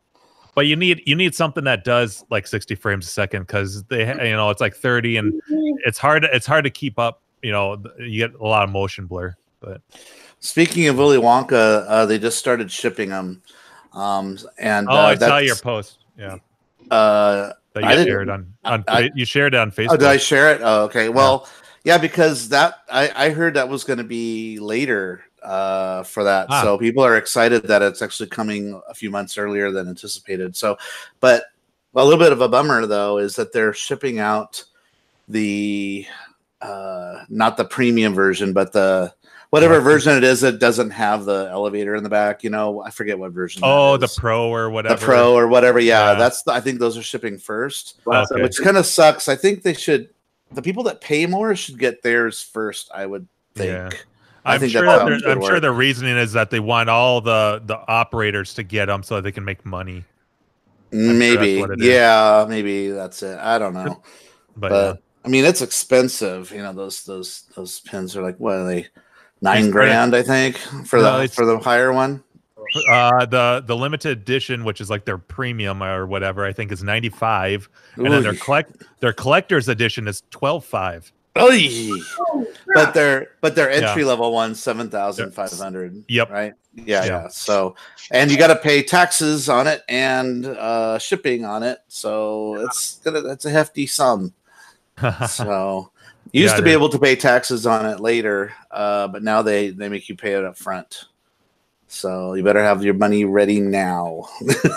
[SPEAKER 3] But you need you need something that does like 60 frames a second because they ha- you know it's like 30 and it's hard it's hard to keep up. You know th- you get a lot of motion blur. But
[SPEAKER 1] Speaking of Willy Wonka, uh, they just started shipping them, um, and
[SPEAKER 3] oh,
[SPEAKER 1] uh,
[SPEAKER 3] I saw
[SPEAKER 1] that's-
[SPEAKER 3] your post. Yeah,
[SPEAKER 1] Uh,
[SPEAKER 3] that
[SPEAKER 1] I
[SPEAKER 3] you
[SPEAKER 1] didn't-
[SPEAKER 3] shared on on
[SPEAKER 1] I-
[SPEAKER 3] you shared it on Facebook.
[SPEAKER 1] Oh, did I share it? Oh, okay. Well, yeah, because that I, I heard that was going to be later uh, for that,
[SPEAKER 3] Ah.
[SPEAKER 1] so people are excited that it's actually coming a few months earlier than anticipated. So, but a little bit of a bummer though is that they're shipping out the uh, not the premium version, but the whatever version it is that doesn't have the elevator in the back. You know, I forget what version. that
[SPEAKER 3] Oh,
[SPEAKER 1] is
[SPEAKER 3] the pro or whatever.
[SPEAKER 1] the pro or whatever. Yeah,
[SPEAKER 3] Yeah.
[SPEAKER 1] that's the, I think those are shipping first,
[SPEAKER 3] Okay.
[SPEAKER 1] which kind of sucks. I think they should. The people that pay more should get theirs first. I would think.
[SPEAKER 3] Yeah.
[SPEAKER 1] I
[SPEAKER 3] I'm
[SPEAKER 1] think
[SPEAKER 3] sure
[SPEAKER 1] that's how
[SPEAKER 3] that
[SPEAKER 1] it
[SPEAKER 3] they're-
[SPEAKER 1] should
[SPEAKER 3] I'm sure
[SPEAKER 1] work.
[SPEAKER 3] the reasoning is that they want all the the operators to get them so they can make money. sure that's
[SPEAKER 1] maybe.
[SPEAKER 3] what it is.
[SPEAKER 1] yeah, maybe that's it. I don't know.
[SPEAKER 3] But,
[SPEAKER 1] But, I mean, it's expensive. You know, those those those pins are like what are they? Nine
[SPEAKER 3] It's-
[SPEAKER 1] grand, I think, for
[SPEAKER 3] No,
[SPEAKER 1] the
[SPEAKER 3] it's-
[SPEAKER 1] for the higher one.
[SPEAKER 3] Uh, the the limited edition, which is like their premium or whatever, I think is ninety five, and then their
[SPEAKER 1] Oy.
[SPEAKER 3] collect their collector's edition is twelve five.
[SPEAKER 1] Oy. But their but their
[SPEAKER 3] Yeah.
[SPEAKER 1] entry level one seven thousand five hundred.
[SPEAKER 3] Yep.
[SPEAKER 1] Right. Yeah,
[SPEAKER 3] Yeah.
[SPEAKER 1] yeah. So and you got to pay taxes on it and uh, shipping on it. So it's gonna that's a hefty sum. so you used
[SPEAKER 3] Yeah,
[SPEAKER 1] to be
[SPEAKER 3] it is.
[SPEAKER 1] able to pay taxes on it later, uh, but now they they make you pay it up front. So you better have your money ready now.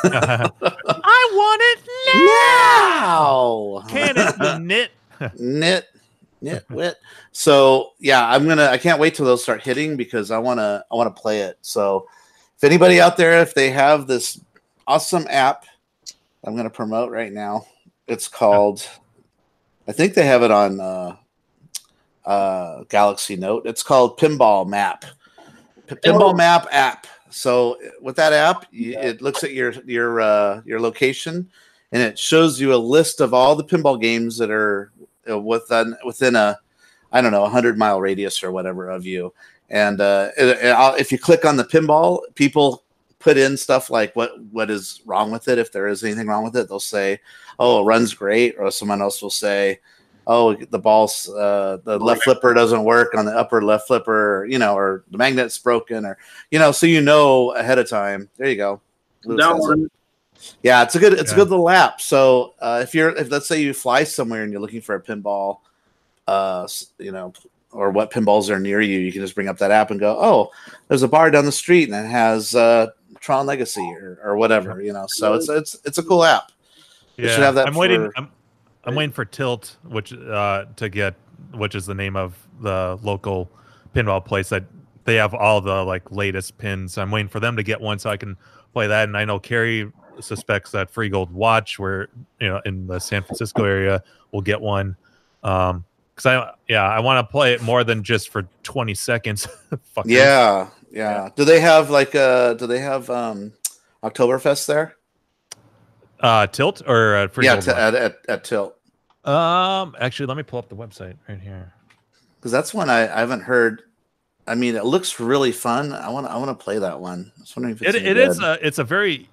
[SPEAKER 3] I
[SPEAKER 14] want it
[SPEAKER 1] now.
[SPEAKER 3] Can it knit?
[SPEAKER 1] knit, knit, wit. So yeah, I'm gonna. I can't wait till those start hitting because I wanna. I wanna play it. So if anybody out there, if they have this awesome app, I'm gonna promote right now. It's called. I think they have it on uh, uh, Galaxy Note. It's called Pinball Map. P- Pinball Map app. So with that app, you, it looks at your your uh, your location, and it shows you a list of all the pinball games that are uh, within within a I don't know a hundred mile radius or whatever of you. And uh, it- it- I'll- if you click on the pinball, people put in stuff like what what is wrong with it. If there is anything wrong with it, they'll say, "Oh, it runs great," or someone else will say, "Oh, the ball's uh, the
[SPEAKER 12] Oh,
[SPEAKER 1] left flipper doesn't work on the upper left flipper," you know, or the magnet's broken, or you know, so you know ahead of time. There you go. Lewis
[SPEAKER 12] That
[SPEAKER 1] has it.
[SPEAKER 12] one.
[SPEAKER 1] Yeah, it's a good it's
[SPEAKER 12] Yeah.
[SPEAKER 1] a good little app. So uh, if you're if let's say you fly somewhere and you're looking for a pinball, uh, s- you know, or what pinballs are near you, you can just bring up that app and go, oh, there's a bar down the street and it has uh, Tron Legacy or, or whatever, you know. So it's it's it's a cool app. You should have that.
[SPEAKER 3] I'm waiting.
[SPEAKER 1] for-
[SPEAKER 3] I'm, I'm waiting for Tilt, which uh, to get, which is the name of the local pinball place that they have all the like latest pins. I'm waiting for them to get one so I can play that. And I know Carrie suspects that Free Gold Watch, where you know in the San Francisco area, will get one. Um, because I yeah, I want to play it more than just for 20 seconds. Fuckers.
[SPEAKER 1] yeah, yeah. Do they have like uh do they have um Oktoberfest there?
[SPEAKER 3] Uh, Tilt or uh, Free
[SPEAKER 1] yeah,
[SPEAKER 3] Gold
[SPEAKER 1] t-
[SPEAKER 3] Watch?
[SPEAKER 1] at, at at Tilt.
[SPEAKER 3] Um, actually, let me pull up the website right here.
[SPEAKER 1] because that's one I, I haven't heard. I mean, it looks really fun. I want I want to play that one. I was wondering if it's
[SPEAKER 3] It,
[SPEAKER 1] any
[SPEAKER 3] it is
[SPEAKER 1] good.
[SPEAKER 3] a it's a very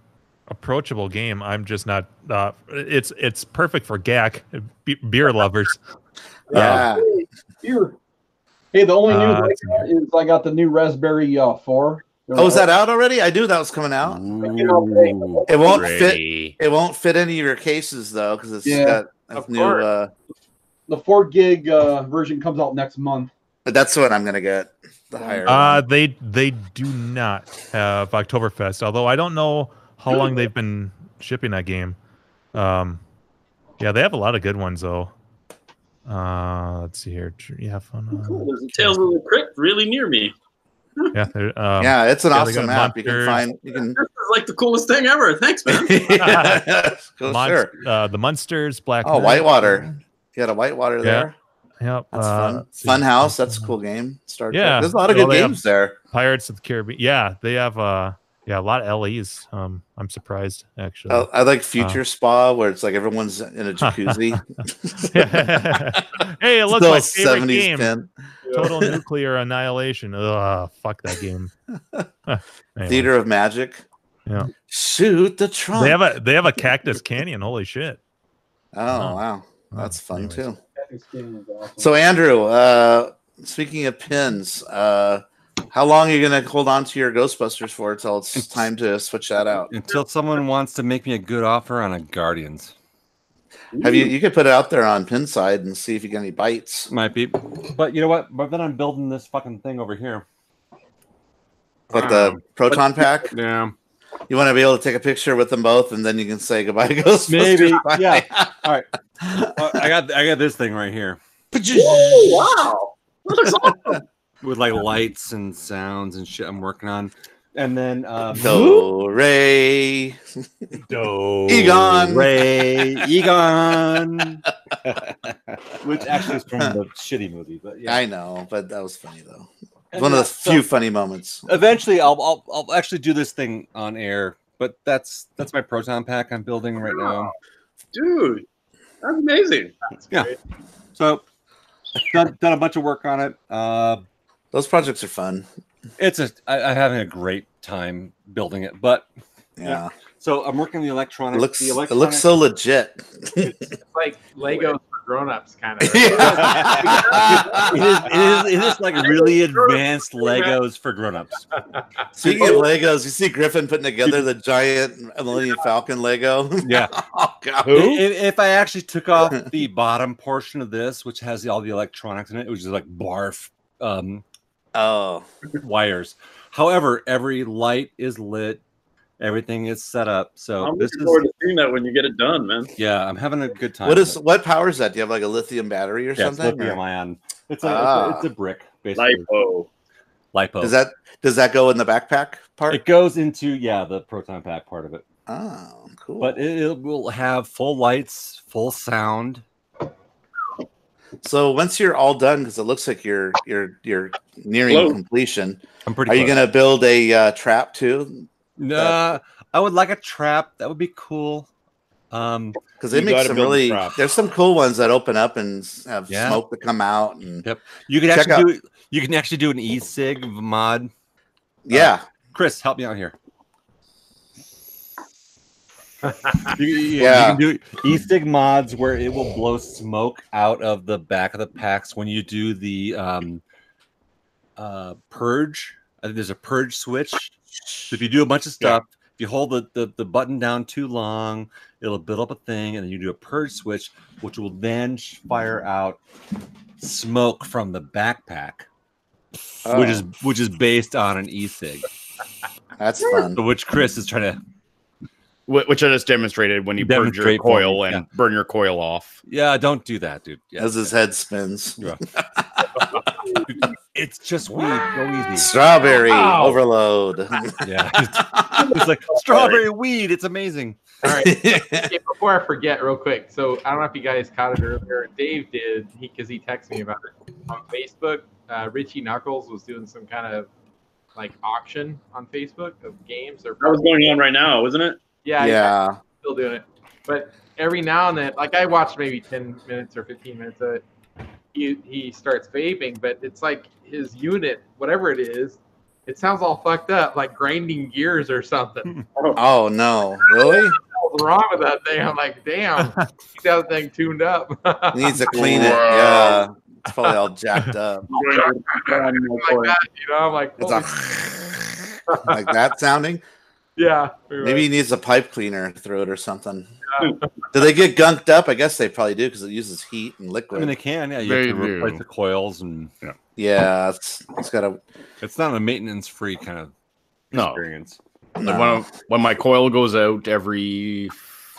[SPEAKER 3] approachable game. I'm just not. Uh, it's it's perfect for GAC be- beer lovers. Um,
[SPEAKER 1] Yeah.
[SPEAKER 5] Here. Hey, the only news
[SPEAKER 3] Uh,
[SPEAKER 5] I got is I got the new Raspberry uh, 4.
[SPEAKER 1] Oh, is that out already? I knew that was coming out. It won't
[SPEAKER 5] Pretty.
[SPEAKER 1] fit. It won't fit any of your cases though, because it's
[SPEAKER 5] Yeah.
[SPEAKER 1] got a
[SPEAKER 5] Of
[SPEAKER 1] new.
[SPEAKER 5] course.
[SPEAKER 1] Uh,
[SPEAKER 5] The 4 gig uh, version comes out next month.
[SPEAKER 1] but that's what I'm gonna get. The higher.
[SPEAKER 3] Uh, they they do not have Oktoberfest, although I don't know how long they've been shipping that game. Um, yeah, they have a lot of good ones though. Uh, let's see here. Yeah, fun. uh,
[SPEAKER 12] Cool. There's a Tales of the Crypt really near me.
[SPEAKER 3] Yeah, they're, um,
[SPEAKER 1] yeah, it's an
[SPEAKER 3] yeah, they got
[SPEAKER 1] awesome app. You can
[SPEAKER 3] Monsters.
[SPEAKER 1] find. You can.
[SPEAKER 12] This is like the coolest thing ever. Thanks, man.
[SPEAKER 1] Cool,
[SPEAKER 3] Monst-
[SPEAKER 1] sure.
[SPEAKER 3] uh, the Munsters, Black.
[SPEAKER 1] Oh,
[SPEAKER 3] Knight.
[SPEAKER 1] Whitewater. You got a Whitewater
[SPEAKER 3] Yeah.
[SPEAKER 1] there.
[SPEAKER 3] Yep.
[SPEAKER 1] That's
[SPEAKER 3] uh,
[SPEAKER 1] fun.
[SPEAKER 3] let's see.
[SPEAKER 1] Fun House. That's a cool game. Star Trek.
[SPEAKER 3] Yeah,
[SPEAKER 1] There's a lot of
[SPEAKER 3] well,
[SPEAKER 1] good
[SPEAKER 3] they have
[SPEAKER 1] games there.
[SPEAKER 3] Pirates of the Caribbean. Yeah, they have uh yeah a lot of LEs. Um, I'm surprised actually.
[SPEAKER 1] Oh, I, I like
[SPEAKER 3] Uh,
[SPEAKER 1] Future Spa where it's like everyone's in a jacuzzi.
[SPEAKER 3] hey, it looks
[SPEAKER 1] Still
[SPEAKER 3] my favorite
[SPEAKER 1] 70s
[SPEAKER 3] game.
[SPEAKER 1] pin.
[SPEAKER 3] Total nuclear annihilation. Ugh, fuck that game. Anyway,
[SPEAKER 1] Theater of Magic.
[SPEAKER 3] Yeah.
[SPEAKER 1] Shoot the Trump.
[SPEAKER 3] They have a they have a cactus canyon. Holy shit.
[SPEAKER 1] Oh
[SPEAKER 3] Wow.
[SPEAKER 1] wow, that's fun too.
[SPEAKER 5] awesome.
[SPEAKER 1] So Andrew, uh, speaking of pins, uh, how long are you gonna hold on to your Ghostbusters for till it's time to switch that out?
[SPEAKER 2] Until someone wants to make me a good offer on a Guardians.
[SPEAKER 1] Have you? You could put it out there on Pinside and see if you get any bites.
[SPEAKER 2] Might be, but you know what? But then I'm building this fucking thing over here.
[SPEAKER 1] But the proton pack.
[SPEAKER 2] Um, Yeah.
[SPEAKER 1] You want to be able to take a picture with them both, and then you can say goodbye, Ghostbusters.
[SPEAKER 2] Maybe.
[SPEAKER 1] Bye.
[SPEAKER 2] Yeah. All right. Uh, I got I got this thing right here
[SPEAKER 12] wow. That looks awesome.
[SPEAKER 2] with like lights and sounds and shit. I'm working on, and then uh,
[SPEAKER 1] Do Ray,
[SPEAKER 2] Do
[SPEAKER 1] Egon.
[SPEAKER 2] Ray Egon, which actually is from the shitty movie, but yeah.
[SPEAKER 1] I know, but that was funny though.
[SPEAKER 2] And
[SPEAKER 1] One of
[SPEAKER 2] yeah,
[SPEAKER 1] the
[SPEAKER 2] so-
[SPEAKER 1] few funny moments.
[SPEAKER 2] Eventually, I'll, I'll I'll actually do this thing on air, but that's that's my proton pack I'm building right now.
[SPEAKER 12] Dude, that's amazing. That's
[SPEAKER 2] Yeah.
[SPEAKER 12] great.
[SPEAKER 2] So done, done a bunch of work on it. Uh,
[SPEAKER 1] Those projects are fun.
[SPEAKER 2] It's a I, I'm having a great time building it, but
[SPEAKER 1] Yeah.
[SPEAKER 2] So I'm working the electronics.
[SPEAKER 1] looks
[SPEAKER 2] the
[SPEAKER 1] it looks so legit.
[SPEAKER 11] It's like Legos for grown-ups, kind of.
[SPEAKER 2] it is, it, is, it is like really advanced Legos for grown-ups.
[SPEAKER 1] Speaking of
[SPEAKER 12] Oh.
[SPEAKER 1] Legos, you see Griffin putting together the giant Millennium Falcon Lego.
[SPEAKER 2] Yeah.
[SPEAKER 1] oh god.
[SPEAKER 2] If, if I actually took off the bottom portion of this, which has all the electronics in it, which is like barf um
[SPEAKER 1] oh
[SPEAKER 2] wires. However, every light is lit. Everything is set up. So
[SPEAKER 12] I'm
[SPEAKER 2] this
[SPEAKER 12] looking
[SPEAKER 2] is
[SPEAKER 12] forward to seeing that when you get it done, man.
[SPEAKER 2] yeah, I'm having a good time.
[SPEAKER 1] What is what powers that? Do you have like a lithium battery or
[SPEAKER 2] Yeah, it's
[SPEAKER 1] something? or-
[SPEAKER 2] lithium ion. It's a,
[SPEAKER 1] Ah.
[SPEAKER 2] it's, a, it's a brick, basically.
[SPEAKER 12] Lipo.
[SPEAKER 2] Lipo.
[SPEAKER 1] Does that does that go in the backpack part?
[SPEAKER 2] It goes into yeah the proton pack part of it.
[SPEAKER 1] Oh, cool.
[SPEAKER 2] But it, it will have full lights, full sound.
[SPEAKER 1] So once you're all done, because it looks like you're you're you're nearing
[SPEAKER 2] Close.
[SPEAKER 1] completion.
[SPEAKER 2] I'm pretty
[SPEAKER 1] Are you
[SPEAKER 2] close.
[SPEAKER 1] gonna build a uh, trap too?
[SPEAKER 2] Nah, I would like a trap. That would be cool. Um,
[SPEAKER 1] Because they make some really there's some cool ones that open up and s- have
[SPEAKER 2] Yeah.
[SPEAKER 1] smoke that come out and
[SPEAKER 2] Yep. You can
[SPEAKER 1] Check
[SPEAKER 2] actually
[SPEAKER 1] out-
[SPEAKER 2] do you can actually do an e-sig mod. Uh,
[SPEAKER 1] Yeah.
[SPEAKER 2] Chris, help me out here. You- you- you
[SPEAKER 1] Yeah.
[SPEAKER 2] can do e-sig mods where it will blow smoke out of the back of the packs when you do the um, uh, purge. I think there's a purge switch. So if you do a bunch of stuff, if you hold the, the, the button down too long, it'll build up a thing, and then you do a purge switch, which will then sh- fire out smoke from the backpack, which is which is based on an e-sig.
[SPEAKER 1] Oh. That's fun.
[SPEAKER 2] Which Chris is trying to
[SPEAKER 8] Wh- which I just demonstrated when you purge your
[SPEAKER 2] Demonstrate for me,
[SPEAKER 8] coil and burn your coil off.
[SPEAKER 2] Yeah, don't do that, dude. Yeah.
[SPEAKER 1] as his head spins.
[SPEAKER 2] It's just weed. Go easy.
[SPEAKER 1] Strawberry
[SPEAKER 2] Ow.
[SPEAKER 1] overload.
[SPEAKER 2] yeah. It's like strawberry weed. It's amazing.
[SPEAKER 11] All right. Okay, before I forget, real quick. So I don't know if you guys caught it earlier. Dave did he because he texted me about it on Facebook. Uh, Richie Knuckles was doing some kind of like auction on Facebook of games. Or
[SPEAKER 12] That was going on right now, wasn't it?
[SPEAKER 11] Yeah,
[SPEAKER 1] Yeah.
[SPEAKER 11] still doing it. But every now and then, like I watched maybe ten minutes or fifteen minutes of it. He he starts vaping, but it's like his unit, whatever it is, it sounds all fucked up, like grinding gears or something.
[SPEAKER 1] Oh no! Really?
[SPEAKER 11] What's wrong with that thing? I'm like, damn, get that thing tuned up.
[SPEAKER 1] Needs to clean it. Yeah, it's probably all jacked up.
[SPEAKER 11] Something like that, you know, I'm like,
[SPEAKER 1] It's
[SPEAKER 11] holy-
[SPEAKER 1] like that sounding.
[SPEAKER 11] yeah. pretty
[SPEAKER 1] Maybe he
[SPEAKER 11] much.
[SPEAKER 1] needs a pipe cleaner through it or something.
[SPEAKER 11] Yeah.
[SPEAKER 1] Do they get gunked up? I guess they probably do because it uses heat and
[SPEAKER 2] I
[SPEAKER 1] liquid.
[SPEAKER 2] mean, they can. Yeah, you
[SPEAKER 1] They
[SPEAKER 2] have to replace
[SPEAKER 1] do.
[SPEAKER 2] the coils and yeah.
[SPEAKER 1] Yeah, it's, it's got a.
[SPEAKER 2] It's not a maintenance-free kind of
[SPEAKER 8] No.
[SPEAKER 2] experience.
[SPEAKER 8] Like when, when my coil goes out every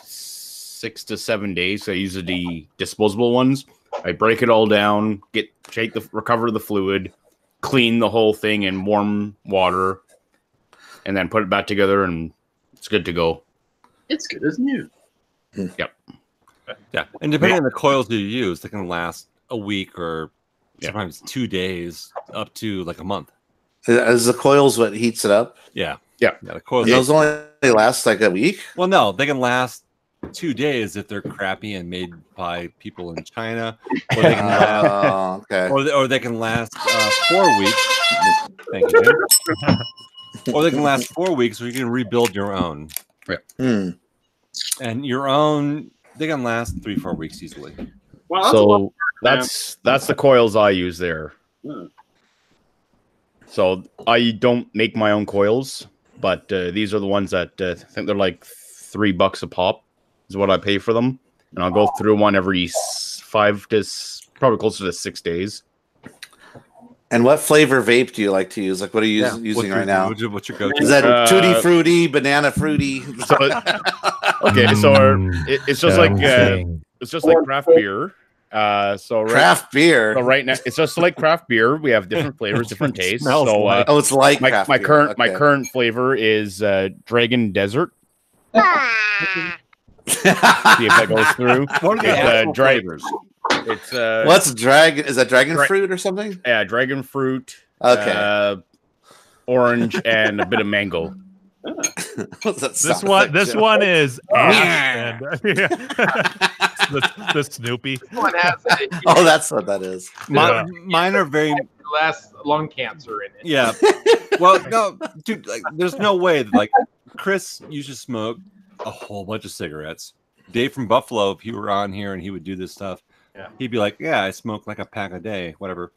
[SPEAKER 8] six to seven days, I use the disposable ones. I break it all down, get shake the recover the fluid, clean the whole thing in warm water, and then put it back together, and it's good to go.
[SPEAKER 12] It's good as new.
[SPEAKER 8] Yep.
[SPEAKER 2] Yeah, and depending on the coils you use, they can last a week or sometimes two days, up to like a month.
[SPEAKER 1] Is the coils what heats it up?
[SPEAKER 2] Yeah.
[SPEAKER 8] Yeah.
[SPEAKER 2] the coils.
[SPEAKER 1] And those only they last like a week.
[SPEAKER 2] Well, no, they can last two days if they're crappy and made by people in China, or they can
[SPEAKER 1] Oh,
[SPEAKER 2] last,
[SPEAKER 1] okay.
[SPEAKER 2] or, they- or they can last uh, four weeks. Thank you. Jim. or they can last four weeks, or you can rebuild your own.
[SPEAKER 8] Right.
[SPEAKER 1] Hmm.
[SPEAKER 2] And your own, they can last three, four weeks easily.
[SPEAKER 12] Wow, that's a lot of
[SPEAKER 8] so
[SPEAKER 12] work, man.
[SPEAKER 8] that's that's the coils I use there.
[SPEAKER 12] Hmm.
[SPEAKER 8] So I don't make my own coils, but uh, these are the ones that uh, I think they're like three bucks a pop is what I pay for them, and I'll go through one every s- five to s- probably closer to six days.
[SPEAKER 1] And what flavor vape do you like to use? Like, what are you
[SPEAKER 8] Yeah,
[SPEAKER 1] us-
[SPEAKER 8] what's
[SPEAKER 1] using
[SPEAKER 8] your-
[SPEAKER 1] right now?
[SPEAKER 8] what's your- what's your go-to?
[SPEAKER 1] Is that
[SPEAKER 8] Uh,
[SPEAKER 1] tutti frutti, banana fruity?
[SPEAKER 8] Okay, so our- it, it's just like uh,
[SPEAKER 1] Something.
[SPEAKER 8] it's just like craft beer. Uh, so right,
[SPEAKER 1] Craft beer.
[SPEAKER 8] So right now, it's just like craft beer. We have different flavors, different tastes. So
[SPEAKER 1] Smells
[SPEAKER 8] uh,
[SPEAKER 1] like- Oh, it's like
[SPEAKER 8] my,
[SPEAKER 1] craft
[SPEAKER 8] my
[SPEAKER 1] beer.
[SPEAKER 8] current my
[SPEAKER 1] Okay.
[SPEAKER 8] current flavor is uh, Dragon Desert. See if that goes through.
[SPEAKER 2] What are the
[SPEAKER 8] It's, uh,
[SPEAKER 2] actual
[SPEAKER 8] dra-
[SPEAKER 2] flavors?
[SPEAKER 8] It's uh,
[SPEAKER 1] What's dragon? Is that dragon
[SPEAKER 8] Dra-
[SPEAKER 1] fruit or something?
[SPEAKER 8] Yeah, dragon fruit.
[SPEAKER 1] Okay.
[SPEAKER 8] Uh, orange and a bit of mango.
[SPEAKER 1] What's that
[SPEAKER 3] This
[SPEAKER 8] sound
[SPEAKER 3] one,
[SPEAKER 8] effect,
[SPEAKER 3] this
[SPEAKER 8] Joe?
[SPEAKER 3] one is
[SPEAKER 8] Oh.
[SPEAKER 3] ass, and- the, the Snoopy.
[SPEAKER 11] Someone has a-
[SPEAKER 1] Oh, that's what that is.
[SPEAKER 2] Mine, mine are very
[SPEAKER 11] last lung cancer in it.
[SPEAKER 2] Yeah. Well, no, dude, like, there's no way that, like, Chris used to smoke a whole bunch of cigarettes. Dave from Buffalo, if he were on here and he would do this stuff,
[SPEAKER 11] Yeah.
[SPEAKER 2] he'd be like, Yeah, I smoke like a pack a day, whatever.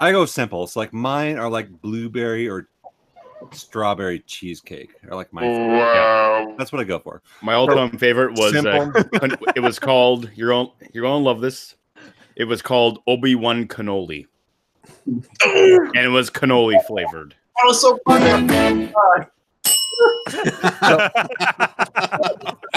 [SPEAKER 2] I go simple. So, like, mine are like blueberry or strawberry cheesecake, or like my.
[SPEAKER 8] Wow.
[SPEAKER 2] That's what I go for.
[SPEAKER 8] My all-time favorite was uh,
[SPEAKER 2] Simple.
[SPEAKER 8] con- it was called you're on you're gonna love this. It was called Obi Wan cannoli, and it was cannoli flavored.
[SPEAKER 12] That was so funny.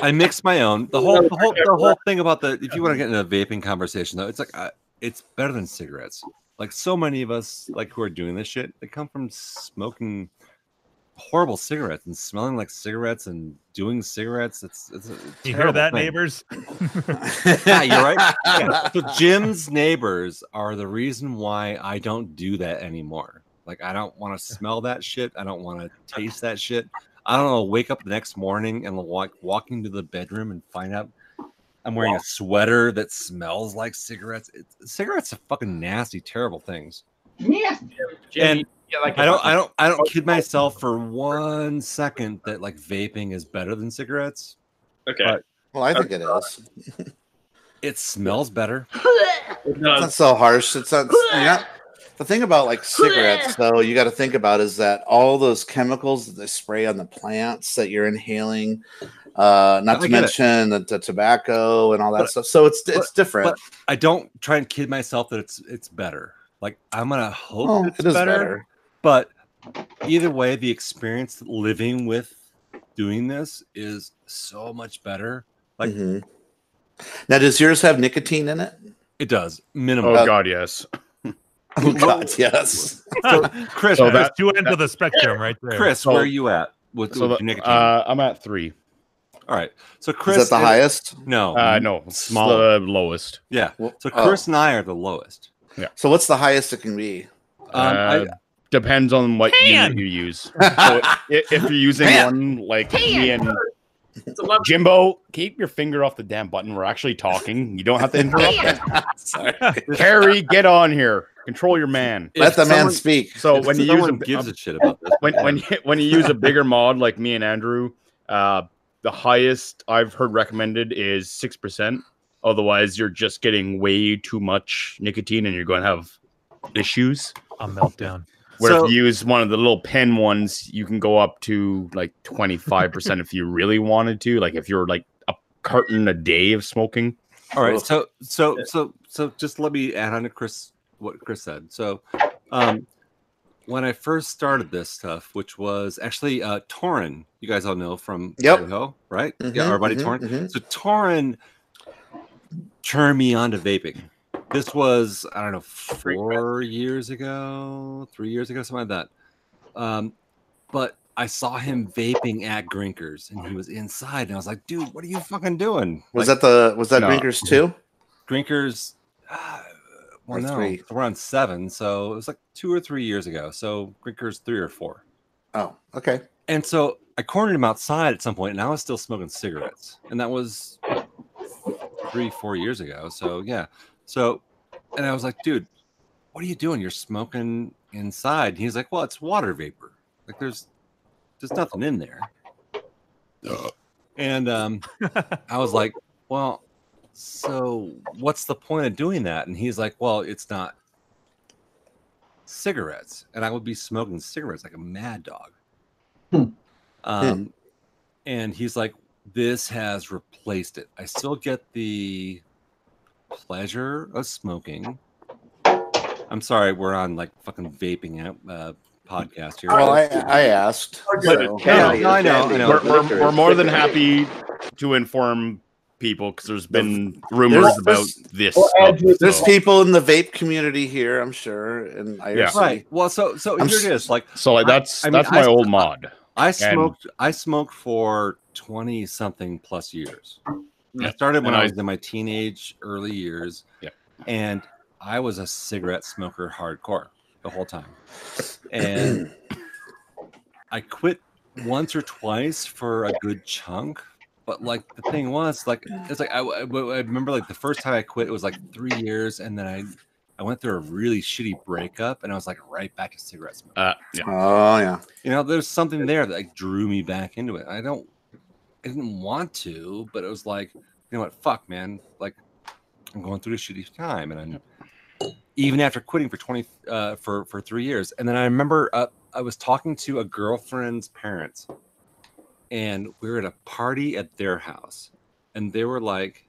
[SPEAKER 2] I mixed my own. The whole, the whole, the whole thing about the if you want to get into a vaping conversation though, it's like uh, it's better than cigarettes. Like so many of us, like who are doing this shit, they come from smoking horrible cigarettes and smelling like cigarettes and doing cigarettes. It's, it's a
[SPEAKER 3] You hear
[SPEAKER 2] terrible
[SPEAKER 3] that,
[SPEAKER 2] thing.
[SPEAKER 3] neighbors?
[SPEAKER 2] yeah, you're right. Yeah. So Jim's neighbors are the reason why I don't do that anymore. Like I don't want to smell that shit. I don't want to taste that shit. I don't know. Wake up the next morning and walk walk into the bedroom and find out I'm wearing a sweater that smells like cigarettes. It, cigarettes are fucking nasty, terrible things.
[SPEAKER 9] Yeah.
[SPEAKER 2] And I don't, I don't, I don't kid myself for one second that like vaping is better than cigarettes.
[SPEAKER 12] Okay.
[SPEAKER 1] well, I think it is.
[SPEAKER 2] It smells better.
[SPEAKER 1] It's not so harsh. It's not, you're not- the thing about like cigarettes, though, you got to think about is that all those chemicals that they spray on the plants that you're inhaling, uh, not
[SPEAKER 2] I
[SPEAKER 1] to
[SPEAKER 2] get it.
[SPEAKER 1] mention the, the tobacco and all that
[SPEAKER 2] But-
[SPEAKER 1] stuff. So it's it's
[SPEAKER 2] but-
[SPEAKER 1] different.
[SPEAKER 2] but I don't try and kid myself that it's it's better. Like I'm gonna hope
[SPEAKER 1] Oh,
[SPEAKER 2] it's
[SPEAKER 1] it is
[SPEAKER 2] better,
[SPEAKER 1] better.
[SPEAKER 2] But either way, the experience living with doing this is so much better. Like
[SPEAKER 1] Mhm. Now, does yours have nicotine in it?
[SPEAKER 2] It does. Minimum.
[SPEAKER 1] Oh,
[SPEAKER 8] God, yes.
[SPEAKER 1] Oh God, yes.
[SPEAKER 2] So, Chris,
[SPEAKER 8] So
[SPEAKER 2] there's
[SPEAKER 8] that-
[SPEAKER 2] two ends
[SPEAKER 3] of the spectrum right there.
[SPEAKER 2] Chris,
[SPEAKER 8] So-
[SPEAKER 2] where are you at with,
[SPEAKER 8] so
[SPEAKER 2] with
[SPEAKER 8] the-
[SPEAKER 2] nicotine?
[SPEAKER 8] uh, I'm at three.
[SPEAKER 2] All right. So Chris
[SPEAKER 1] the highest?
[SPEAKER 2] No. Mm-hmm.
[SPEAKER 8] Uh, no, it's the lowest.
[SPEAKER 2] Yeah. So
[SPEAKER 1] oh.
[SPEAKER 2] Chris and I are the lowest. Um,
[SPEAKER 8] Yeah.
[SPEAKER 1] So what's the highest it can be? Um,
[SPEAKER 8] Uh, depends on what unit you use. So i- if you're using one like me and Jimbo, keep your finger off the damn button. We're actually talking. You don't have to interrupt.
[SPEAKER 1] Sorry.
[SPEAKER 8] Carrie, get on here. Control your man.
[SPEAKER 1] Let If the man someone- speak.
[SPEAKER 8] So
[SPEAKER 1] if
[SPEAKER 8] when you use
[SPEAKER 1] someone
[SPEAKER 8] a,
[SPEAKER 1] gives a
[SPEAKER 2] shit about this,
[SPEAKER 8] when when you, when you use a bigger mod like me and Andrew, uh, the highest I've heard recommended is six percent. Otherwise, you're just getting way too much nicotine, and you're going to have issues.
[SPEAKER 3] A meltdown.
[SPEAKER 8] Where
[SPEAKER 3] So-
[SPEAKER 8] if you use one of the little pen ones, you can go up to like 25% if you really wanted to. Like if you're like a carton a day of smoking.
[SPEAKER 2] All right, so so so so just let me add on to Chris what Chris said. So, um, when I first started this stuff, which was actually uh, Torin, you guys all know from
[SPEAKER 1] Yep.
[SPEAKER 2] Idaho, right?
[SPEAKER 1] Mhm,
[SPEAKER 2] yeah, our buddy
[SPEAKER 1] mhm,
[SPEAKER 2] Torin.
[SPEAKER 1] mhm.
[SPEAKER 2] So Torin turned me on to vaping. This was I don't know four years ago, three years ago, something like that. Um, but I saw him vaping at Grinkers, and he was inside, and I was like, "Dude, what are you fucking doing?"
[SPEAKER 1] Uh-huh. Was
[SPEAKER 2] Like-
[SPEAKER 1] that the was that
[SPEAKER 2] No.
[SPEAKER 1] drinkers too?
[SPEAKER 2] Drinkers, uh, well,
[SPEAKER 1] Or
[SPEAKER 2] no,
[SPEAKER 1] three.
[SPEAKER 2] so we're on seven, so it was like two or three years ago. So Drinkers three or four.
[SPEAKER 1] Oh, okay.
[SPEAKER 2] And so I cornered him outside at some point, and I was still smoking cigarettes, and that was three, four years ago. So yeah, so and I was like, dude, what are you doing? You're smoking inside. And he's like, well, it's water vapor. Like there's there's nothing in there. And um, I was like, well, so what's the point of doing that? And he's like, well, it's not cigarettes. And I would be smoking cigarettes like a mad dog. Um, and he's like, this has replaced it. I still get the pleasure of smoking. I'm sorry, we're on like fucking vaping out uh, podcast here.
[SPEAKER 1] Well, I, I asked. so-
[SPEAKER 8] Yeah,
[SPEAKER 2] no, I know, I know.
[SPEAKER 8] We're, we're, we're more than happy to inform people because there's been rumors
[SPEAKER 1] There's-
[SPEAKER 8] about this. stuff,
[SPEAKER 1] There's
[SPEAKER 8] so-
[SPEAKER 1] people in the vape community here, I'm sure, in IRC.
[SPEAKER 8] Yeah.
[SPEAKER 2] Right. Well, so so
[SPEAKER 1] I'm
[SPEAKER 2] here
[SPEAKER 1] s-
[SPEAKER 2] it is. Like
[SPEAKER 8] so, like, that's- that's my old mod.
[SPEAKER 2] I
[SPEAKER 8] And-
[SPEAKER 2] smoked. I smoked for twenty something plus years.
[SPEAKER 8] Yeah.
[SPEAKER 2] I started when
[SPEAKER 8] And
[SPEAKER 2] I
[SPEAKER 8] I-
[SPEAKER 2] was in my teenage early years.
[SPEAKER 8] Yeah.
[SPEAKER 2] And I was a cigarette smoker hardcore the whole time, and I quit once or twice for a good chunk. But like the thing was, like it's like I, I- I remember like the first time I quit, it was like three years, and then I I went through a really shitty breakup, and I was like right back to cigarette smoking.
[SPEAKER 8] Uh, yeah.
[SPEAKER 1] Oh yeah.
[SPEAKER 2] You know, there's something there that like, drew me back into it. I don't, I didn't want to, but it was like, you know what, fuck, man. Like, I'm going through a shitty time, and I'm even after quitting for 20 uh, for for three years. And then I remember uh, I was talking to a girlfriend's parents, and we were at a party at their house, and they were like,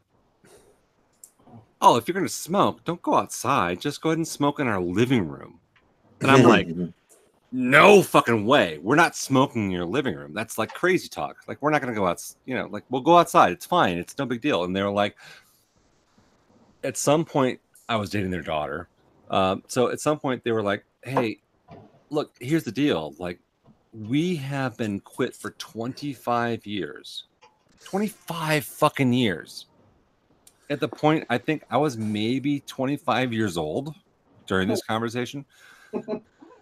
[SPEAKER 2] "Oh, if you're gonna smoke, don't go outside. Just go ahead and smoke in our living room." And I'm like no fucking way. We're not smoking in your living room. That's like crazy talk. Like, we're not going to go out, you know, like, we'll go outside. It's fine. It's no big deal. And they were like, at some point, I was dating their daughter. Um, so at some point, they were like, hey, look, here's the deal. Like, we have been quit for 25 years. 25 fucking years. At the point, I think I was maybe 25 years old during this conversation.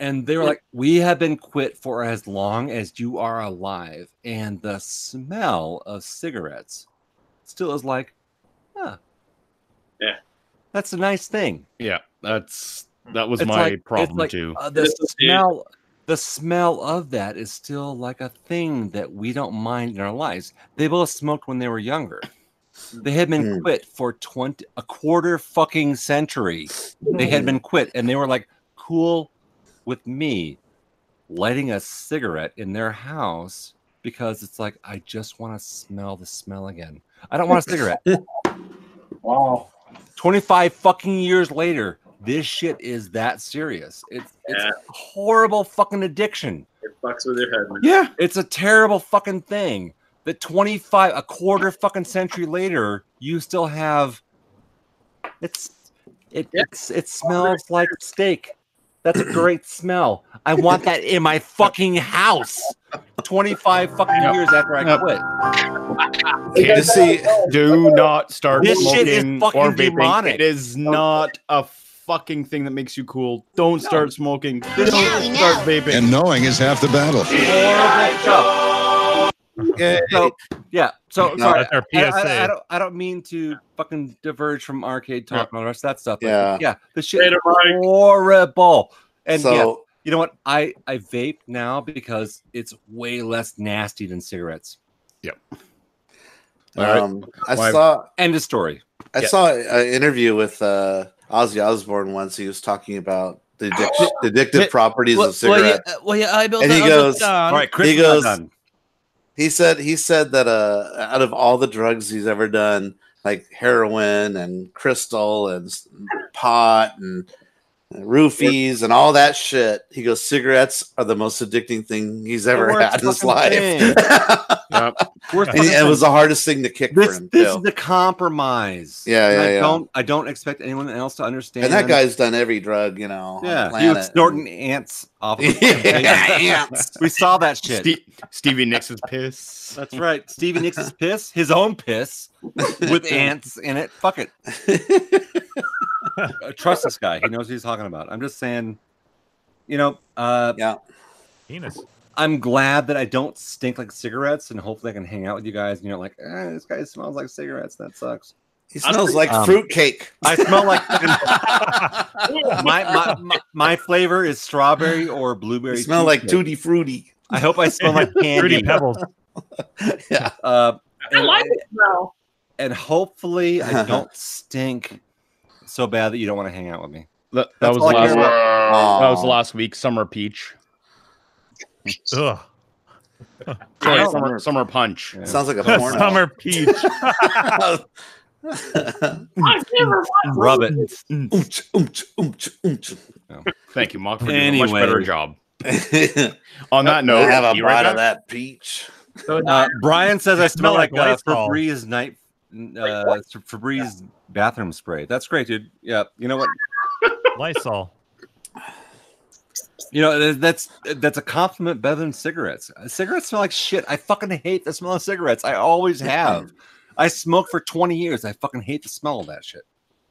[SPEAKER 2] And they were like, We have been quit for as long as you are alive. And the smell of cigarettes still is like, huh,
[SPEAKER 12] Yeah.
[SPEAKER 2] that's a nice thing.
[SPEAKER 8] Yeah, that's that was
[SPEAKER 2] It's
[SPEAKER 8] my
[SPEAKER 2] like- it's
[SPEAKER 8] problem
[SPEAKER 2] like,
[SPEAKER 8] too.
[SPEAKER 2] uh, the smell, the smell of that is still like a thing that we don't mind in our lives. They both smoked when they were younger. They had been quit for twenty a quarter fucking century. They had been quit, and they were like cool with me lighting a cigarette in their house because it's like I just want to smell the smell again. I don't want a cigarette.
[SPEAKER 4] Wow.
[SPEAKER 2] 25 fucking years later, this shit is that serious. It's it's
[SPEAKER 12] Yeah.
[SPEAKER 2] a horrible fucking addiction.
[SPEAKER 12] It fucks with your head. Man.
[SPEAKER 2] Yeah. It's a terrible fucking thing that 25 a quarter fucking century later, you still have it's it it's it smells like steak. That's a great smell. I want that in my fucking house. 25 fucking years after I
[SPEAKER 8] Yep.
[SPEAKER 2] quit.
[SPEAKER 8] Kids, do not start
[SPEAKER 2] This shit is
[SPEAKER 8] smoking
[SPEAKER 2] fucking
[SPEAKER 8] or vaping.
[SPEAKER 2] demonic.
[SPEAKER 8] It is not a fucking thing that makes you cool. Don't start smoking.
[SPEAKER 2] This
[SPEAKER 8] Don't start vaping.
[SPEAKER 14] And knowing is half the battle.
[SPEAKER 2] So, yeah. So
[SPEAKER 14] No,
[SPEAKER 2] sorry.
[SPEAKER 14] that's our
[SPEAKER 2] I- I, I
[SPEAKER 14] PSA.
[SPEAKER 2] don't. I don't mean to fucking diverge from arcade talk and all the rest of that stuff. but
[SPEAKER 1] Yeah.
[SPEAKER 2] Yeah. The shit is horrible. And yeah,
[SPEAKER 1] So-
[SPEAKER 2] you know what? I I vape now because it's way less nasty than cigarettes.
[SPEAKER 8] Yep.
[SPEAKER 1] Um, I saw.
[SPEAKER 2] End of story.
[SPEAKER 1] I
[SPEAKER 2] Yeah.
[SPEAKER 1] saw an interview with uh, Ozzy Osbourne once. He was talking about the,
[SPEAKER 2] Oh.
[SPEAKER 1] addic- the addictive properties
[SPEAKER 2] Well,
[SPEAKER 1] of cigarettes.
[SPEAKER 2] Well, yeah, well, yeah, I built
[SPEAKER 1] and
[SPEAKER 2] that
[SPEAKER 1] he
[SPEAKER 2] up with
[SPEAKER 1] goes,
[SPEAKER 2] Don. All right, Chris
[SPEAKER 1] he
[SPEAKER 2] is not
[SPEAKER 1] goes,
[SPEAKER 2] done.
[SPEAKER 1] he said, he said that uh, out of all the drugs he's ever done, like heroin and crystal and s- pot and roofies and all that shit, he goes, cigarettes are the most addicting thing he's ever
[SPEAKER 2] worst
[SPEAKER 1] had in his
[SPEAKER 2] fucking
[SPEAKER 1] life.
[SPEAKER 2] thing. Worst
[SPEAKER 1] And he-
[SPEAKER 2] fucking
[SPEAKER 1] it was
[SPEAKER 2] thing.
[SPEAKER 1] the hardest thing to kick for
[SPEAKER 2] This,
[SPEAKER 1] him.
[SPEAKER 2] this
[SPEAKER 1] too.
[SPEAKER 2] is the compromise.
[SPEAKER 1] Yeah,
[SPEAKER 2] And
[SPEAKER 1] yeah,
[SPEAKER 2] I
[SPEAKER 1] yeah.
[SPEAKER 2] don't. I don't expect anyone else to understand.
[SPEAKER 1] And that guy's done every drug, you know.
[SPEAKER 2] Yeah,
[SPEAKER 1] on the
[SPEAKER 2] he was
[SPEAKER 1] planet.
[SPEAKER 2] snorting ants off. Of
[SPEAKER 1] ants.
[SPEAKER 2] We saw that shit.
[SPEAKER 8] Ste- Stevie Nicks' piss.
[SPEAKER 2] That's right. Stevie Nicks' piss, his own piss, with ants in it. Fuck it. Uh, Trust this guy. He knows what he's talking about. I'm just saying, you know. Uh,
[SPEAKER 1] yeah.
[SPEAKER 3] Penis.
[SPEAKER 2] I'm glad that I don't stink like cigarettes, and hopefully I can hang out with you guys. And you're like, eh, this guy smells like cigarettes. That sucks.
[SPEAKER 1] He smells like fruitcake.
[SPEAKER 2] I smell like my, my, my my flavor is strawberry or blueberry.
[SPEAKER 1] You smell like
[SPEAKER 2] cheesecake.
[SPEAKER 1] tutti frutti.
[SPEAKER 2] I hope I smell like candy.
[SPEAKER 1] Fruity Pebbles.
[SPEAKER 2] yeah. Uh,
[SPEAKER 13] I
[SPEAKER 2] and,
[SPEAKER 13] like it smell.
[SPEAKER 2] and hopefully
[SPEAKER 5] Uh-huh.
[SPEAKER 2] I don't stink so bad that you don't want to hang out with me.
[SPEAKER 8] That, that
[SPEAKER 2] That's
[SPEAKER 8] was
[SPEAKER 2] all I
[SPEAKER 8] last.
[SPEAKER 2] care about.
[SPEAKER 8] That was last week. Summer peach.
[SPEAKER 3] Ugh.
[SPEAKER 8] Sorry,
[SPEAKER 2] Ow.
[SPEAKER 8] summer, summer punch.
[SPEAKER 1] Sounds like a porno.
[SPEAKER 3] Summer peach.
[SPEAKER 13] I've never
[SPEAKER 2] Rub it.
[SPEAKER 1] Oomch, oomch, oomch, oomch.
[SPEAKER 8] Oh, Thank you, Mock, for doing a much better
[SPEAKER 2] Anyway.
[SPEAKER 8] job. On that note,
[SPEAKER 1] have a
[SPEAKER 8] you right
[SPEAKER 1] bite of
[SPEAKER 8] back?
[SPEAKER 1] that peach.
[SPEAKER 2] Uh, Brian says I smell
[SPEAKER 3] smell
[SPEAKER 2] like,
[SPEAKER 3] like
[SPEAKER 2] uh,
[SPEAKER 3] Lysol.
[SPEAKER 2] Febreze night, uh, Febreze bathroom spray. That's great, dude. Yeah, you know what?
[SPEAKER 3] Lysol.
[SPEAKER 2] You know th- that's that's a compliment better than cigarettes. Uh, Cigarettes smell like shit. I fucking hate the smell of cigarettes. I always have. I smoked for twenty years. I fucking hate the smell of that shit.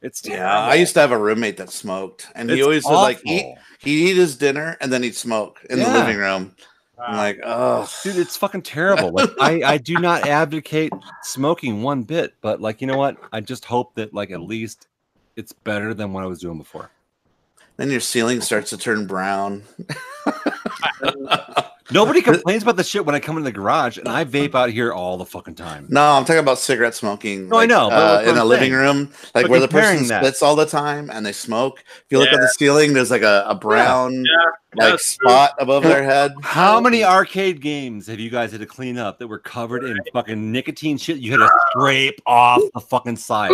[SPEAKER 2] It's terrible.
[SPEAKER 1] Yeah, I used to have a roommate that smoked, and he
[SPEAKER 2] It's
[SPEAKER 1] always would like eat.
[SPEAKER 2] awful.
[SPEAKER 1] He'd eat his dinner and then he'd smoke in
[SPEAKER 2] Yeah.
[SPEAKER 1] the living room. I'm like, oh,
[SPEAKER 2] dude, it's fucking terrible. Like I, I do not advocate smoking one bit, but like you know what? I just hope that like at least it's better than what I was doing before.
[SPEAKER 1] then your ceiling starts to turn brown.
[SPEAKER 2] Nobody complains about the shit when I come in the garage, and I vape out here all the fucking time.
[SPEAKER 1] No, I'm talking about cigarette smoking.
[SPEAKER 2] No, I know, but
[SPEAKER 1] uh,
[SPEAKER 2] that's
[SPEAKER 1] in
[SPEAKER 2] what
[SPEAKER 1] a
[SPEAKER 2] I'm
[SPEAKER 1] living
[SPEAKER 2] saying.
[SPEAKER 1] room, like
[SPEAKER 2] But
[SPEAKER 1] where the
[SPEAKER 2] comparing
[SPEAKER 1] person
[SPEAKER 2] that-
[SPEAKER 1] splits all the time and they smoke. If you look at
[SPEAKER 2] Yeah.
[SPEAKER 1] the ceiling, there's like a, a brown
[SPEAKER 2] Yeah,
[SPEAKER 1] like
[SPEAKER 2] that's true.
[SPEAKER 1] spot above their head.
[SPEAKER 2] How many arcade games have you guys had to clean up that were covered in fucking nicotine shit? You had to scrape off the fucking side.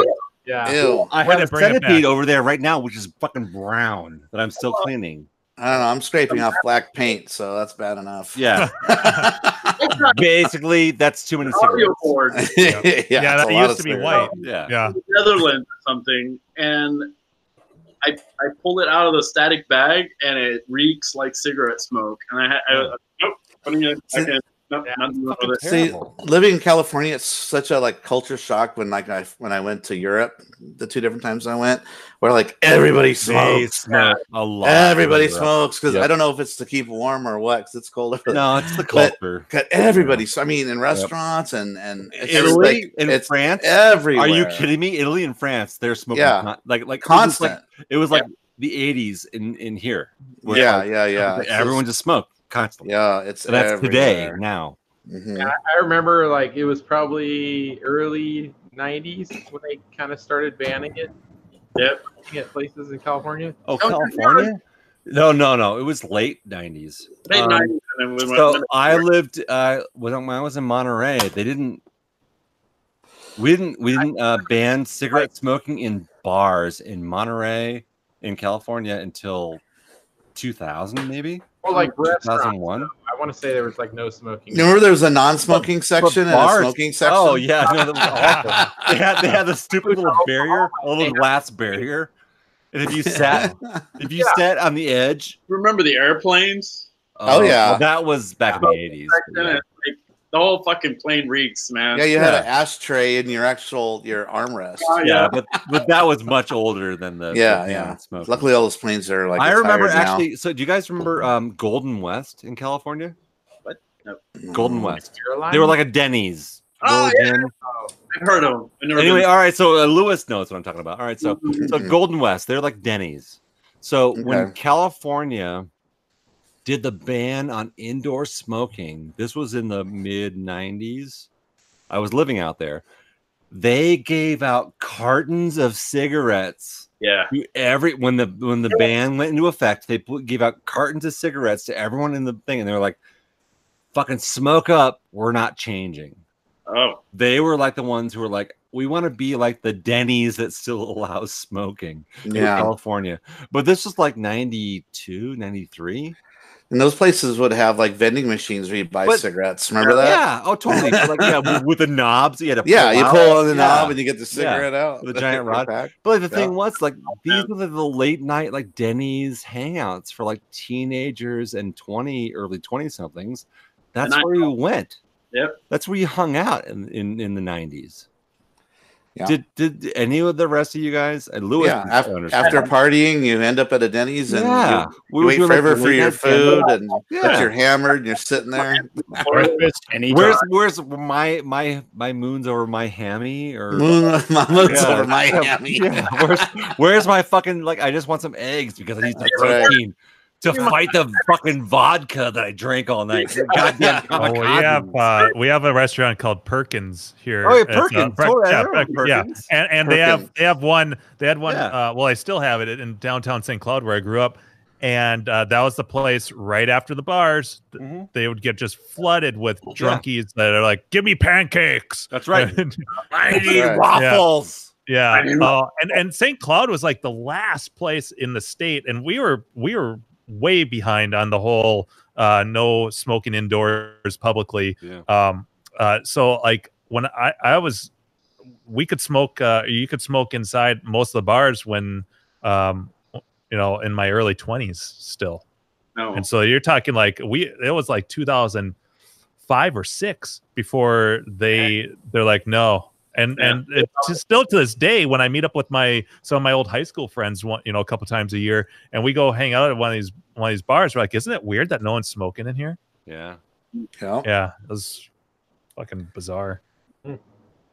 [SPEAKER 11] Yeah.
[SPEAKER 1] Ew.
[SPEAKER 2] I
[SPEAKER 3] Way
[SPEAKER 2] have
[SPEAKER 3] to
[SPEAKER 2] a
[SPEAKER 3] bring it back.
[SPEAKER 2] centipede over there right now, which is fucking brown that I'm still cleaning.
[SPEAKER 1] I don't know. I'm scraping off black paint, so that's bad enough.
[SPEAKER 2] Yeah. Basically, that's too many
[SPEAKER 12] Audio
[SPEAKER 2] cigarettes.
[SPEAKER 12] board. Oh,
[SPEAKER 1] yeah, it's a lot of cigarettes.
[SPEAKER 2] Yeah.
[SPEAKER 3] Yeah.
[SPEAKER 12] the Netherlands or something, and I I pull it out of the static bag, and it reeks like cigarette smoke. And I, ha- I, I nope, putting it. I can't, nope, not doing it with it.
[SPEAKER 1] See, living in California, it's such a like culture shock. When like I when I went to Europe, the two different times I went, where like everybody
[SPEAKER 2] They
[SPEAKER 1] smokes,
[SPEAKER 2] smoke a lot.
[SPEAKER 1] everybody
[SPEAKER 2] in Europe.
[SPEAKER 1] smokes because I
[SPEAKER 2] Yep.
[SPEAKER 1] don't know if it's to keep warm or what. Because it's colder.
[SPEAKER 2] No, it's the
[SPEAKER 1] But-
[SPEAKER 2] culture.
[SPEAKER 1] but everybody. So, I mean, in restaurants and and it's just
[SPEAKER 2] Italy
[SPEAKER 1] like-
[SPEAKER 2] and
[SPEAKER 1] it's
[SPEAKER 2] France.
[SPEAKER 1] everywhere.
[SPEAKER 2] Are you kidding me? Italy and France, they're smoking.
[SPEAKER 1] Yeah.
[SPEAKER 2] con- like like
[SPEAKER 1] Constant.
[SPEAKER 2] It was like, it was like the '80s in in here. where
[SPEAKER 1] Yeah,
[SPEAKER 2] like,
[SPEAKER 1] yeah, yeah. It's
[SPEAKER 2] Everyone
[SPEAKER 1] just-
[SPEAKER 2] just smoked constantly.
[SPEAKER 1] Yeah, it's
[SPEAKER 2] so that's today
[SPEAKER 1] everywhere. Mm-hmm.
[SPEAKER 2] now.
[SPEAKER 11] And I, I remember like it was probably early '90s when they kind of started banning it.
[SPEAKER 12] Yep.
[SPEAKER 11] At places in California.
[SPEAKER 2] Oh, California? No, no, no. It was late '90s.
[SPEAKER 12] Late
[SPEAKER 2] Um,
[SPEAKER 12] 90s, and then we went-
[SPEAKER 2] so I lived. Uh, when I- when I was in Monterey, they didn't. We didn't. We didn't uh, ban cigarette smoking in bars in Monterey, in California, until 2000, maybe.
[SPEAKER 11] Or like restaurants,
[SPEAKER 2] 2001.
[SPEAKER 11] I want to say there was like no smoking.
[SPEAKER 1] You remember there was a non-smoking section and a
[SPEAKER 2] bars-
[SPEAKER 1] smoking section.
[SPEAKER 2] Oh yeah, no, that was awful. they had they had a stupid little barrier, a little glass barrier, and if you sat, if you sat on the edge,
[SPEAKER 12] Remember the airplanes?
[SPEAKER 1] Oh, yeah.
[SPEAKER 2] well, that was back in the eighties.
[SPEAKER 12] Back then, it, like, the whole fucking plane reeks, man.
[SPEAKER 1] Yeah, you had an ashtray in your actual your armrest.
[SPEAKER 12] Oh,
[SPEAKER 2] yeah, but but that was much older than the
[SPEAKER 1] yeah,
[SPEAKER 2] the
[SPEAKER 1] yeah.
[SPEAKER 2] non smoking.
[SPEAKER 1] Luckily, all those planes are like.
[SPEAKER 2] I remember
[SPEAKER 1] retired now. Mm-hmm.
[SPEAKER 2] actually. So, do you guys remember um, Golden West in California?
[SPEAKER 12] What? No.
[SPEAKER 1] Mm.
[SPEAKER 2] Golden West.
[SPEAKER 12] Airline?
[SPEAKER 2] They were like a Denny's.
[SPEAKER 12] Oh,
[SPEAKER 2] rolled
[SPEAKER 12] yeah.
[SPEAKER 2] in.
[SPEAKER 12] I've heard of them. I've never
[SPEAKER 2] Anyway,
[SPEAKER 12] been-
[SPEAKER 2] all right. So uh, Lewis knows what I'm talking about. All right. So so
[SPEAKER 12] Mhm.
[SPEAKER 2] Golden West, they're like Denny's. So when
[SPEAKER 12] Okay.
[SPEAKER 2] California did the ban on indoor smoking, this was in the mid 90s. I was living out there. They gave out cartons of cigarettes.
[SPEAKER 12] Yeah.
[SPEAKER 2] to Every when the when the ban went into effect, they put, gave out cartons of cigarettes to everyone in the thing, and they were like, "Fucking smoke up. We're not changing."
[SPEAKER 12] Oh,
[SPEAKER 2] they were like the ones who were like, we want to be like the Denny's that still allows smoking in
[SPEAKER 1] Yeah.
[SPEAKER 2] California. But this was like 92, 93.
[SPEAKER 1] And those places would have like vending machines where you buy
[SPEAKER 2] But-
[SPEAKER 1] cigarettes. Remember that?
[SPEAKER 2] Yeah. Oh, totally. But, like, yeah, with- with the knobs. You had to
[SPEAKER 1] Yeah, you
[SPEAKER 2] out.
[SPEAKER 1] pull on the knob and you get the cigarette out.
[SPEAKER 2] The giant
[SPEAKER 1] Your
[SPEAKER 2] rod.
[SPEAKER 1] pack.
[SPEAKER 2] But like, the
[SPEAKER 1] Yeah.
[SPEAKER 2] thing was, like, these were the, the late night, like Denny's hangouts for like teenagers and 20, early 20 somethings. That's
[SPEAKER 12] And I-
[SPEAKER 2] where you went.
[SPEAKER 12] Yep.
[SPEAKER 2] That's where you hung out in, in, in the 90s.
[SPEAKER 1] Yeah.
[SPEAKER 2] Did did any of the rest of you guys? And Lewis,
[SPEAKER 1] yeah, af- after partying, you end up at a Denny's and
[SPEAKER 2] Yeah.
[SPEAKER 1] you,
[SPEAKER 2] We
[SPEAKER 1] you
[SPEAKER 2] were
[SPEAKER 1] wait
[SPEAKER 2] doing, like,
[SPEAKER 1] forever
[SPEAKER 2] the
[SPEAKER 1] for
[SPEAKER 2] late
[SPEAKER 1] your
[SPEAKER 2] night dinner.
[SPEAKER 1] food, and
[SPEAKER 2] Yeah.
[SPEAKER 1] but you're hammered and you're sitting there.
[SPEAKER 8] Breakfast anytime.
[SPEAKER 2] Where's where's my my my moons over my hammy or
[SPEAKER 1] Moon- my moons over my
[SPEAKER 2] yeah,
[SPEAKER 1] hammy.
[SPEAKER 2] yeah. Where's where's my fucking like I just want some eggs because I need some
[SPEAKER 1] That's right.
[SPEAKER 2] protein to fight the fucking vodka that I drank all night. Goddamn
[SPEAKER 3] Oh, we
[SPEAKER 2] kamikaze.
[SPEAKER 3] have uh, we have a restaurant called Perkins here.
[SPEAKER 2] Oh, yeah,
[SPEAKER 3] It's, uh,
[SPEAKER 2] Perkins.
[SPEAKER 3] Fre-
[SPEAKER 2] Totally, I
[SPEAKER 3] yeah,
[SPEAKER 2] remember
[SPEAKER 3] Perkins, yeah.
[SPEAKER 2] Perkins.
[SPEAKER 3] and and they have
[SPEAKER 2] Perkins.
[SPEAKER 3] they have one. They had one.
[SPEAKER 2] Yeah.
[SPEAKER 3] Uh, well, I still have it in downtown St. Cloud where I grew up, and uh, that was the place right after the bars. th-
[SPEAKER 2] Mm-hmm.
[SPEAKER 3] They would get just flooded with drunkies that are like, "Give me pancakes."
[SPEAKER 2] That's
[SPEAKER 3] right.
[SPEAKER 2] I need
[SPEAKER 3] Yeah.
[SPEAKER 2] waffles.
[SPEAKER 3] Yeah.
[SPEAKER 2] I mean-
[SPEAKER 3] Oh, and and St. Cloud was like the last place in the state, and we were we were way behind on the whole uh, no smoking indoors publicly.
[SPEAKER 2] Yeah.
[SPEAKER 3] Um. Uh. So like when I I was we could smoke uh you could smoke inside most of the bars when um you know in my early 20s still
[SPEAKER 12] No.
[SPEAKER 3] and so you're talking like we it was like 2005 or 6 before they they're like no and and it, to, still to this day when i meet up with my some of my old high school friends one you know a couple times a year and we go hang out at one of these one of these bars we're like isn't it weird that no one's smoking in here
[SPEAKER 2] Yeah.
[SPEAKER 3] yeah it was fucking bizarre Hmm.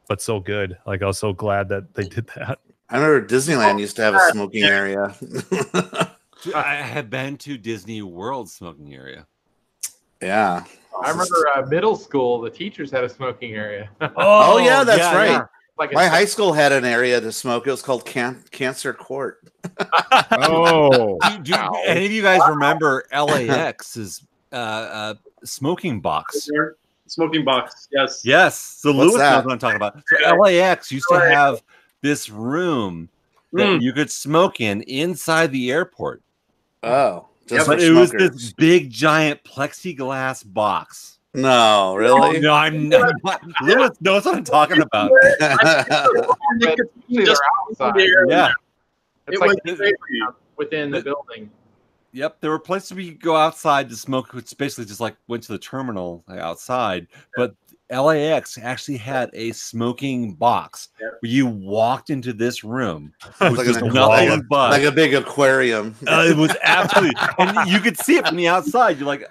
[SPEAKER 3] but so good like i was so glad that they did that
[SPEAKER 1] I remember
[SPEAKER 12] Oh,
[SPEAKER 1] Disneyland used to have a smoking area.
[SPEAKER 2] Dude, I have been to Disney World smoking area.
[SPEAKER 1] Yeah.
[SPEAKER 11] I remember uh, middle school. The teachers had a smoking area.
[SPEAKER 1] Oh, yeah, that's right.
[SPEAKER 11] Like a
[SPEAKER 1] My high school had an area to smoke. It was called Can- Cancer Court.
[SPEAKER 8] oh.
[SPEAKER 2] Do, do any of you guys remember LAX's uh, uh, smoking box?
[SPEAKER 12] smoking box. Yes.
[SPEAKER 2] Yes. So
[SPEAKER 12] What's
[SPEAKER 2] Lewis
[SPEAKER 12] that?
[SPEAKER 2] knows what I'm talking about. Uh, So LAX used to have this room that
[SPEAKER 12] Mm.
[SPEAKER 2] you could smoke in inside the airport.
[SPEAKER 1] Oh.
[SPEAKER 2] Yeah, but it was this big giant plexiglass box.
[SPEAKER 1] No,
[SPEAKER 2] really? no, I'm not. Lewis knows what I'm talking about.
[SPEAKER 11] They're outside.
[SPEAKER 2] yeah.
[SPEAKER 11] It's
[SPEAKER 2] It
[SPEAKER 11] like
[SPEAKER 2] was
[SPEAKER 11] within the building.
[SPEAKER 2] Yep, there were places we could go outside to smoke, which basically just like went to the terminal like, outside. But LAX actually had a smoking box
[SPEAKER 11] Yeah.
[SPEAKER 2] where you walked into this room, it was
[SPEAKER 1] like
[SPEAKER 2] just
[SPEAKER 1] an aquarium-
[SPEAKER 2] nothing but
[SPEAKER 1] like a big aquarium.
[SPEAKER 2] Uh, it was absolutely, and you could see it from the outside. You're like,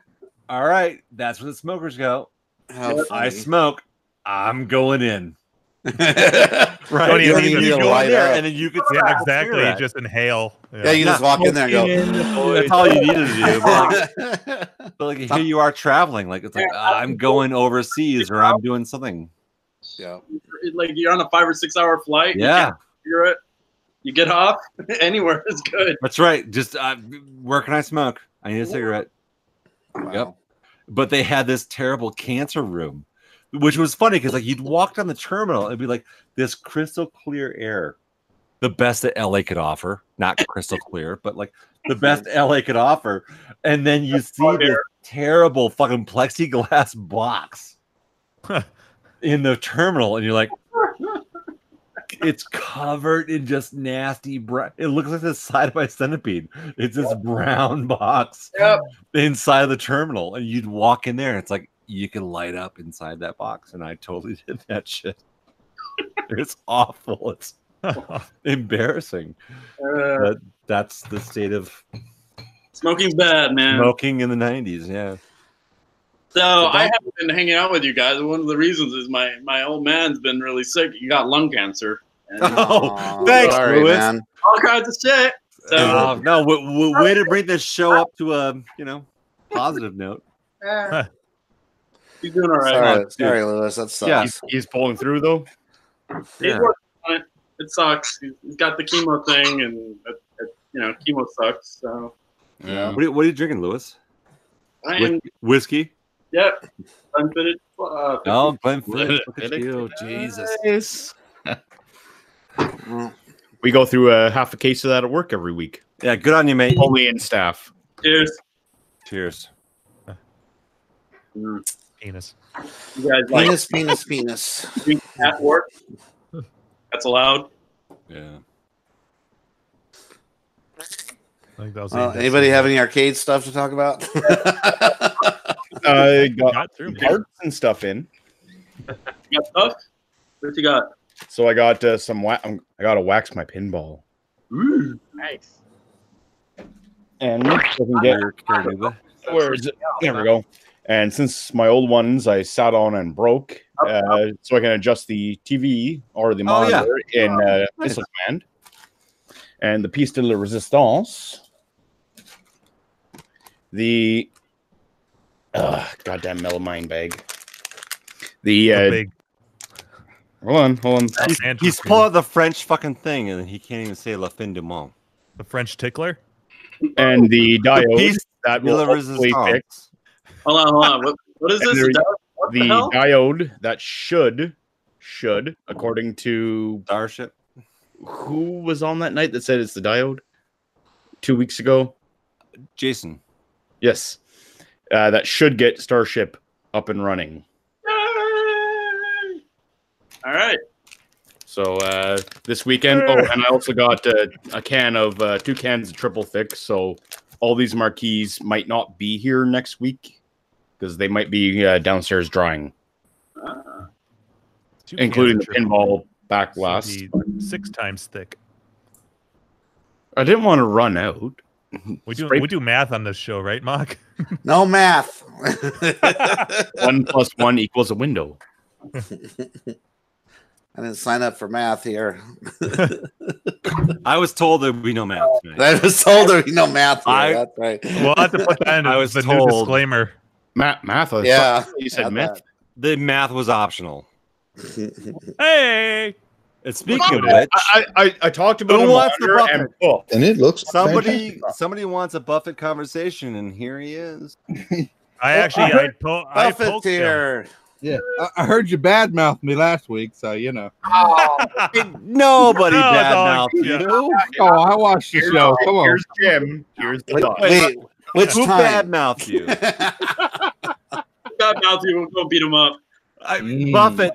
[SPEAKER 2] all right, that's where the smokers go.
[SPEAKER 1] How
[SPEAKER 2] Yep, I
[SPEAKER 1] funny.
[SPEAKER 2] smoke, I'm going in.
[SPEAKER 1] Right.
[SPEAKER 2] Right,
[SPEAKER 1] You don't
[SPEAKER 2] and
[SPEAKER 1] even
[SPEAKER 2] you
[SPEAKER 1] need to
[SPEAKER 2] go
[SPEAKER 1] light
[SPEAKER 2] in there,
[SPEAKER 1] up.
[SPEAKER 2] and then you could
[SPEAKER 3] Yeah,
[SPEAKER 2] smoke
[SPEAKER 3] exactly. You
[SPEAKER 2] cigarettes.
[SPEAKER 3] just inhale.
[SPEAKER 1] Yeah, you just walk in there and go,
[SPEAKER 2] Well, that's all you need to do. But like, but like, here you are traveling. Like it's like "Ah, I'm going overseas or I'm doing something.
[SPEAKER 1] Yeah.
[SPEAKER 12] It- like you're on a five or six hour flight. you
[SPEAKER 2] Yeah.
[SPEAKER 12] can't figure it. You get off anywhere is good.
[SPEAKER 2] That's right. Just uh, where can I smoke? I need a cigarette. Yep. But they had this terrible cancer room, which was funny because like you'd walk down the terminal and be like this crystal clear air, the best that LA could offer. Not crystal clear, but like the best LA could offer. And then you see this terrible fucking plexiglass box in the terminal, and you're like, it's covered in just nasty brown. It looks like the side of my centipede. It's this brown box inside of the terminal, and you'd walk in there, and it's like you can light up inside that box. And I totally did that shit. it's awful. It's embarrassing.
[SPEAKER 12] Uh.
[SPEAKER 2] but that's the state of
[SPEAKER 12] Smoking's bad, man.
[SPEAKER 2] smoking in the '90s. Yeah.
[SPEAKER 12] So I haven't been hanging out with you guys. One of the reasons is my my old man's been really sick. He got lung cancer. And uh,
[SPEAKER 2] Oh, thanks,
[SPEAKER 1] sorry,
[SPEAKER 2] Lewis.
[SPEAKER 1] man.
[SPEAKER 12] All kinds of shit. So
[SPEAKER 2] Oh, no, w- w- way to bring this show up to a you know positive note.
[SPEAKER 12] eh, he's doing all right.
[SPEAKER 1] Sorry,
[SPEAKER 12] Well,
[SPEAKER 1] sorry, Lewis. That sucks.
[SPEAKER 12] Yeah.
[SPEAKER 8] He's, he's pulling through though.
[SPEAKER 12] He's working on it. It sucks. He's- He's got the chemo thing, and uh, uh, you know, chemo sucks. So
[SPEAKER 2] What, are, you- what are you drinking, Lewis?
[SPEAKER 12] I
[SPEAKER 2] Whis-
[SPEAKER 12] am.
[SPEAKER 2] whiskey.
[SPEAKER 12] Yep. Unfitted. Uh,
[SPEAKER 2] Oh, Glenfiddich. Look at you, Jesus. Mm.
[SPEAKER 8] We go through a half a case of that at work every week.
[SPEAKER 2] Yeah, good on you, mate.
[SPEAKER 8] Only in staff.
[SPEAKER 12] Cheers.
[SPEAKER 2] Cheers.
[SPEAKER 12] Mm.
[SPEAKER 3] Penis.
[SPEAKER 12] You guys like
[SPEAKER 1] Penis, penis, penis.
[SPEAKER 12] drink at work? That's allowed.
[SPEAKER 2] Yeah.
[SPEAKER 3] I think that was
[SPEAKER 1] Well, anybody have any arcade stuff to talk about?
[SPEAKER 8] I got, parts and stuff in.
[SPEAKER 12] You got stuff? What you got?
[SPEAKER 8] So I got uh, some. Wa- um, I got to wax my pinball.
[SPEAKER 11] Nice.
[SPEAKER 8] And doesn't get where is it? There we go. And since my old ones I sat on and broke, uh, so I can adjust the TV or the
[SPEAKER 2] Oh, yeah.
[SPEAKER 8] monitor in uh,
[SPEAKER 2] Nice.
[SPEAKER 8] missile command. And the piece de la resistance. The uh, goddamn melamine bag. The, uh,
[SPEAKER 3] big-
[SPEAKER 8] Hold on, hold on.
[SPEAKER 2] He's, he's pulling out the French fucking thing, and he can't even say La Fin du Monde.
[SPEAKER 3] The French tickler.
[SPEAKER 8] and the diode
[SPEAKER 2] piece
[SPEAKER 8] that
[SPEAKER 2] de
[SPEAKER 8] will
[SPEAKER 2] la
[SPEAKER 8] hopefully
[SPEAKER 2] resistance.
[SPEAKER 8] fix.
[SPEAKER 12] Hold on, hold on. What, what is
[SPEAKER 8] And
[SPEAKER 12] this?
[SPEAKER 8] there-
[SPEAKER 12] That- what
[SPEAKER 8] the,
[SPEAKER 12] the hell?
[SPEAKER 8] diode that should should according to
[SPEAKER 2] starship
[SPEAKER 8] who was on that night that said it's the diode two weeks ago
[SPEAKER 2] jason
[SPEAKER 8] yes uh, that should get starship up and running
[SPEAKER 12] All right.
[SPEAKER 8] so uh, this weekend oh and i also got uh, a can of uh, two cans of triple thick so all these marquees might not be here next week because they might be uh, downstairs drying
[SPEAKER 1] Uh,
[SPEAKER 8] including the pinball back last
[SPEAKER 3] Six times thick.
[SPEAKER 8] I didn't want to run out.
[SPEAKER 3] We do
[SPEAKER 8] Spray-
[SPEAKER 3] we do math on this show, right, Mock?
[SPEAKER 1] no math.
[SPEAKER 8] one plus one equals a window.
[SPEAKER 1] I didn't sign up for math here.
[SPEAKER 2] I was told there would be no math. Tonight.
[SPEAKER 1] I was told there would be no math. Here.
[SPEAKER 2] I-
[SPEAKER 1] That's right.
[SPEAKER 3] We'll have to put that in
[SPEAKER 2] I was
[SPEAKER 3] the
[SPEAKER 2] told-
[SPEAKER 3] new disclaimer.
[SPEAKER 8] Math, math. I
[SPEAKER 1] Yeah,
[SPEAKER 8] thought you said
[SPEAKER 1] add
[SPEAKER 8] math.
[SPEAKER 1] that.
[SPEAKER 2] The math was optional.
[SPEAKER 3] Hey,
[SPEAKER 2] And speaking of
[SPEAKER 8] I,
[SPEAKER 2] which,
[SPEAKER 8] I, I, I talked about
[SPEAKER 2] Who
[SPEAKER 8] a
[SPEAKER 2] wants the
[SPEAKER 8] monitor
[SPEAKER 2] bucket?
[SPEAKER 8] and book.
[SPEAKER 14] And it looks
[SPEAKER 2] somebody somebody wants a Buffett conversation, and here he is.
[SPEAKER 3] I actually I, po- I
[SPEAKER 14] Buffett's
[SPEAKER 3] poked
[SPEAKER 14] here. Yeah, I, I heard you badmouth me last week, so you know.
[SPEAKER 2] Nobody
[SPEAKER 14] No,
[SPEAKER 2] bad
[SPEAKER 14] dog,
[SPEAKER 2] mouth.
[SPEAKER 14] yeah.
[SPEAKER 2] You.
[SPEAKER 14] Oh, I watched the show. Come on.
[SPEAKER 8] Here's Jim. Here's the
[SPEAKER 14] Wait,
[SPEAKER 8] dog.
[SPEAKER 14] wait,
[SPEAKER 1] Which
[SPEAKER 12] Who
[SPEAKER 1] time?
[SPEAKER 2] badmouth you?
[SPEAKER 12] God, Matthew, we'll go beat him up.
[SPEAKER 2] I, Buffett,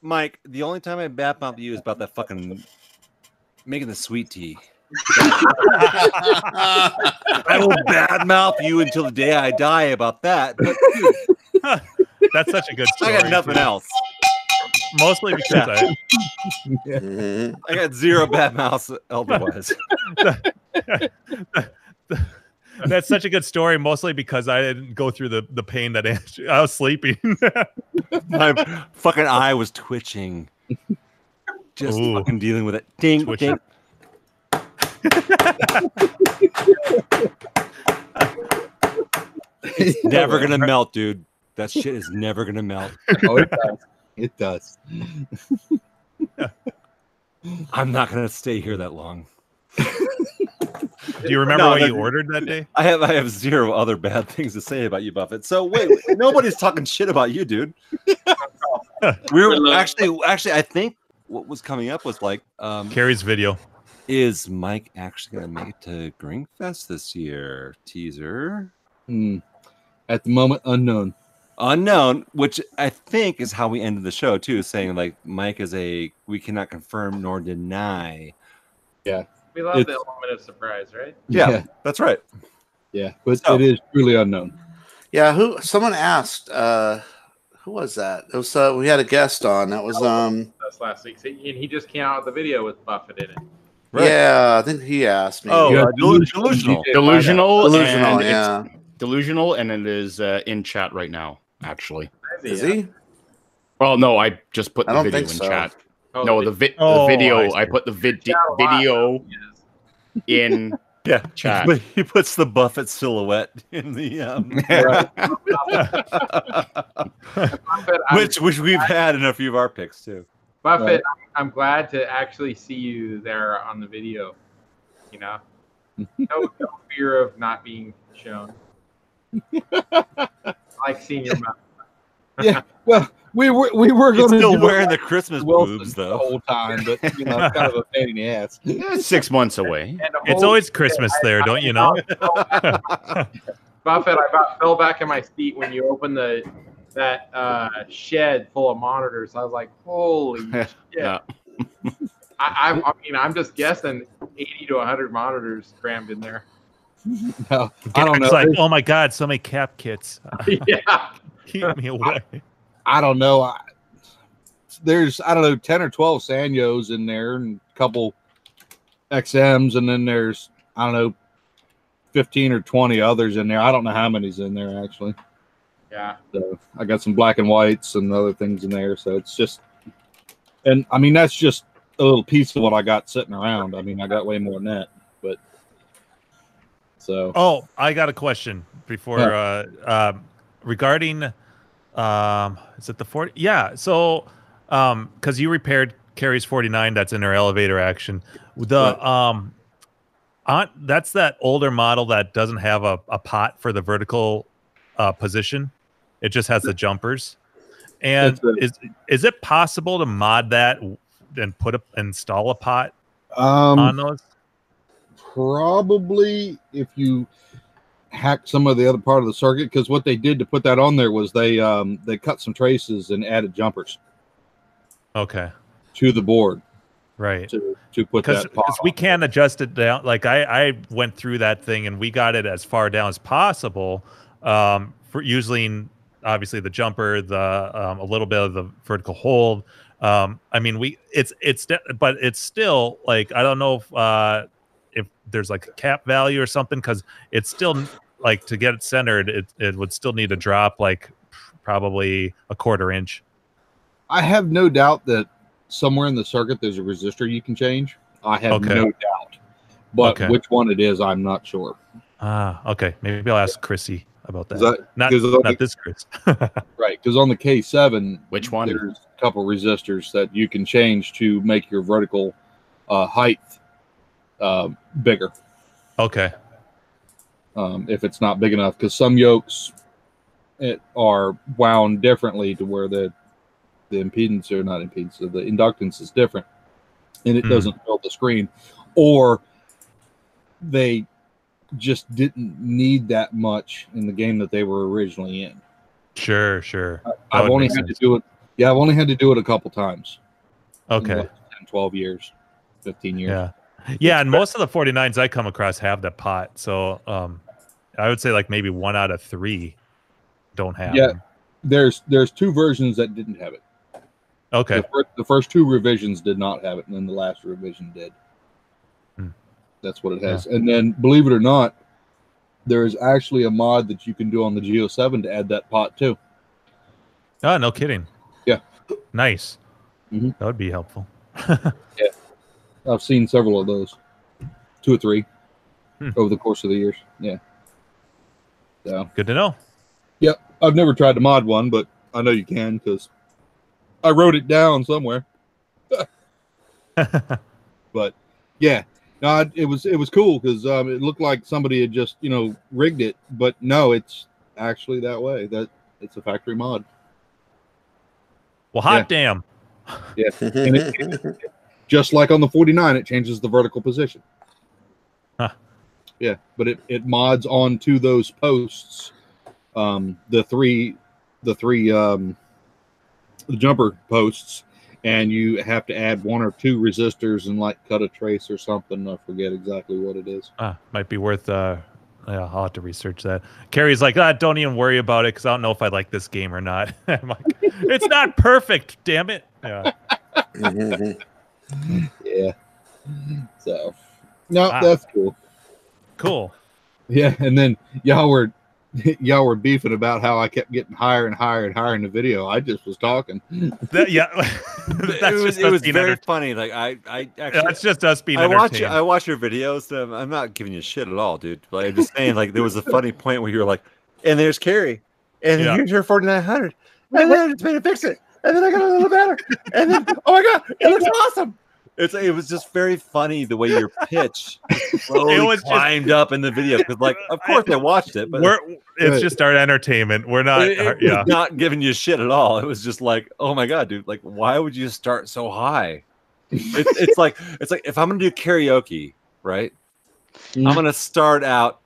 [SPEAKER 2] Mike, the only time I badmouth you is about that fucking making the sweet tea. I will badmouth you until the day I die about that. But
[SPEAKER 3] that's such a good story.
[SPEAKER 2] I got nothing
[SPEAKER 3] too.
[SPEAKER 2] else.
[SPEAKER 3] Mostly because I,
[SPEAKER 2] I got zero bad mouths otherwise.
[SPEAKER 3] that's such a good story. Mostly because I didn't go through the, the pain that Andrew, I was sleeping.
[SPEAKER 2] My fucking eye was twitching. Just
[SPEAKER 3] Ooh.
[SPEAKER 2] fucking dealing with it. Ding,
[SPEAKER 3] Twitching.
[SPEAKER 2] ding. It's never gonna melt, dude. That shit is never gonna melt.
[SPEAKER 14] Oh, it does. It does.
[SPEAKER 2] I'm not gonna stay here that long.
[SPEAKER 3] Do you remember
[SPEAKER 2] No,
[SPEAKER 3] what
[SPEAKER 2] that-
[SPEAKER 3] you ordered that day?
[SPEAKER 2] I have I have zero other bad things to say about you, Buffett. So wait, wait, nobody's talking shit about you, dude. we were actually actually I think what was coming up was like um
[SPEAKER 3] Carrie's video.
[SPEAKER 2] Is Mike actually gonna make it to Greenfest this year? Teaser.
[SPEAKER 14] Hmm. At the moment, unknown.
[SPEAKER 2] Unknown, which I think is how we ended the show too, saying like Mike is a we cannot confirm nor deny.
[SPEAKER 14] Yeah.
[SPEAKER 11] We love the element of surprise, right?
[SPEAKER 2] Yeah, that's right.
[SPEAKER 14] Yeah, but it is truly unknown.
[SPEAKER 1] Yeah, who someone asked uh who was that? It was uh, we had a guest on. That was um
[SPEAKER 11] That's last week, So- and he just came out with a video with Buffett in it.
[SPEAKER 1] yeah, I think he asked me.
[SPEAKER 11] Oh,
[SPEAKER 1] Yeah.
[SPEAKER 11] uh, delu- delusional.
[SPEAKER 8] Delusional.
[SPEAKER 1] Delusional,
[SPEAKER 8] and
[SPEAKER 1] yeah.
[SPEAKER 8] It's delusional, and it is uh, in chat right now, actually.
[SPEAKER 1] Is he?
[SPEAKER 8] Well, no, I just put
[SPEAKER 1] I
[SPEAKER 8] the
[SPEAKER 1] don't
[SPEAKER 8] video in
[SPEAKER 1] think so.
[SPEAKER 8] chat.
[SPEAKER 1] Oh,
[SPEAKER 8] no,
[SPEAKER 1] the
[SPEAKER 8] the, vi-
[SPEAKER 1] Oh,
[SPEAKER 8] the
[SPEAKER 1] I
[SPEAKER 8] video.
[SPEAKER 1] see.
[SPEAKER 8] I, put the vid-
[SPEAKER 1] Chat a lot,
[SPEAKER 8] video in
[SPEAKER 2] yeah
[SPEAKER 8] chat.
[SPEAKER 2] But he puts the Buffett silhouette in the um, which which we've had in a few of our picks too.
[SPEAKER 11] Buffett, I'm glad to actually see you there on the video. You know, no, no fear of not being shown. I like seeing your mouth.
[SPEAKER 14] Yeah. Well, we were we were
[SPEAKER 11] He's
[SPEAKER 14] going to
[SPEAKER 11] still wearing the
[SPEAKER 2] Christmas
[SPEAKER 14] boobs though the whole time, but you know, it's kind of a pain in the ass.
[SPEAKER 8] six months away.
[SPEAKER 3] It's always Christmas there, don't you know?
[SPEAKER 11] Buffett, I about fell back in my seat when you opened the that uh, shed full of monitors. I was like, holy shit.
[SPEAKER 8] Yeah.
[SPEAKER 11] I, I, I mean, I'm just guessing 80 to 100 monitors crammed in there.
[SPEAKER 14] No, I don't know.
[SPEAKER 3] It's like, oh my god, so many cap kits.
[SPEAKER 11] yeah.
[SPEAKER 3] Keep me away.
[SPEAKER 14] I don't know. I, there's I don't know ten or twelve Sanyos in there and a couple XMs, and then there's I don't know fifteen or twenty others in there. I don't know how many's in there actually.
[SPEAKER 11] Yeah.
[SPEAKER 14] So I got some black and whites and other things in there. So it's just, and I mean that's just a little piece of what I got sitting around. I mean I got way more than that, but so
[SPEAKER 3] Oh, I got a question before uh, um, regarding um, is it the 40? Yeah, so um, because you repaired Carrie's 49 that's in her elevator action, the um, on that's that older model that doesn't have a, a pot for the vertical uh, position, it just has the jumpers. And is is it possible to mod that and put a install a pot
[SPEAKER 14] um,
[SPEAKER 3] on those?
[SPEAKER 14] probably if you hack some of the other part of the circuit because what they did to put that on there was they um they cut some traces and added jumpers
[SPEAKER 3] Okay.
[SPEAKER 14] to the board
[SPEAKER 3] right
[SPEAKER 14] to, to put
[SPEAKER 3] because
[SPEAKER 14] that pop-
[SPEAKER 3] we can adjust it down like i i went through that thing and we got it as far down as possible um for using obviously the jumper the um, a little bit of the vertical hold um i mean we it's it's de- but it's still like i don't know if uh if there's like a cap value or something because it's still like to get it centered it, it would still need to drop like probably a quarter inch
[SPEAKER 14] i have no doubt that somewhere in the circuit there's a resistor you can change i have
[SPEAKER 3] Okay.
[SPEAKER 14] no doubt but
[SPEAKER 3] Okay.
[SPEAKER 14] which one it is i'm not sure
[SPEAKER 3] ah okay maybe i'll ask chrissy about that,
[SPEAKER 14] Is that-
[SPEAKER 3] not,
[SPEAKER 14] is that-
[SPEAKER 3] not this chris
[SPEAKER 14] right because on the k7
[SPEAKER 8] which one
[SPEAKER 14] there's a couple resistors that you can change to make your vertical uh, height uh, bigger
[SPEAKER 3] okay
[SPEAKER 14] um, if it's not big enough because some yokes it, are wound differently to where the the impedance or not impedance the inductance is different and it
[SPEAKER 3] Mhm.
[SPEAKER 14] doesn't fill the screen or they just didn't need that much in the game that they were originally in.
[SPEAKER 3] Sure, sure. That
[SPEAKER 14] I've
[SPEAKER 3] would
[SPEAKER 14] only
[SPEAKER 3] make
[SPEAKER 14] had
[SPEAKER 3] sense.
[SPEAKER 14] to do it. Yeah, I've only had to do it a couple times. in the
[SPEAKER 3] Okay.
[SPEAKER 14] last 10, 12 years, 15 years.
[SPEAKER 3] Yeah. Yeah, and most of the 49s I come across have that pot. So um I would say like maybe one out of three don't have
[SPEAKER 14] Yeah.
[SPEAKER 3] them.
[SPEAKER 14] There's there's two versions that didn't have it.
[SPEAKER 3] Okay.
[SPEAKER 14] The first, the first two revisions did not have it, and then the last revision did.
[SPEAKER 3] Hmm.
[SPEAKER 14] That's what it
[SPEAKER 3] Yeah.
[SPEAKER 14] has. And then, believe it or not, there is actually a mod that you can do on the Geo Seven to add that pot too.
[SPEAKER 3] Oh, no kidding.
[SPEAKER 14] Yeah. Mm-hmm.
[SPEAKER 3] Nice. That would be helpful.
[SPEAKER 14] Yeah. I've seen several of those, two or three,
[SPEAKER 3] Hmm.
[SPEAKER 14] over the course of the years. Yeah. So
[SPEAKER 3] good to know.
[SPEAKER 14] Yep, I've never tried to mod one, but I know you can because I wrote it down somewhere. but yeah, no, I- it was it was cool because um, it looked like somebody had just you know rigged it, but no, it's actually that way. That it's a factory mod.
[SPEAKER 3] Well, hot damn.
[SPEAKER 14] Yeah. And it- just like on the 49, it changes the vertical position.
[SPEAKER 3] Huh.
[SPEAKER 14] Yeah, but it, it mods onto those posts um, the three the three um, the jumper posts, and you have to add one or two resistors and like cut a trace or something. I forget exactly what it is.
[SPEAKER 3] Ah, might be worth uh yeah, I'll have to research that. Carrie's like, ah, don't even worry about it because I don't know if I like this game or not. I'm like, it's not perfect, damn it. Yeah.
[SPEAKER 14] yeah. So no,
[SPEAKER 3] Wow.
[SPEAKER 14] that's cool.
[SPEAKER 3] Ah. Cool.
[SPEAKER 14] Yeah, and then y'all were y'all were beefing about how I kept getting higher and higher and higher in the video. I just was talking.
[SPEAKER 3] That, yeah,
[SPEAKER 2] it was,
[SPEAKER 3] just
[SPEAKER 2] it
[SPEAKER 3] us
[SPEAKER 2] was
[SPEAKER 3] being
[SPEAKER 2] very
[SPEAKER 3] enter-
[SPEAKER 2] funny. Like I, I actually,
[SPEAKER 3] that's just us being
[SPEAKER 2] I watch,
[SPEAKER 3] entertained.
[SPEAKER 2] I watch your videos. Um, I'm not giving you shit at all, dude. Like I'm just saying, like there was a funny point where you were like, and there's Carrie, and
[SPEAKER 3] Yeah.
[SPEAKER 2] here's her 4900, and then I just made it fix it, and then I got a little better, and then oh my god, it looks awesome. It's it was just very funny the way your pitch slowly
[SPEAKER 3] was just-
[SPEAKER 2] climbed up in the video because like of course I watched it, but
[SPEAKER 3] We're, it's just our entertainment. We're not, uh,
[SPEAKER 2] it- it was
[SPEAKER 3] yeah.
[SPEAKER 2] not giving you shit at all. It was just like, oh my god, dude, like why would you start so high? It's, it's like it's like if I'm gonna do karaoke, right? I'm gonna start out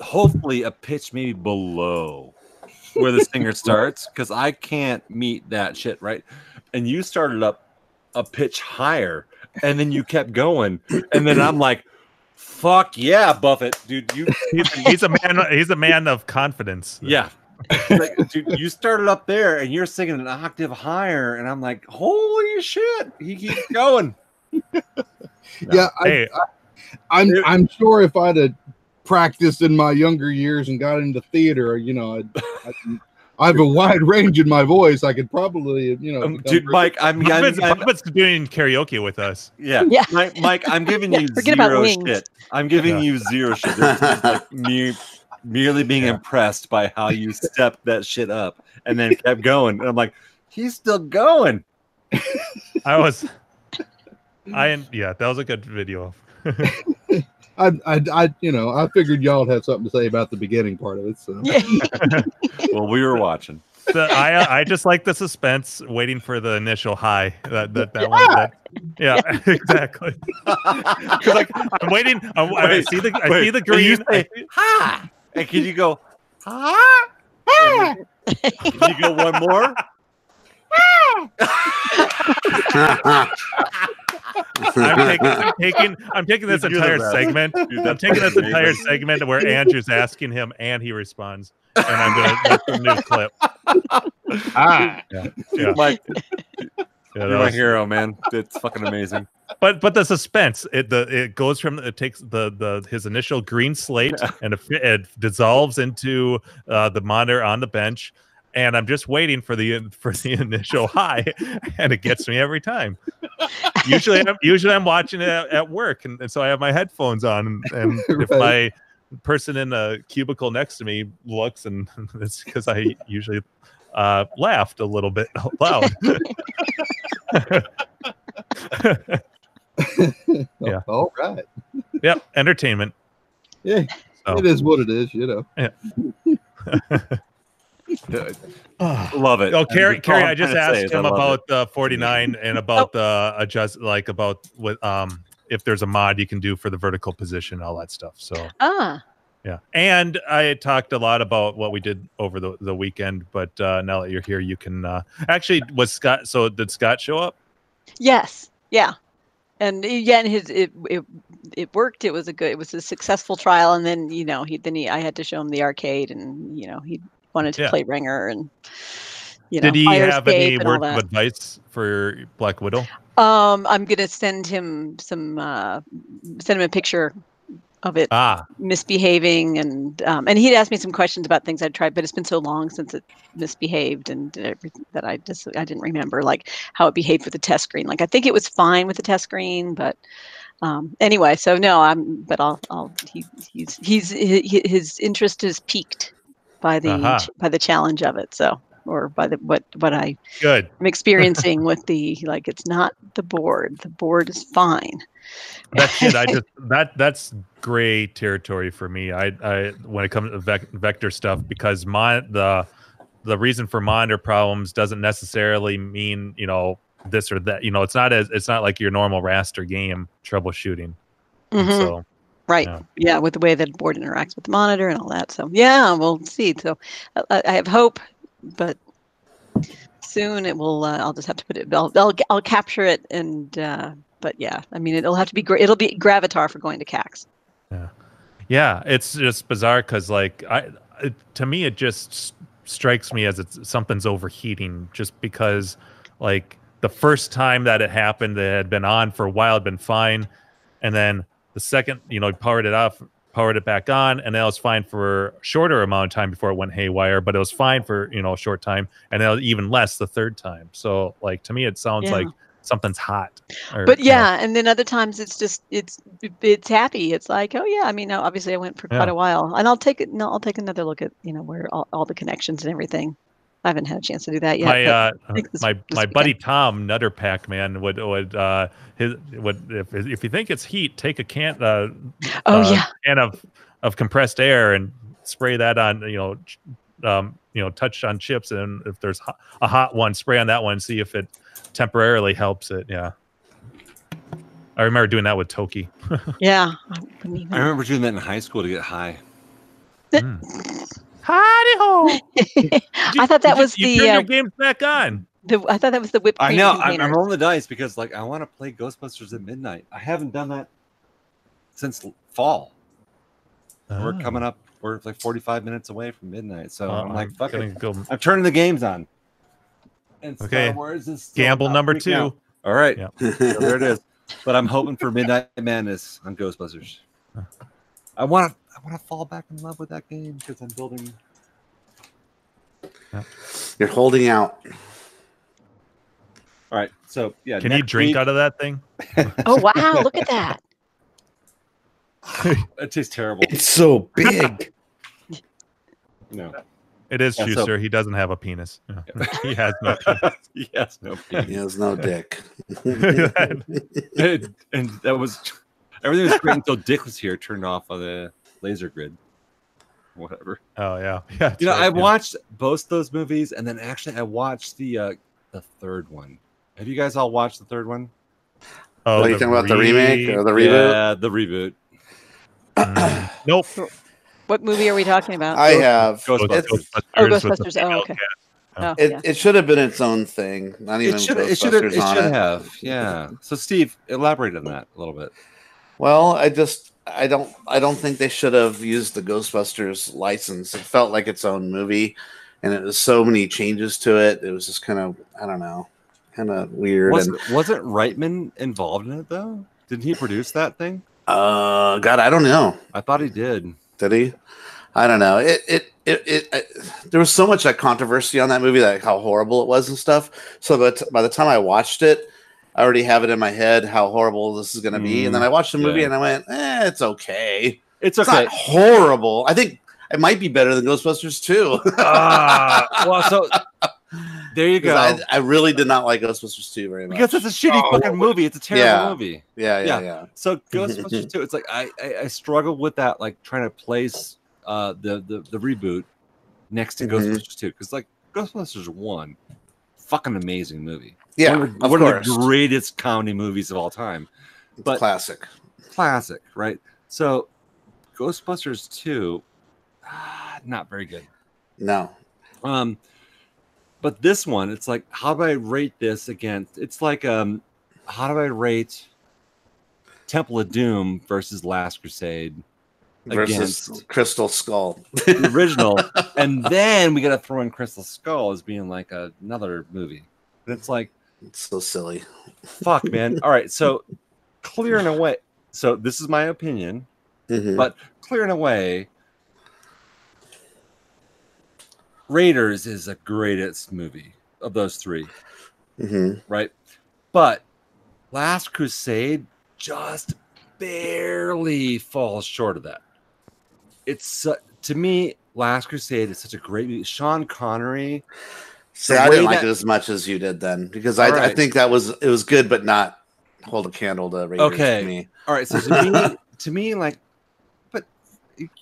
[SPEAKER 2] hopefully a pitch maybe below where the singer starts because I can't meet that shit, right? And you started up a pitch higher, and then you kept going, and then I'm like, fuck yeah, Buffett, dude, you
[SPEAKER 3] he's, he's a man. He's a man of confidence.
[SPEAKER 2] yeah. Like, dude, you started up there and you're singing an octave higher, and I'm like, holy shit, he keeps going.
[SPEAKER 14] Yeah, I,
[SPEAKER 2] Hey.
[SPEAKER 14] I, am I'm sure if I'd have practiced in my younger years and got into theater, you know, I'd, I, can- I have a wide range in my voice. I could probably, you know,
[SPEAKER 3] Um,
[SPEAKER 14] become
[SPEAKER 2] Um, dude,
[SPEAKER 14] very-
[SPEAKER 2] Mike, I'm, I'm,
[SPEAKER 3] Muppets,
[SPEAKER 2] I'm-
[SPEAKER 3] Muppets doing karaoke with us.
[SPEAKER 2] yeah,
[SPEAKER 3] Yeah.
[SPEAKER 2] Mike, Mike, I'm giving
[SPEAKER 3] Yeah,
[SPEAKER 2] you
[SPEAKER 3] forget about
[SPEAKER 2] zero
[SPEAKER 3] wings.
[SPEAKER 2] shit. I'm giving
[SPEAKER 3] Yeah.
[SPEAKER 2] you zero shit. This is like mere, merely being impressed by how you stepped that shit up and then kept going. And I'm like, he's still going.
[SPEAKER 3] I was. I yeah, that was a good video.
[SPEAKER 14] I, I, I, you know, I figured y'all would have something to say about the beginning part of it. So
[SPEAKER 2] well, we were watching.
[SPEAKER 3] The, I I just like the suspense, waiting for the initial high. That that, that one. That, yeah, exactly. 'Cause, like, I'm waiting. I'm, I
[SPEAKER 2] Wait,
[SPEAKER 3] see the I
[SPEAKER 2] wait,
[SPEAKER 3] see the
[SPEAKER 2] and you
[SPEAKER 3] green.
[SPEAKER 2] say, ha! And can you go, ha? ha! Can you go one more?
[SPEAKER 3] I'm taking, I'm taking I'm taking this
[SPEAKER 2] You're the
[SPEAKER 3] entire
[SPEAKER 2] best.
[SPEAKER 3] segment.
[SPEAKER 2] Dude,
[SPEAKER 3] I'm
[SPEAKER 2] that's
[SPEAKER 3] taking this
[SPEAKER 2] amazing.
[SPEAKER 3] entire segment where Andrew's asking him and he responds, and I'm gonna that's a new clip.
[SPEAKER 14] Ah,
[SPEAKER 3] yeah, yeah.
[SPEAKER 2] Dude, Mike, you're
[SPEAKER 3] that
[SPEAKER 2] my
[SPEAKER 3] was-
[SPEAKER 2] hero, man. It's fucking amazing.
[SPEAKER 3] But but the suspense it the it goes from it takes the the his initial green slate and it, it dissolves into uh, the monitor on the bench. And I'm just waiting for the for the initial high, and it gets me every time. Usually, I'm, usually I'm watching it at, at work, and, and so I have my headphones on. And, and if my
[SPEAKER 14] Right.
[SPEAKER 3] person in the cubicle next to me looks, and it's because I usually uh, laughed a little bit out loud. yeah.
[SPEAKER 14] Oh, all right.
[SPEAKER 3] Yep. Entertainment.
[SPEAKER 14] Yeah,
[SPEAKER 3] So.
[SPEAKER 14] it is what it is, you know.
[SPEAKER 3] Yeah.
[SPEAKER 2] Love it.
[SPEAKER 3] Oh,
[SPEAKER 2] And
[SPEAKER 3] Carrie,
[SPEAKER 2] that's
[SPEAKER 3] Carrie,
[SPEAKER 2] all I'm
[SPEAKER 3] I
[SPEAKER 2] trying
[SPEAKER 3] just
[SPEAKER 2] to say
[SPEAKER 3] asked
[SPEAKER 2] is I
[SPEAKER 3] him
[SPEAKER 2] love it.
[SPEAKER 3] about the 49 and about the adjust, like about what, um, if there's a mod you can do for the vertical position, all that stuff. So
[SPEAKER 15] Ah,
[SPEAKER 3] Yeah. And I talked a lot about what we did over the, the weekend, but uh, now that you're here, you can uh, actually was Scott. So did Scott show up?
[SPEAKER 15] Yes. Yeah. And uh, yeah, and his it, it it worked. It was a good. It was a successful trial. And then you know he then he I had to show him the arcade, and you know he wanted to
[SPEAKER 3] Yeah.
[SPEAKER 15] play Ringer, and you know
[SPEAKER 3] did he
[SPEAKER 15] Fire
[SPEAKER 3] have any
[SPEAKER 15] Escape and all
[SPEAKER 3] word of
[SPEAKER 15] that.
[SPEAKER 3] advice for Black Widow?
[SPEAKER 15] Um, I'm gonna send him some. Uh, send him a picture of it
[SPEAKER 3] Ah.
[SPEAKER 15] misbehaving, and um, and he'd asked me some questions about things I'd tried, but it's been so long since it misbehaved and did everything that I just I didn't remember like how it behaved with the test screen. Like I think it was fine with the test screen, but um, anyway, so no, I'm. But I'll. I'll he, he's he's his, his interest is piqued by the
[SPEAKER 3] Aha.
[SPEAKER 15] ch- by the challenge of it. So or by the what what I
[SPEAKER 3] Good.
[SPEAKER 15] I'm experiencing with the like it's not the board. The board is fine.
[SPEAKER 3] That's it. I just that that's gray territory for me. I I when it comes to vec- vector stuff because my the the reason for monitor problems doesn't necessarily mean you know this or that. You know, it's not as it's not like your normal raster game troubleshooting. And
[SPEAKER 15] Mhm.
[SPEAKER 3] So
[SPEAKER 15] Right.
[SPEAKER 3] yeah.
[SPEAKER 15] Yeah. with the way that board interacts with the monitor and all that. So yeah, we'll see. So I- I, I have hope, but soon it will. Uh, I'll just have to put it. I'll I'll, I'll capture it and. Uh, but yeah, I mean, it'll have to be great. It'll be Gravatar for going to CAX.
[SPEAKER 3] Yeah, it's just bizarre because, like, I it, to me it just s- strikes me as it's something's overheating, just because, like, the first time that it happened, it had been on for a while, had been fine, and then the second, you know, he powered it off, powered it back on, and that was fine for a shorter amount of time before it went haywire, but it was fine for you know a short time, and then even less the third time. So, like, to me, it sounds
[SPEAKER 15] Yeah.
[SPEAKER 3] like something's hot. or,
[SPEAKER 15] but
[SPEAKER 3] you know,
[SPEAKER 15] yeah, and then other times it's just it's it's happy. It's like oh yeah, I mean now obviously I went for quite
[SPEAKER 3] Yeah.
[SPEAKER 15] a while, and I'll take it. No, I'll take another look at you know where all, all the connections and everything. I haven't had a chance to do that yet.
[SPEAKER 3] my
[SPEAKER 15] but
[SPEAKER 3] uh,
[SPEAKER 15] I think this-
[SPEAKER 3] my
[SPEAKER 15] this
[SPEAKER 3] my
[SPEAKER 15] weekend.
[SPEAKER 3] buddy Tom Nutter Pac Man would would uh, his would if if you think it's heat, take a can uh,
[SPEAKER 15] Oh,
[SPEAKER 3] uh,
[SPEAKER 15] yeah.
[SPEAKER 3] can of of compressed air and spray that on you know ch- um, you know touch on chips and if there's ho- a hot one, spray on that one, see if it temporarily helps it. Yeah, I remember doing that with Toki.
[SPEAKER 15] Yeah. I wouldn't even-
[SPEAKER 2] I remember doing that in high school to get high.
[SPEAKER 3] Howdy ho!
[SPEAKER 15] I thought that was
[SPEAKER 3] you
[SPEAKER 15] the,
[SPEAKER 3] turn
[SPEAKER 15] uh,
[SPEAKER 3] your games back on.
[SPEAKER 15] the I thought that was the whipped cream
[SPEAKER 2] I know. I'm,
[SPEAKER 15] container.
[SPEAKER 2] I'm rolling the dice because like I want to play Ghostbusters at midnight. I haven't done that since l- fall. We're
[SPEAKER 3] Ah.
[SPEAKER 2] coming up. We're like 45 minutes away from midnight, so
[SPEAKER 3] Uh,
[SPEAKER 2] I'm like,
[SPEAKER 3] I'm
[SPEAKER 2] fuck
[SPEAKER 3] gonna
[SPEAKER 2] it.
[SPEAKER 3] go-
[SPEAKER 2] I'm turning the games on. And
[SPEAKER 3] Okay.
[SPEAKER 2] Star Wars is still
[SPEAKER 3] Gamble
[SPEAKER 2] not
[SPEAKER 3] number
[SPEAKER 2] freaking out.
[SPEAKER 3] two.
[SPEAKER 2] All right,
[SPEAKER 3] Yep.
[SPEAKER 2] So there it is. But I'm hoping for Midnight Madness on Ghostbusters. I want to. I want to fall back in love with that game because I'm building.
[SPEAKER 1] You're holding out.
[SPEAKER 2] All right, so yeah.
[SPEAKER 3] Can you
[SPEAKER 2] next
[SPEAKER 3] drink
[SPEAKER 2] week-
[SPEAKER 3] out of that thing?
[SPEAKER 15] Oh wow, look at that.
[SPEAKER 2] It tastes terrible.
[SPEAKER 3] It's so big.
[SPEAKER 2] no.
[SPEAKER 3] It is
[SPEAKER 2] Yeah, so-
[SPEAKER 3] Schuster. he doesn't have a penis. Yeah. he has no. penis.
[SPEAKER 2] he has no penis.
[SPEAKER 1] He has no dick.
[SPEAKER 2] and, and that was everything was great until Dick was here, turned off on the laser grid. Whatever.
[SPEAKER 3] Oh yeah, yeah.
[SPEAKER 2] You know,
[SPEAKER 3] that's
[SPEAKER 2] I
[SPEAKER 3] right, yeah.
[SPEAKER 2] watched both those movies, and then actually I watched the uh the third one. Have you guys all watched the third one?
[SPEAKER 3] Oh,
[SPEAKER 1] What are you
[SPEAKER 3] the
[SPEAKER 1] talking about, the remake or the
[SPEAKER 2] Yeah,
[SPEAKER 1] reboot?
[SPEAKER 2] the reboot.
[SPEAKER 3] Nope.
[SPEAKER 15] What movie are we talking about?
[SPEAKER 1] I have.
[SPEAKER 2] Ghostbusters.
[SPEAKER 1] It's-
[SPEAKER 15] Oh, Ghostbusters. Oh, okay. Oh,
[SPEAKER 1] It,
[SPEAKER 15] yeah.
[SPEAKER 1] it should have been its own thing. Not even
[SPEAKER 2] It should it should it
[SPEAKER 1] Ghostbusters
[SPEAKER 2] should
[SPEAKER 1] on it.
[SPEAKER 2] have. Yeah. So Steve, elaborate on that a little bit.
[SPEAKER 1] Well, I just I don't I don't think they should have used the Ghostbusters license. It felt like its own movie, and it was so many changes to it. It was just kind of I don't know, kind of weird.
[SPEAKER 2] Was,
[SPEAKER 1] and
[SPEAKER 2] wasn't Reitman involved in it though? Didn't he produce that thing?
[SPEAKER 1] uh, God, I don't know.
[SPEAKER 2] I thought he did.
[SPEAKER 1] Did he? I don't know. It it it, it I, there was so much like controversy on that movie, like how horrible it was and stuff. So, but by the time I watched it, I already have it in my head how horrible this is going to be. And then I watched the
[SPEAKER 2] Mm,
[SPEAKER 1] movie
[SPEAKER 2] yeah.
[SPEAKER 1] and I went, eh, it's okay.
[SPEAKER 2] It's
[SPEAKER 1] not
[SPEAKER 2] okay.
[SPEAKER 1] horrible. I think it might be better than Ghostbusters too.
[SPEAKER 2] Ah, well, so there you go.
[SPEAKER 1] I, I really did not like Ghostbusters 2 very much.
[SPEAKER 2] because it's a shitty
[SPEAKER 1] Oh,
[SPEAKER 2] fucking movie. It's a terrible
[SPEAKER 1] Yeah.
[SPEAKER 2] movie.
[SPEAKER 1] Yeah, yeah, yeah.
[SPEAKER 2] So Ghostbusters too. It's like I, I I struggle with that, like trying to place uh the the, the reboot next to Ghostbusters two because like Ghostbusters one, fucking amazing movie.
[SPEAKER 1] Yeah,
[SPEAKER 2] one of, the,
[SPEAKER 1] of
[SPEAKER 2] one of the
[SPEAKER 1] course.
[SPEAKER 2] greatest comedy movies of all time. But
[SPEAKER 1] classic,
[SPEAKER 2] classic, right? So Ghostbusters 2, ah, not very good.
[SPEAKER 1] No.
[SPEAKER 2] Um, but this one, it's like, how do I rate this against? It's like, um, how do I rate Temple of Doom versus Last Crusade
[SPEAKER 1] Versus Crystal Skull,
[SPEAKER 2] the original, and then we got to throw in Crystal Skull as being like another movie. But it's like,
[SPEAKER 1] it's so silly.
[SPEAKER 2] Fuck, man. All right, so clear and away. So this is my opinion,
[SPEAKER 1] Mm-hmm.
[SPEAKER 2] but clear and away, Raiders is the greatest movie of those 3
[SPEAKER 1] Mhm.
[SPEAKER 2] right? But Last Crusade just barely falls short of that. It's su- to me, Last Crusade is such a great movie. Sean Connery.
[SPEAKER 1] See,
[SPEAKER 2] the
[SPEAKER 1] I
[SPEAKER 2] way
[SPEAKER 1] didn't like
[SPEAKER 2] that-
[SPEAKER 1] it as much as you did then because I,
[SPEAKER 2] All
[SPEAKER 1] I
[SPEAKER 2] right.
[SPEAKER 1] think that was it was good, but not hold a candle to Raiders
[SPEAKER 2] okay.
[SPEAKER 1] to me.
[SPEAKER 2] All right. So to me, to me, like, but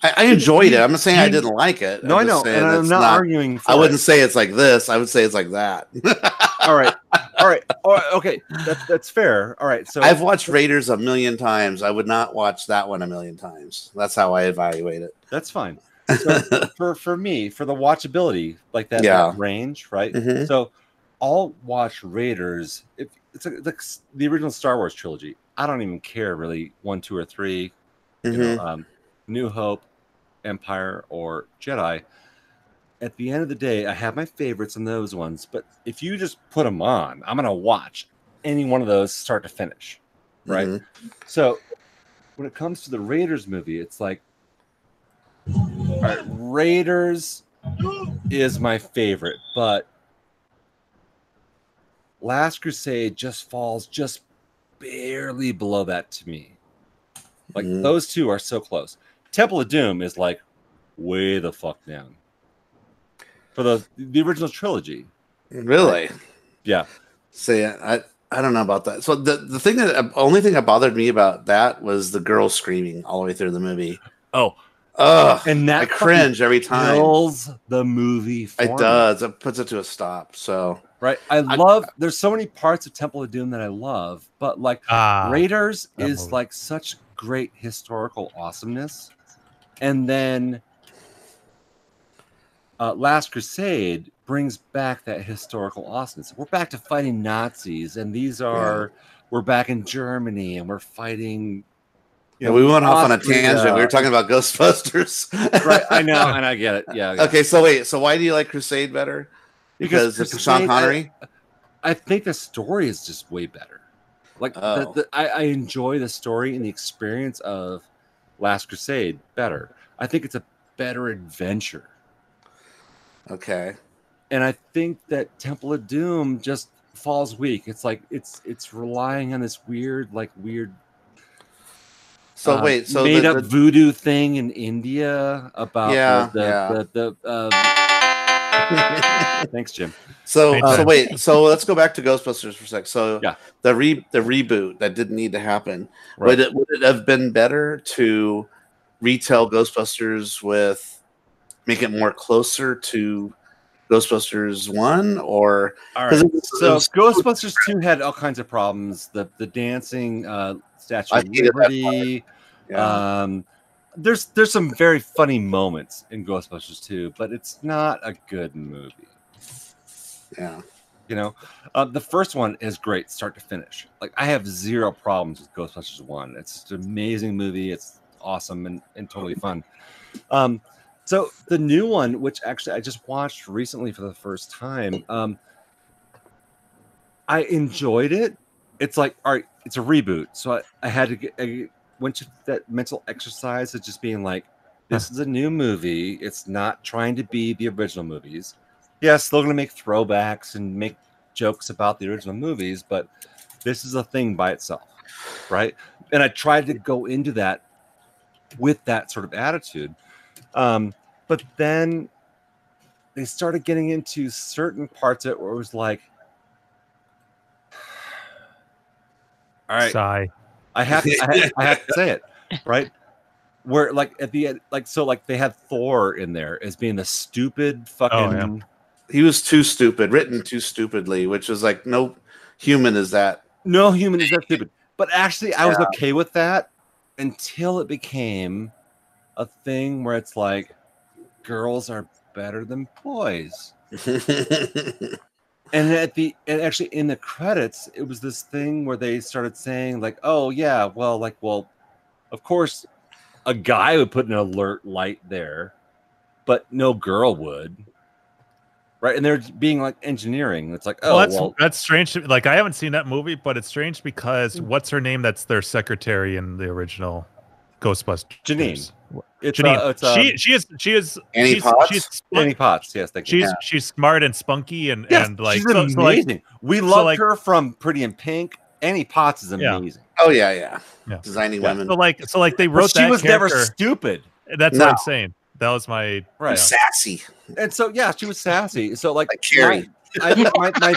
[SPEAKER 1] I, I enjoyed it. I'm not saying I didn't like it.
[SPEAKER 2] No, I
[SPEAKER 1] I'm just
[SPEAKER 2] know,
[SPEAKER 1] saying
[SPEAKER 2] and I'm
[SPEAKER 1] it's
[SPEAKER 2] not arguing
[SPEAKER 1] I
[SPEAKER 2] for
[SPEAKER 1] wouldn't
[SPEAKER 2] it.
[SPEAKER 1] say it's like this. I would say it's like that.
[SPEAKER 2] all right, all right, all right. Okay, that's that's fair. All right. So
[SPEAKER 1] I've watched Raiders a million times. I would not watch that one a million times. That's how I evaluate it.
[SPEAKER 2] That's fine. So for for me, for the watchability, like that,
[SPEAKER 1] Yeah.
[SPEAKER 2] that range, right?
[SPEAKER 1] Mhm.
[SPEAKER 2] So I'll watch Raiders. If it's like the, the original Star Wars trilogy, I don't even care really one, two, or three. You
[SPEAKER 1] Mhm.
[SPEAKER 2] know, um, New Hope, Empire, or Jedi. At the end of the day, I have my favorites in those ones, but if you just put them on, I'm gonna watch any one of those start to finish, right? So when it comes to the Raiders movie, it's like all right, Raiders is my favorite, but Last Crusade just falls just barely below that to me. Like those two are so close. Temple of Doom is like way the fuck down for the the original trilogy.
[SPEAKER 1] Really?
[SPEAKER 2] Yeah.
[SPEAKER 1] See, I I don't know about that. So the the thing that uh, only thing that bothered me about that was the girl screaming all the way through the movie.
[SPEAKER 2] Oh.
[SPEAKER 1] Ugh,
[SPEAKER 2] and that
[SPEAKER 1] I cringe
[SPEAKER 2] fucking
[SPEAKER 1] every time.
[SPEAKER 2] Kills the movie. for
[SPEAKER 1] It
[SPEAKER 2] me.
[SPEAKER 1] does. It puts it to a stop. So
[SPEAKER 2] Right. I love there's so many parts of Temple of Doom that I love, but like
[SPEAKER 1] Ah,
[SPEAKER 2] Raiders
[SPEAKER 1] that
[SPEAKER 2] is
[SPEAKER 1] movie.
[SPEAKER 2] like such great historical awesomeness. And then uh, Last Crusade brings back that historical awesomeness. We're back to fighting Nazis, and these are we're back in Germany and we're fighting.
[SPEAKER 1] Yeah, we went off on a
[SPEAKER 2] Austria.
[SPEAKER 1] tangent. We were talking about Ghostbusters.
[SPEAKER 2] uh, right. I know, and I get it. Yeah. yeah.
[SPEAKER 1] Okay, so wait, so why do you like Crusade better? Because, it's Sean
[SPEAKER 2] Crusade,
[SPEAKER 1] Connery.
[SPEAKER 2] I, I think the story is just way better. Like the-
[SPEAKER 1] Oh.
[SPEAKER 2] the- I, I enjoy the story and the experience of Last Crusade better. I think it's a better adventure.
[SPEAKER 1] Okay.
[SPEAKER 2] And I think that Temple of Doom just falls weak. It's like it's it's relying on this weird, like weird
[SPEAKER 1] So
[SPEAKER 2] uh,
[SPEAKER 1] wait, so the-
[SPEAKER 2] made up
[SPEAKER 1] the-
[SPEAKER 2] voodoo thing in India about the-
[SPEAKER 1] Yeah,
[SPEAKER 2] the,
[SPEAKER 1] yeah.
[SPEAKER 2] the, the, uh, thanks, Jim.
[SPEAKER 1] So,
[SPEAKER 2] Anytime.
[SPEAKER 1] so wait, so let's go back to Ghostbusters for a sec. So
[SPEAKER 2] Yeah.
[SPEAKER 1] the re the reboot that didn't need to happen.
[SPEAKER 2] Right.
[SPEAKER 1] Would it would it have been better to retell Ghostbusters with make it more closer to Ghostbusters one or
[SPEAKER 2] All
[SPEAKER 1] 'cause
[SPEAKER 2] right.
[SPEAKER 1] it-
[SPEAKER 2] So Ghostbusters 2 had all kinds of problems. The the dancing uh Statue
[SPEAKER 1] I
[SPEAKER 2] of
[SPEAKER 1] hated that part.
[SPEAKER 2] Liberty.
[SPEAKER 1] Yeah.
[SPEAKER 2] Um there's there's some very funny moments in Ghostbusters 2, but it's not a good movie.
[SPEAKER 1] Yeah.
[SPEAKER 2] You know, uh, the first one is great start to finish. Like I have zero problems with Ghostbusters 1. It's just an amazing movie. It's awesome and, and totally fun. Um so the new one, which actually I just watched recently for the first time, um, I enjoyed it. It's like, all right, it's a reboot. So I, I had to get, I went to that mental exercise of just being like, this is a new movie. It's not trying to be the original movies. Yes, they're going to make throwbacks and make jokes about the original movies, but this is a thing by itself. Right. And I tried to go into that with that sort of attitude. Um, but then they started getting into certain parts of it where it was like, all right,
[SPEAKER 3] Sigh.
[SPEAKER 2] I have to, I have, I have to say it, right? Where like at the end, like so, like they had Thor in there as being the stupid
[SPEAKER 1] Oh,
[SPEAKER 2] fucking.
[SPEAKER 1] He was too stupid, written too stupidly, which was like no human is that.
[SPEAKER 2] No human is that stupid. But actually, I was
[SPEAKER 1] Yeah.
[SPEAKER 2] okay with that until it became a thing where it's like girls are better than boys. and at the and actually in the credits, it was this thing where they started saying like, "Oh yeah, well, like, well, of course, a guy would put an alert light there, but no girl would." Right, and they're being like engineering. It's like, oh,
[SPEAKER 3] well, that's
[SPEAKER 2] well,
[SPEAKER 3] that's strange. to- Like I haven't seen that movie, but it's strange
[SPEAKER 2] Mm.
[SPEAKER 3] because what's her name? That's their secretary in the original Ghostbusters.
[SPEAKER 2] Janine. It's,
[SPEAKER 3] Janine.
[SPEAKER 2] uh, it's, um,
[SPEAKER 3] she she is she is
[SPEAKER 2] Annie
[SPEAKER 3] she's,
[SPEAKER 2] Potts?
[SPEAKER 3] She's
[SPEAKER 2] Annie Potts, yes, thank you.
[SPEAKER 3] she's
[SPEAKER 2] Yeah.
[SPEAKER 3] she's smart and spunky and
[SPEAKER 2] Yes,
[SPEAKER 3] and like
[SPEAKER 2] she's
[SPEAKER 3] so- so, like-
[SPEAKER 2] amazing. we
[SPEAKER 3] so,
[SPEAKER 2] loved
[SPEAKER 3] like,
[SPEAKER 2] her from Pretty in Pink. Annie Potts is
[SPEAKER 3] Yeah.
[SPEAKER 2] amazing.
[SPEAKER 1] Oh yeah, yeah.
[SPEAKER 3] Yeah.
[SPEAKER 1] Designing
[SPEAKER 3] Yeah,
[SPEAKER 1] women.
[SPEAKER 3] So like, so like they
[SPEAKER 2] But
[SPEAKER 3] wrote
[SPEAKER 2] she
[SPEAKER 3] that
[SPEAKER 2] was never
[SPEAKER 3] character-
[SPEAKER 2] stupid.
[SPEAKER 3] That's
[SPEAKER 2] No.
[SPEAKER 3] what I'm saying. That was my
[SPEAKER 2] Right.
[SPEAKER 1] Sassy.
[SPEAKER 2] And so yeah, she was sassy. So like,
[SPEAKER 1] Carrie.
[SPEAKER 2] my- I think my, my,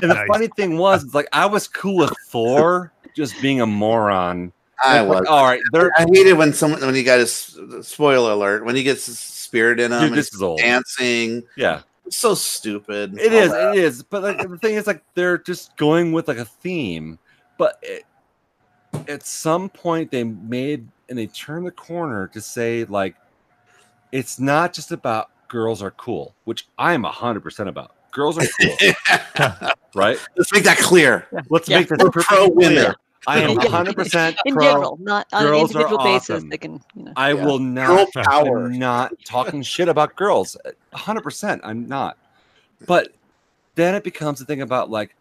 [SPEAKER 2] and the funny thing was, it's like I was cool with Thor just being a moron.
[SPEAKER 1] I
[SPEAKER 2] It's like,
[SPEAKER 1] was.
[SPEAKER 2] all right. They're,
[SPEAKER 1] I hated when someone when he got his spoiler alert when he gets his spirit in him.
[SPEAKER 2] Dude,
[SPEAKER 1] and
[SPEAKER 2] this
[SPEAKER 1] he's
[SPEAKER 2] is old.
[SPEAKER 1] dancing.
[SPEAKER 2] Yeah.
[SPEAKER 1] It's so stupid.
[SPEAKER 2] It
[SPEAKER 1] All
[SPEAKER 2] is.
[SPEAKER 1] that.
[SPEAKER 2] It is. But like, the thing is, like, they're just going with like a theme. But it, at some point, they made and they turned the corner to say like, it's not just about girls are cool, which I'm hundred percent about. Girls are cool, right?
[SPEAKER 1] Let's make that clear.
[SPEAKER 2] Let's
[SPEAKER 1] Yeah.
[SPEAKER 2] make this
[SPEAKER 1] We're
[SPEAKER 2] perfectly
[SPEAKER 1] pro-women.
[SPEAKER 2] clear. I am
[SPEAKER 15] Yeah.
[SPEAKER 2] 100 percent
[SPEAKER 15] in general, not on an
[SPEAKER 2] Girls are
[SPEAKER 15] individual basis.
[SPEAKER 2] awesome.
[SPEAKER 15] They can, you know.
[SPEAKER 2] I
[SPEAKER 15] Yeah.
[SPEAKER 2] will
[SPEAKER 15] Girl
[SPEAKER 2] not.
[SPEAKER 15] power.
[SPEAKER 2] I'm not talking shit about girls. 100. percent I'm not. But then it becomes a thing about like,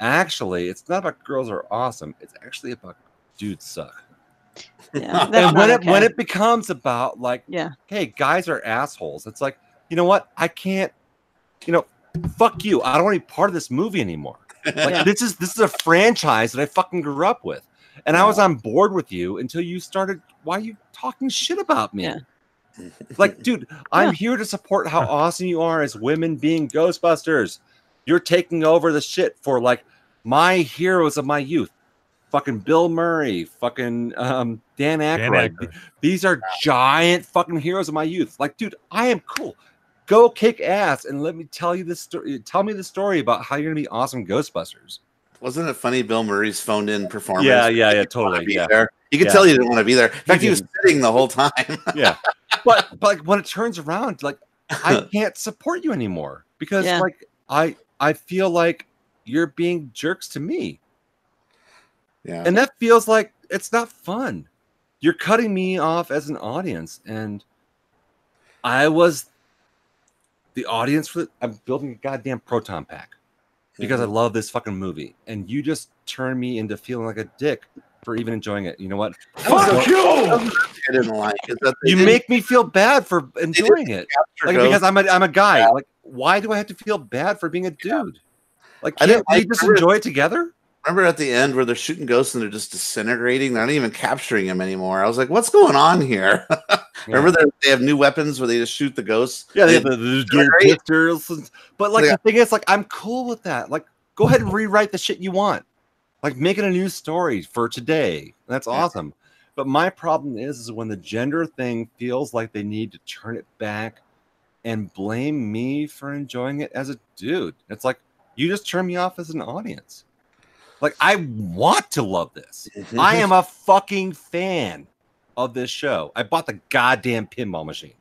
[SPEAKER 2] actually, it's not about girls are awesome. It's actually about dudes suck.
[SPEAKER 15] Yeah, that's
[SPEAKER 2] and when
[SPEAKER 15] not
[SPEAKER 2] it when
[SPEAKER 15] okay.
[SPEAKER 2] it becomes about like,
[SPEAKER 15] Yeah.
[SPEAKER 2] hey, guys are assholes. It's like, you know what? I can't. You know, fuck you. I don't want to be part of this movie anymore. Like
[SPEAKER 15] Yeah.
[SPEAKER 2] this is this is a franchise that I fucking grew up with, and I was on board with you until you started. Why are you talking shit about me? Like, dude, I'm here to support how awesome you are as women being Ghostbusters. You're taking over the shit for like my heroes of my youth. Fucking Bill Murray, fucking um, Dan Aykroyd.
[SPEAKER 3] Aykroyd.
[SPEAKER 2] These are giant fucking heroes of my youth. Like, dude, I am cool. Go kick ass and let me tell you this story. Tell me the story about how you're gonna be awesome Ghostbusters.
[SPEAKER 1] Wasn't it funny? Bill Murray's phoned in performance.
[SPEAKER 2] Yeah,
[SPEAKER 1] He
[SPEAKER 2] yeah, yeah,
[SPEAKER 1] didn't wanna
[SPEAKER 2] totally.
[SPEAKER 1] be
[SPEAKER 2] yeah.
[SPEAKER 1] there. You could
[SPEAKER 2] Yeah.
[SPEAKER 1] tell he didn't want to be there. In fact, he, was
[SPEAKER 2] didn't.
[SPEAKER 1] sitting the whole time.
[SPEAKER 2] yeah but but like, when it turns around like i can't support you anymore because
[SPEAKER 1] Yeah.
[SPEAKER 2] like i i feel like you're being jerks to me
[SPEAKER 1] Yeah.
[SPEAKER 2] and that feels like it's not fun you're cutting me off as an audience and i was the audience for i'm building a goddamn proton pack because
[SPEAKER 1] Mm-hmm.
[SPEAKER 2] i love this fucking movie and you just turn me into feeling like a dick for even enjoying it you know what
[SPEAKER 1] Fuck you! I didn't like it. That they
[SPEAKER 2] you
[SPEAKER 1] didn't-
[SPEAKER 2] make me feel bad for enjoying it like,
[SPEAKER 1] Ghost.
[SPEAKER 2] because I'm a, I'm a guy like why do I have to feel bad for being a dude like
[SPEAKER 1] I
[SPEAKER 2] can't
[SPEAKER 1] didn't
[SPEAKER 2] we
[SPEAKER 1] like-
[SPEAKER 2] just enjoy it together
[SPEAKER 1] Remember at the end where they're shooting ghosts and they're just disintegrating? They're not even capturing him anymore. I was like, what's going on here? Remember they they have new weapons where they just shoot the ghosts?
[SPEAKER 2] yeah they have
[SPEAKER 1] They-
[SPEAKER 2] the, the dual
[SPEAKER 1] disintegrate?
[SPEAKER 2] pictures and- but like
[SPEAKER 1] Yeah.
[SPEAKER 2] the thing is like I'm cool with that like go ahead and rewrite the shit you want like making a new story for today that's awesome but my problem is is when the gender thing feels like they need to turn it back and blame me for enjoying it as a dude. It's like you just turn me off as an audience. Like I want to love this. I am a fucking fan of this show. I bought the goddamn pinball machine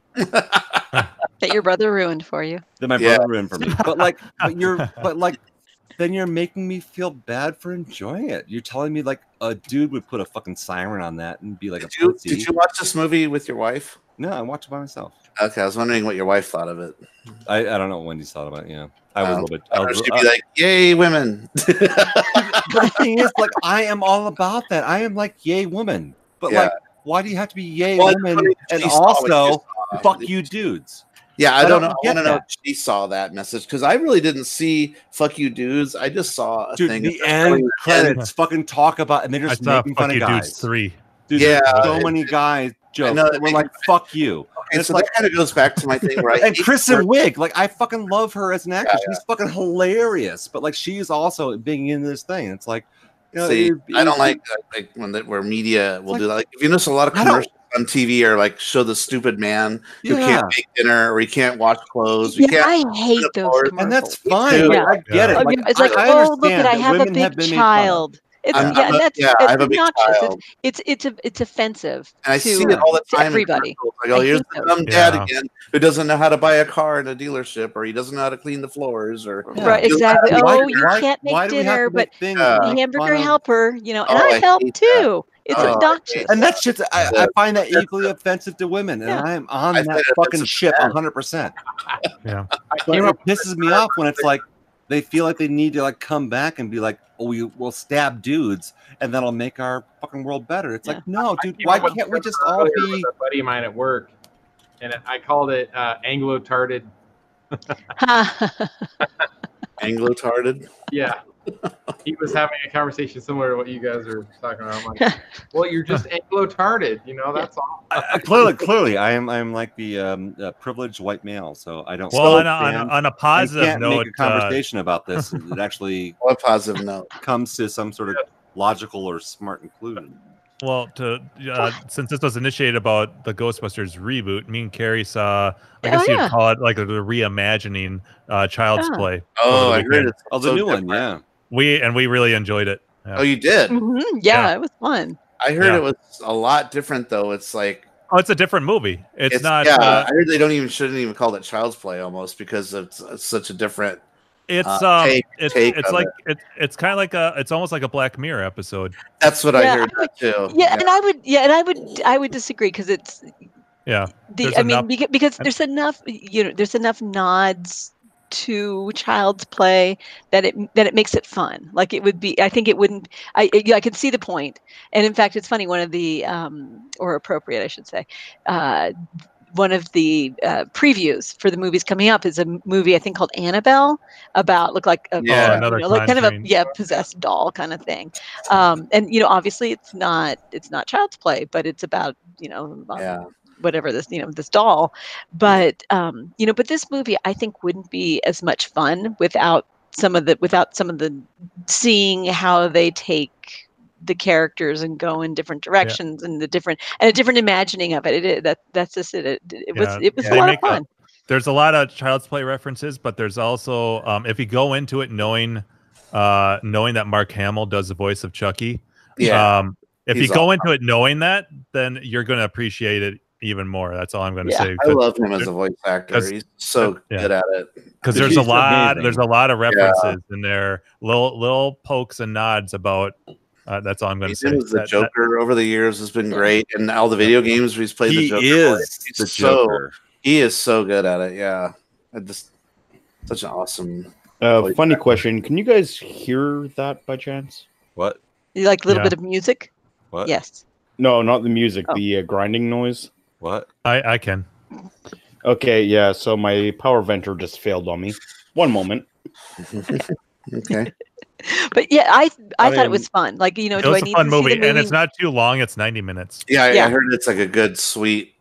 [SPEAKER 15] that your brother ruined for you.
[SPEAKER 2] that my
[SPEAKER 15] Yeah.
[SPEAKER 2] brother ruined for me. But like, but you're, but like, then you're making me feel bad for enjoying it. You're telling me like a dude would put a fucking siren on that and be like a
[SPEAKER 1] You-
[SPEAKER 2] pussy.
[SPEAKER 1] Did you watch this movie with your wife?
[SPEAKER 2] No, I watched it by myself.
[SPEAKER 1] Okay, I was wondering what your wife thought of it.
[SPEAKER 2] I, I don't know what Wendy's thought about. it, Yeah, I was a
[SPEAKER 1] Um,
[SPEAKER 2] little bit.
[SPEAKER 1] I
[SPEAKER 2] I
[SPEAKER 1] don't know,
[SPEAKER 2] was,
[SPEAKER 1] she'd be
[SPEAKER 2] I-
[SPEAKER 1] like, yay, women.
[SPEAKER 2] the thing is, like, I am all about that. I am like, yay, woman. But
[SPEAKER 1] Yeah.
[SPEAKER 2] like, why do you have to be yay,
[SPEAKER 1] Well, it's funny
[SPEAKER 2] woman,
[SPEAKER 1] that
[SPEAKER 2] and
[SPEAKER 1] she saw what you
[SPEAKER 2] also
[SPEAKER 1] saw.
[SPEAKER 2] fuck you, dudes?
[SPEAKER 1] Yeah, I,
[SPEAKER 2] I
[SPEAKER 1] don't,
[SPEAKER 2] don't
[SPEAKER 1] know. I
[SPEAKER 2] get
[SPEAKER 1] want to know
[SPEAKER 2] that.
[SPEAKER 1] if she saw that message because I really didn't see "fuck you, dudes." I just saw a
[SPEAKER 2] Dude,
[SPEAKER 1] thing.
[SPEAKER 2] the end credits fucking talk about, and they're just
[SPEAKER 3] saw
[SPEAKER 2] making fun
[SPEAKER 3] Fuck
[SPEAKER 2] of
[SPEAKER 3] You
[SPEAKER 2] guys.
[SPEAKER 3] Dudes three.
[SPEAKER 2] Dude, yeah,
[SPEAKER 1] Yeah,
[SPEAKER 2] so
[SPEAKER 1] it-
[SPEAKER 2] many guys jokes.
[SPEAKER 1] know,
[SPEAKER 2] that We're like, fuck you.
[SPEAKER 1] And so that kind of goes back to my thing, right?
[SPEAKER 2] and Kristen Wiig, like I fucking love her as an actress.
[SPEAKER 1] yeah.
[SPEAKER 2] She's fucking hilarious, but like she's also being in this thing. It's like, you know,
[SPEAKER 1] See,
[SPEAKER 2] it-
[SPEAKER 1] I
[SPEAKER 2] it-
[SPEAKER 1] don't like like when the, where media will do that. Like, if you notice, a lot of
[SPEAKER 2] I don't-
[SPEAKER 1] commercials on TV are like show the stupid man who
[SPEAKER 2] Yeah.
[SPEAKER 1] can't make dinner or he can't wash clothes. he
[SPEAKER 15] Yeah,
[SPEAKER 1] can't
[SPEAKER 15] I hate those commercials.
[SPEAKER 2] and that's fine.
[SPEAKER 1] too.
[SPEAKER 2] like, I get
[SPEAKER 15] Yeah.
[SPEAKER 2] it.
[SPEAKER 15] It's like,
[SPEAKER 2] I
[SPEAKER 15] oh, look
[SPEAKER 2] understand
[SPEAKER 15] at I
[SPEAKER 2] that
[SPEAKER 15] have a
[SPEAKER 2] women
[SPEAKER 15] big
[SPEAKER 2] been made fun of.
[SPEAKER 15] child. It's,
[SPEAKER 1] I'm-
[SPEAKER 15] yeah,
[SPEAKER 1] I'm a-
[SPEAKER 15] that's
[SPEAKER 1] yeah, I
[SPEAKER 15] it's
[SPEAKER 1] have a big
[SPEAKER 15] obnoxious.
[SPEAKER 1] child.
[SPEAKER 15] It's it's it's, it's offensive.
[SPEAKER 1] And I
[SPEAKER 15] to,
[SPEAKER 1] see it all the
[SPEAKER 15] to
[SPEAKER 1] time. in
[SPEAKER 15] Everybody.
[SPEAKER 1] commercials. Like, oh,
[SPEAKER 15] I
[SPEAKER 1] here's
[SPEAKER 15] hate
[SPEAKER 1] the
[SPEAKER 15] those.
[SPEAKER 1] dumb dad
[SPEAKER 15] Yeah.
[SPEAKER 1] again who doesn't know how to buy a car at a dealership, or he doesn't know how to clean the floors, or
[SPEAKER 15] Right,
[SPEAKER 1] You know,
[SPEAKER 15] exactly.
[SPEAKER 1] why-
[SPEAKER 15] oh, you
[SPEAKER 1] why-
[SPEAKER 15] can't
[SPEAKER 1] why
[SPEAKER 15] make
[SPEAKER 1] do we have
[SPEAKER 15] dinner,
[SPEAKER 1] to
[SPEAKER 15] but
[SPEAKER 1] make things make fun
[SPEAKER 15] the hamburger
[SPEAKER 1] of-
[SPEAKER 15] helper, you know, and
[SPEAKER 1] Oh,
[SPEAKER 15] I,
[SPEAKER 1] I
[SPEAKER 15] help
[SPEAKER 1] hate that.
[SPEAKER 15] too. It's
[SPEAKER 1] Oh, I hate
[SPEAKER 15] obnoxious.
[SPEAKER 2] And that shit's I, I
[SPEAKER 1] Yeah.
[SPEAKER 2] find that equally offensive to women, and
[SPEAKER 15] Yeah.
[SPEAKER 2] I am on
[SPEAKER 1] I
[SPEAKER 2] that
[SPEAKER 1] said
[SPEAKER 2] fucking
[SPEAKER 1] offensive
[SPEAKER 2] ship
[SPEAKER 1] to men.
[SPEAKER 2] hundred percent.
[SPEAKER 3] Yeah.
[SPEAKER 2] But it pisses me off when it's like they feel like they need to like come back and be like, "Oh, we will stab dudes, and that'll make our fucking world better." It's like, no, dude, why can't we just all be?
[SPEAKER 11] A buddy of mine at work, and I called it uh, Anglo-tarded.
[SPEAKER 1] Anglo-tarded.
[SPEAKER 11] Yeah, he was having a conversation similar to what you guys are talking about. I'm like, well, you're just Anglo-tarded, you know. That's all.
[SPEAKER 2] Uh, clearly, clearly, I am. I am like the um, uh, privileged white male, so I don't.
[SPEAKER 3] Well, on a-
[SPEAKER 2] understand
[SPEAKER 3] on a- on a
[SPEAKER 2] and
[SPEAKER 3] positive
[SPEAKER 2] can't make
[SPEAKER 3] note,
[SPEAKER 2] a
[SPEAKER 3] uh,
[SPEAKER 2] conversation about this that actually
[SPEAKER 1] what positive note
[SPEAKER 2] comes to some sort of logical or smart conclusion.
[SPEAKER 3] Well, to uh, since this was initiated about the Ghostbusters reboot, me and Carrie saw,
[SPEAKER 15] Oh,
[SPEAKER 3] I guess
[SPEAKER 2] yeah.
[SPEAKER 3] you'd call it like a, the reimagining uh, Child's
[SPEAKER 2] Yeah.
[SPEAKER 3] Play.
[SPEAKER 2] Oh,
[SPEAKER 3] over
[SPEAKER 2] I heard
[SPEAKER 3] weekend.
[SPEAKER 2] it's Oh, the so new one, different. yeah.
[SPEAKER 3] We and we really enjoyed it. Yeah.
[SPEAKER 1] Oh, you did?
[SPEAKER 15] Mhm, yeah,
[SPEAKER 3] Yeah.
[SPEAKER 15] it was fun.
[SPEAKER 1] I heard
[SPEAKER 3] Yeah.
[SPEAKER 1] it was a lot different though. It's like
[SPEAKER 3] Oh, it's a different movie. It's, not.
[SPEAKER 1] Yeah,
[SPEAKER 3] uh,
[SPEAKER 1] I heard they don't even shouldn't even call it child's play almost because it's, it's such a different.
[SPEAKER 3] it's
[SPEAKER 1] uh,
[SPEAKER 3] um,
[SPEAKER 1] take-
[SPEAKER 3] it's,
[SPEAKER 1] take
[SPEAKER 3] it's
[SPEAKER 1] of
[SPEAKER 3] like
[SPEAKER 1] it.
[SPEAKER 3] it's it's kind of like a it's almost like a Black Mirror episode.
[SPEAKER 1] That's what
[SPEAKER 15] I Yeah, heard,
[SPEAKER 1] I would- too.
[SPEAKER 15] Yeah, and I would. Yeah, and I would. I would disagree because it's
[SPEAKER 3] Yeah.
[SPEAKER 15] the.
[SPEAKER 3] There's
[SPEAKER 15] I mean,
[SPEAKER 3] enough-
[SPEAKER 15] beca- because there's enough. You know, there's enough nods to child's play that it that it makes it fun. Like it would be. I think it wouldn't. I it- yeah, I can see the point. And in fact, it's funny. One of the um or appropriate, I should say. Uh, one of the uh, previews for the movies coming up is a m- movie I think called Annabelle about look like a
[SPEAKER 3] Yeah. Oh, another
[SPEAKER 15] you know, like kind of a
[SPEAKER 3] Conjuring.
[SPEAKER 15] yeah possessed doll kind of thing, um, and you know obviously it's not it's not child's play but it's about you know um, whatever this you know this doll, but um, you know but this movie I think wouldn't be as much fun without some of the without some of the seeing how they take the characters and go in different directions and the different and a different imagining of it. It, it that that's just it. It, it was
[SPEAKER 3] Yeah,
[SPEAKER 15] it was
[SPEAKER 3] they
[SPEAKER 15] a lot of
[SPEAKER 3] make
[SPEAKER 15] fun.
[SPEAKER 3] there's a lot of child's play references, but there's also um, if you go into it knowing uh, knowing that Mark Hamill does the voice of Chucky.
[SPEAKER 1] Yeah.
[SPEAKER 3] Um, if
[SPEAKER 1] He's
[SPEAKER 3] you go
[SPEAKER 1] awesome.
[SPEAKER 3] into it knowing that, then you're going to appreciate it even more. That's all I'm going to say.
[SPEAKER 1] I
[SPEAKER 3] 'cause-
[SPEAKER 1] love him as a voice actor.
[SPEAKER 3] 'cause-
[SPEAKER 1] He's so
[SPEAKER 3] yeah.
[SPEAKER 1] good at it.
[SPEAKER 3] because there's a
[SPEAKER 1] He's
[SPEAKER 3] lot
[SPEAKER 1] amazing.
[SPEAKER 3] there's a lot of
[SPEAKER 1] Yeah.
[SPEAKER 3] references in there little little pokes and nods about uh, that's all i'm going to
[SPEAKER 1] He's
[SPEAKER 3] say
[SPEAKER 1] been as the
[SPEAKER 3] That- that-
[SPEAKER 1] Joker over the years has been great, and all the video games where he's played
[SPEAKER 2] He
[SPEAKER 1] the Joker.
[SPEAKER 2] is
[SPEAKER 1] he's
[SPEAKER 2] the
[SPEAKER 1] so-
[SPEAKER 2] Joker.
[SPEAKER 1] he is so good at it. Yeah, I just such an awesome.
[SPEAKER 8] Uh,
[SPEAKER 1] voice
[SPEAKER 8] funny
[SPEAKER 1] actor.
[SPEAKER 8] question. Can you guys hear that by chance?
[SPEAKER 2] What?
[SPEAKER 15] You like a little
[SPEAKER 8] Yeah.
[SPEAKER 15] bit of music.
[SPEAKER 2] What?
[SPEAKER 15] Yes.
[SPEAKER 8] No, not the music.
[SPEAKER 15] Oh.
[SPEAKER 8] The uh, grinding noise.
[SPEAKER 2] What?
[SPEAKER 3] I I can.
[SPEAKER 8] Okay, yeah. So my power venter just failed on me. One moment.
[SPEAKER 1] okay.
[SPEAKER 15] But yeah, I I,
[SPEAKER 8] I
[SPEAKER 15] thought it
[SPEAKER 8] mean,
[SPEAKER 15] was fun. Like you know,
[SPEAKER 3] it
[SPEAKER 15] do I
[SPEAKER 3] was
[SPEAKER 15] need
[SPEAKER 3] a fun
[SPEAKER 15] to see
[SPEAKER 3] movie,
[SPEAKER 15] the movie?
[SPEAKER 3] and it's not too long it's 90 minutes
[SPEAKER 1] Yeah, I-
[SPEAKER 15] Yeah.
[SPEAKER 1] I heard it's like a good sweet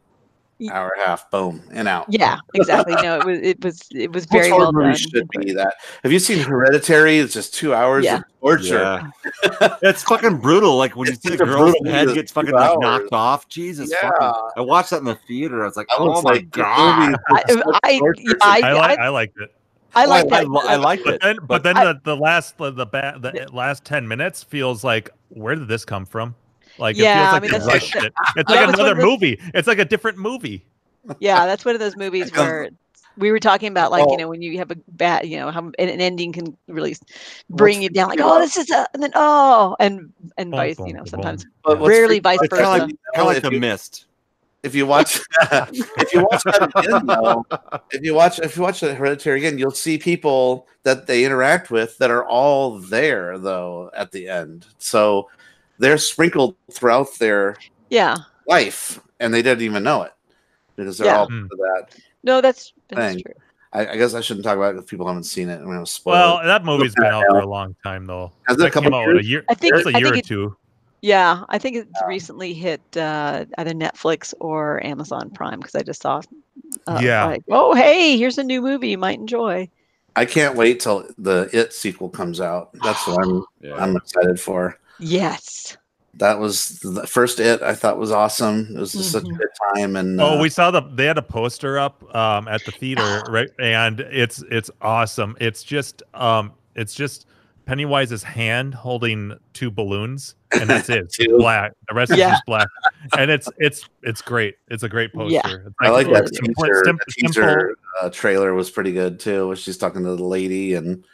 [SPEAKER 15] Y-
[SPEAKER 1] hour and a half. Boom and out.
[SPEAKER 15] yeah, exactly. No, it was it was it was very
[SPEAKER 1] horror
[SPEAKER 15] well done.
[SPEAKER 1] movies should be that. Have you seen Hereditary? It's just two hours
[SPEAKER 15] Yeah.
[SPEAKER 1] of torture.
[SPEAKER 2] it's fucking brutal. Like when you see the
[SPEAKER 1] such a
[SPEAKER 2] girl's
[SPEAKER 1] brutal
[SPEAKER 2] head
[SPEAKER 1] movie,
[SPEAKER 2] gets
[SPEAKER 1] two
[SPEAKER 2] fucking like,
[SPEAKER 1] hours.
[SPEAKER 2] knocked off. Jesus,
[SPEAKER 1] Yeah.
[SPEAKER 2] fucking, I watched that in the theater. I was like,
[SPEAKER 1] That
[SPEAKER 2] oh
[SPEAKER 1] looks
[SPEAKER 2] my
[SPEAKER 1] like the
[SPEAKER 2] god.
[SPEAKER 1] movie
[SPEAKER 15] I I, yeah, I,
[SPEAKER 3] I,
[SPEAKER 15] I,
[SPEAKER 3] like, I, liked it.
[SPEAKER 15] I liked that.
[SPEAKER 2] li- I liked
[SPEAKER 3] but
[SPEAKER 2] it,
[SPEAKER 3] Then,
[SPEAKER 2] but-
[SPEAKER 3] but then
[SPEAKER 2] I-
[SPEAKER 3] the, the last the, the, ba- the last ten minutes feels like where did this come from? Like
[SPEAKER 15] Yeah, I
[SPEAKER 3] it
[SPEAKER 15] mean,
[SPEAKER 3] feels like
[SPEAKER 15] that's-
[SPEAKER 3] they rushed
[SPEAKER 15] that-
[SPEAKER 3] it. It's
[SPEAKER 15] that
[SPEAKER 3] like
[SPEAKER 15] was one
[SPEAKER 3] another
[SPEAKER 15] of the-
[SPEAKER 3] movie. It's like a different movie.
[SPEAKER 15] yeah, that's one of those movies where we were talking about like you know when you have a bad you know how an, an ending can really s- bring you down like oh this is a and then oh and and vice you know sometimes
[SPEAKER 1] But what's
[SPEAKER 15] rarely
[SPEAKER 1] freaking
[SPEAKER 15] vice
[SPEAKER 1] about it,
[SPEAKER 15] versa.
[SPEAKER 1] you know, if you- If you watch, if you watch that again, though, if you watch, if you watch the Hereditary again, you'll see people that they interact with that are all there though at the end. So they're sprinkled throughout their
[SPEAKER 15] Yeah.
[SPEAKER 1] life, and they didn't even know it because they're
[SPEAKER 15] Yeah.
[SPEAKER 1] all
[SPEAKER 2] Hmm.
[SPEAKER 1] part of that
[SPEAKER 15] No, that's that's
[SPEAKER 1] thing.
[SPEAKER 15] true.
[SPEAKER 1] I, I guess I shouldn't talk about it if people haven't seen it. I'm gonna spoil.
[SPEAKER 3] Well,
[SPEAKER 1] it.
[SPEAKER 3] that movie's
[SPEAKER 1] Look
[SPEAKER 3] been
[SPEAKER 1] at
[SPEAKER 3] out
[SPEAKER 1] it
[SPEAKER 3] for
[SPEAKER 1] now.
[SPEAKER 3] a long time though.
[SPEAKER 1] Has it a
[SPEAKER 3] That
[SPEAKER 1] couple
[SPEAKER 3] came out a
[SPEAKER 1] years?
[SPEAKER 3] year.
[SPEAKER 15] I think-
[SPEAKER 3] it's
[SPEAKER 15] I
[SPEAKER 3] a
[SPEAKER 15] think
[SPEAKER 3] year or
[SPEAKER 15] it-
[SPEAKER 3] two.
[SPEAKER 15] Yeah, I think
[SPEAKER 1] Um
[SPEAKER 15] it's recently hit uh, either Netflix or Amazon Prime because I just saw uh,
[SPEAKER 1] Yeah.
[SPEAKER 15] like oh hey here's a new movie you might enjoy.
[SPEAKER 1] I can't wait till the It sequel comes out. That's what I'm I'm excited for.
[SPEAKER 15] Yes.
[SPEAKER 1] That was the first It. I thought was awesome. It was just such a
[SPEAKER 15] Mhm.
[SPEAKER 1] good time. And
[SPEAKER 3] Oh,
[SPEAKER 1] uh, Ah.
[SPEAKER 3] we saw the they had a poster up um at the theater, right? And it's it's awesome. It's just um it's just Pennywise's hand holding two balloons, and that's it. It's
[SPEAKER 1] Two.
[SPEAKER 3] black. The rest
[SPEAKER 1] Yeah.
[SPEAKER 3] is just black, and it's it's it's great. It's a great poster.
[SPEAKER 1] Yeah.
[SPEAKER 3] It's
[SPEAKER 1] I like that
[SPEAKER 3] it's
[SPEAKER 1] teaser.
[SPEAKER 3] simple- sim-
[SPEAKER 1] the
[SPEAKER 3] simple-
[SPEAKER 1] teaser uh, trailer was pretty good too. Where she's talking to the lady and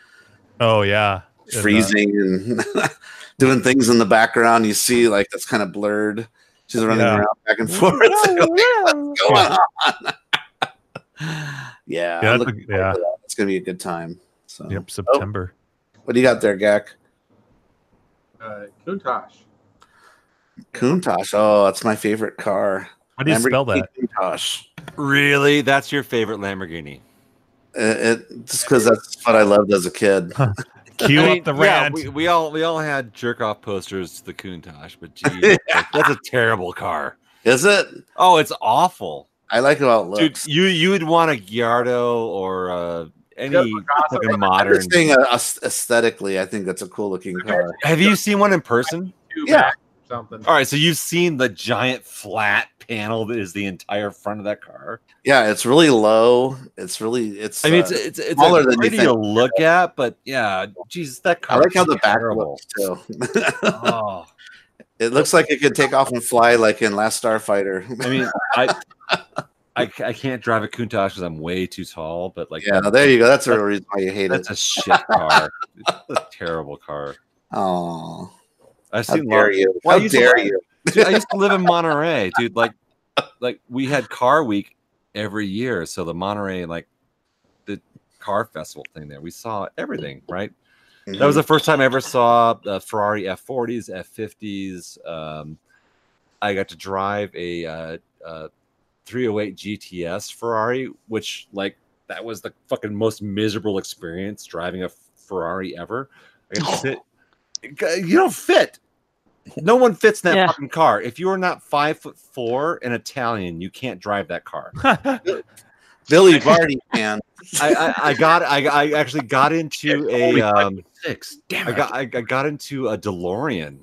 [SPEAKER 3] oh yeah, And, uh,
[SPEAKER 1] freezing and doing things in the background. You see, like that's kind of blurred. She's running
[SPEAKER 3] Yeah.
[SPEAKER 1] around back and forth. What's going on? yeah,
[SPEAKER 3] Yeah,
[SPEAKER 1] I'm
[SPEAKER 3] that's a-
[SPEAKER 1] looking forward
[SPEAKER 3] yeah.
[SPEAKER 1] to that. it's gonna be a good time. So Oh,
[SPEAKER 3] Yep, September.
[SPEAKER 1] what do you got there, Gak?
[SPEAKER 11] Uh, Kuntosh.
[SPEAKER 1] Countach. Oh, that's my favorite car.
[SPEAKER 2] How do you spell that?
[SPEAKER 1] Countach.
[SPEAKER 2] Really? That's your favorite Lamborghini?
[SPEAKER 1] It, it- just because that's what I loved as a kid.
[SPEAKER 3] Cue
[SPEAKER 2] I
[SPEAKER 3] up
[SPEAKER 2] mean,
[SPEAKER 3] the
[SPEAKER 2] yeah,
[SPEAKER 3] rant.
[SPEAKER 2] we, we all we all had jerk off posters to the Countach, but geez, like, that's a terrible car.
[SPEAKER 1] Is it?
[SPEAKER 2] Oh, it's awful.
[SPEAKER 1] I like how it
[SPEAKER 2] Dude, you you would want a Giardo or uh, any fucking
[SPEAKER 1] I'm
[SPEAKER 2] modern.
[SPEAKER 1] just saying, uh, aes- aesthetically, I think that's a cool looking car.
[SPEAKER 2] Have you seen one in person?
[SPEAKER 1] Yeah.
[SPEAKER 11] Something.
[SPEAKER 2] All right, so you've seen the giant flat panel that is the entire front of that car.
[SPEAKER 1] Yeah, it's really low. It's really it's.
[SPEAKER 2] I mean, it's
[SPEAKER 1] uh,
[SPEAKER 2] it's, it's
[SPEAKER 1] smaller
[SPEAKER 2] a
[SPEAKER 1] than you
[SPEAKER 2] pretty
[SPEAKER 1] think.
[SPEAKER 2] to look at, but yeah, Jesus, that
[SPEAKER 1] I
[SPEAKER 2] car.
[SPEAKER 1] like how the back
[SPEAKER 2] terrible.
[SPEAKER 1] looks too.
[SPEAKER 2] oh.
[SPEAKER 1] It looks like it could take off and fly, like in Last Starfighter.
[SPEAKER 2] I mean, I, I, c- I can't drive a Countach because I'm way too tall. But like,
[SPEAKER 1] yeah, no, there you go. That's the reason why you hate
[SPEAKER 2] that's
[SPEAKER 1] it.
[SPEAKER 2] a shit car. it's a terrible car.
[SPEAKER 1] Oh,
[SPEAKER 2] I've
[SPEAKER 1] How
[SPEAKER 2] seen.
[SPEAKER 1] dare
[SPEAKER 2] lots-
[SPEAKER 1] you.
[SPEAKER 2] Well, I
[SPEAKER 1] How
[SPEAKER 2] used to
[SPEAKER 1] dare
[SPEAKER 2] live-
[SPEAKER 1] you.
[SPEAKER 2] Dude, I used to live in Monterey, dude. Like, like we had Car Week every year, so the Monterey like the car festival thing there, we saw everything. Right. That was the first time I ever saw uh, Ferrari F40s, F50s. Um, I got to drive a uh, uh, 308 GTS Ferrari, which like that was the fucking most miserable experience driving a Ferrari ever. I got to sit. You don't fit. No one fits in that fucking car. If you are not five foot four and Italian, you can't drive that car.
[SPEAKER 1] Billy Barty man.
[SPEAKER 2] I, I, I got I, I actually got into a
[SPEAKER 1] only five
[SPEAKER 2] um,
[SPEAKER 1] six.
[SPEAKER 2] I got I, I got into a DeLorean,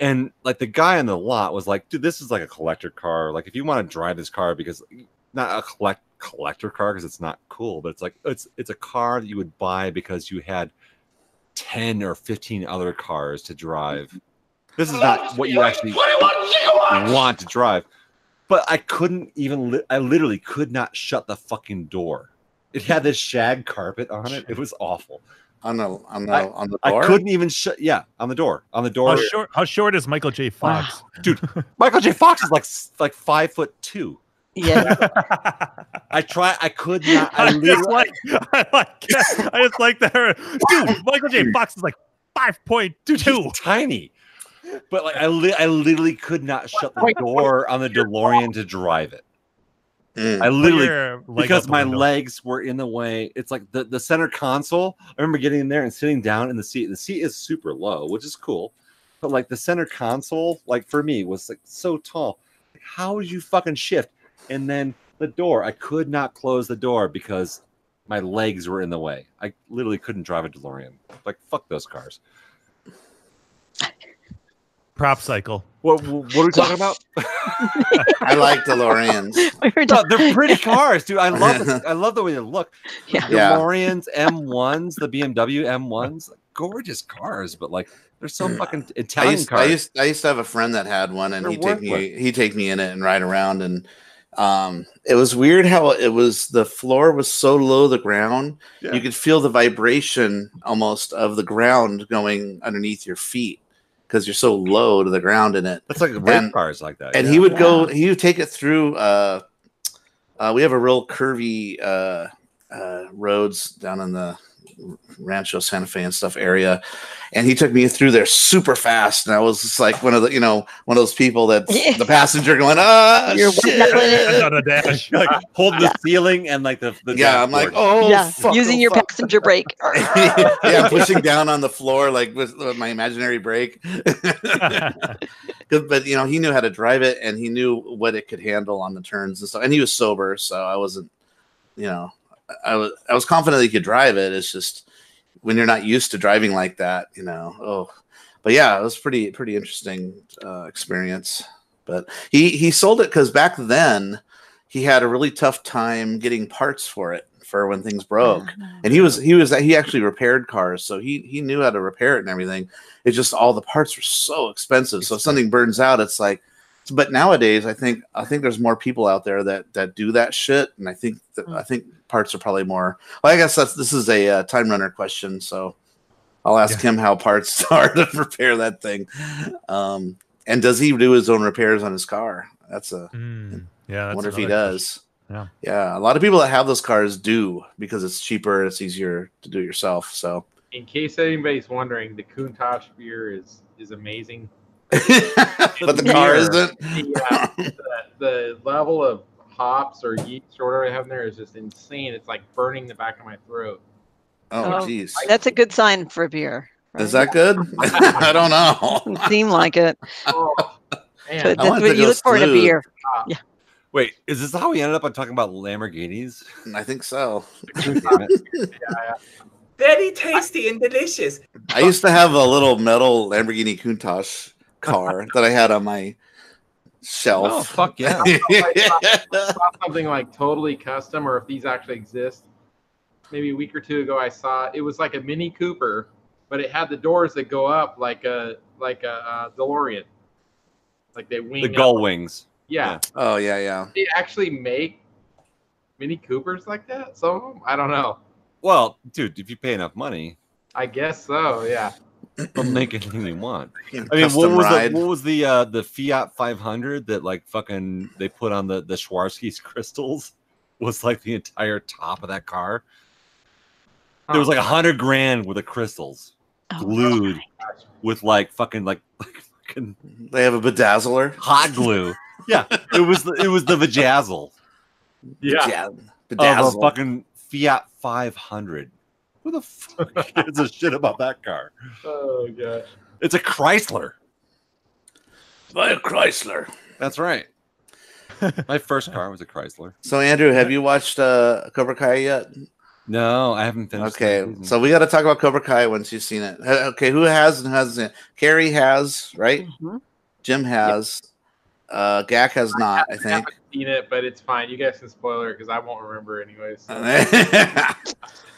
[SPEAKER 2] and like the guy on the lot was like, "Dude, this is like a collector car. Like, if you want to drive this car, because not a collect collector car because it's not cool, but it's like it's it's a car that you would buy because you had ten or fifteen other cars to
[SPEAKER 1] Mm-hmm.
[SPEAKER 2] drive. This is not what you actually want to drive." But I couldn't even. Li- I literally could not shut the fucking door. It had this shag carpet on it. It was awful.
[SPEAKER 1] On the on the
[SPEAKER 2] I-
[SPEAKER 1] on the
[SPEAKER 2] I
[SPEAKER 1] bar.
[SPEAKER 2] couldn't even shut. Yeah, on the door. On the door.
[SPEAKER 3] How short? How short is Michael
[SPEAKER 1] Ah,
[SPEAKER 3] J. Fox?
[SPEAKER 2] Dude, Michael J. Fox is like s- like five foot two.
[SPEAKER 15] Yeah.
[SPEAKER 2] I try. I could not. I
[SPEAKER 3] I just
[SPEAKER 2] literally.
[SPEAKER 3] like, I like, that. I just like that. Dude, Michael J. Fox is like five point two,
[SPEAKER 2] tiny. But like I, li- I literally could not shut the door on the DeLorean to drive it. I
[SPEAKER 3] your
[SPEAKER 2] literally
[SPEAKER 3] leg out
[SPEAKER 2] because
[SPEAKER 3] the
[SPEAKER 2] my
[SPEAKER 3] window.
[SPEAKER 2] legs were in the way. It's like the, the center console. I remember getting in there and sitting down in the seat. The seat is super low, which is cool. But like the center console, like for me, was like so tall. Like, how would you fucking shift? And then the door, I could not close the door because my legs were in the way. I literally couldn't drive a DeLorean. Like fuck those cars.
[SPEAKER 3] prop cycle.
[SPEAKER 2] What what are we talking about?
[SPEAKER 1] I like DeLoreans.
[SPEAKER 2] No, they're pretty cars, dude. I love the, I love the way they look.
[SPEAKER 15] Yeah.
[SPEAKER 1] Yeah.
[SPEAKER 2] DeLoreans, M1s, the BMW M1s, gorgeous cars, but like they're so fucking
[SPEAKER 1] Mm. I
[SPEAKER 2] Italian
[SPEAKER 1] used, I
[SPEAKER 2] cars.
[SPEAKER 1] used I used to have a friend that had one, and
[SPEAKER 2] They're
[SPEAKER 1] he take me
[SPEAKER 2] worthless.
[SPEAKER 1] he take me in it and ride around, and um, it was weird how it was the floor was so low the ground
[SPEAKER 2] Yeah.
[SPEAKER 1] you could feel the vibration almost of the ground going underneath your feet because you're so low to the ground in it.
[SPEAKER 2] That's like race
[SPEAKER 1] And-
[SPEAKER 2] cars like that.
[SPEAKER 1] and
[SPEAKER 2] yeah.
[SPEAKER 1] he would go he would take it through uh uh we have a real curvy uh uh roads down in the rancho santa fe and stuff area and he took me through there super fast and i was just like one of the you know one of those people that the passenger going ah
[SPEAKER 3] You're
[SPEAKER 1] shit."
[SPEAKER 3] on a dash,
[SPEAKER 2] like hold the ceiling and like the, the
[SPEAKER 1] yeah i'm like
[SPEAKER 2] dashboard.
[SPEAKER 1] oh
[SPEAKER 15] yeah.
[SPEAKER 1] fuck,
[SPEAKER 15] Using
[SPEAKER 1] oh,
[SPEAKER 15] your
[SPEAKER 1] fuck.
[SPEAKER 15] passenger brake.
[SPEAKER 1] yeah pushing down on the floor like with, with my imaginary brake 'Cause- but you know he knew how to drive it and he knew what it could handle on the turns and stuff and he was sober so i wasn't you know I- i was i was confident that he could drive it it's just when you're not used to driving like that you know oh but yeah it was pretty pretty interesting uh, experience but he he sold it because back then he had a really tough time getting parts for it for when things broke. And he was he was he actually repaired cars, so he he knew how to repair it and everything. It's just all the parts were so expensive. So if something burns out, it's like. But nowadays, I think I think there's more people out there that that do that shit, and I think that, I think parts are probably more. Well, I guess that's this is a uh, time runner question, so I'll ask him how parts are to repair that thing. Um, and does he do his own repairs on his car? That's a
[SPEAKER 3] Hmm. yeah.
[SPEAKER 1] I
[SPEAKER 3] that's
[SPEAKER 1] wonder if he
[SPEAKER 3] another question.
[SPEAKER 1] does.
[SPEAKER 3] Yeah.
[SPEAKER 1] Yeah, a lot of people that have those cars do because it's cheaper, it's easier to do it yourself. So
[SPEAKER 11] In case anybody's wondering, the Countach beer is is amazing.
[SPEAKER 1] But the car isn't?
[SPEAKER 11] Yeah, the, the level of hops or yeast or whatever I have in there is just insane. It's like burning the back of my throat.
[SPEAKER 1] Oh, jeez.
[SPEAKER 15] That's a good sign for a beer.
[SPEAKER 1] Is that good? I don't know.
[SPEAKER 15] Doesn't seem like it.
[SPEAKER 11] man.
[SPEAKER 15] But
[SPEAKER 2] I
[SPEAKER 15] that's
[SPEAKER 2] wanted
[SPEAKER 15] what
[SPEAKER 2] to
[SPEAKER 15] you
[SPEAKER 2] go
[SPEAKER 15] look for in a
[SPEAKER 2] smooth.
[SPEAKER 15] beer.
[SPEAKER 2] Ah.
[SPEAKER 11] Ah.
[SPEAKER 15] Yeah.
[SPEAKER 2] Wait, is this how we ended up on talking about Lamborghinis?
[SPEAKER 1] I think so.
[SPEAKER 13] Very tasty and delicious.
[SPEAKER 1] I used to have a little metal Lamborghini Countach car that I had on my shelf.
[SPEAKER 11] Oh,
[SPEAKER 2] fuck
[SPEAKER 11] yeah. I saw something like totally custom, or if these actually exist. Maybe a week or two ago, I saw it was like a Mini Cooper, but it had the doors that go up like a like a uh, DeLorean, like they wing
[SPEAKER 2] The
[SPEAKER 11] up.
[SPEAKER 2] gull wings.
[SPEAKER 11] Yeah.
[SPEAKER 1] Oh yeah, yeah.
[SPEAKER 11] They actually make Mini Coopers like that. Some of them, I don't know.
[SPEAKER 2] Well, dude, if you pay enough money,
[SPEAKER 11] I guess so. Yeah.
[SPEAKER 2] they'll make anything you want. I
[SPEAKER 1] mean,
[SPEAKER 2] what
[SPEAKER 1] Custom
[SPEAKER 2] was
[SPEAKER 1] ride.
[SPEAKER 2] the what was the uh, the Fiat 500 that like fucking they put on the the Swarovski's crystals was like the entire top of that car. There was like a hundred grand worth of crystals glued with like fucking like, like fucking.
[SPEAKER 1] They have a bedazzler.
[SPEAKER 2] Hot glue. Yeah, it was the, it was the vajazzle.
[SPEAKER 1] Yeah.
[SPEAKER 2] Of a
[SPEAKER 1] Bedazzle.
[SPEAKER 2] fucking Fiat 500. Who the fuck gives a shit about that car?
[SPEAKER 11] Oh gosh.
[SPEAKER 2] It's a Chrysler.
[SPEAKER 1] Buy a Chrysler.
[SPEAKER 2] That's right. My first car was a Chrysler.
[SPEAKER 1] So Andrew, have you watched uh, Cobra Kai yet?
[SPEAKER 2] No, I haven't finished.
[SPEAKER 1] Okay, so we got to talk about Cobra Kai once you've seen it. Uh, Okay, who has and hasn't? Carrie has, right? Jim has. Uh, Gak has not, I think.
[SPEAKER 11] Seen it, but it's fine. You guys can spoil it because I won't remember anyways. so.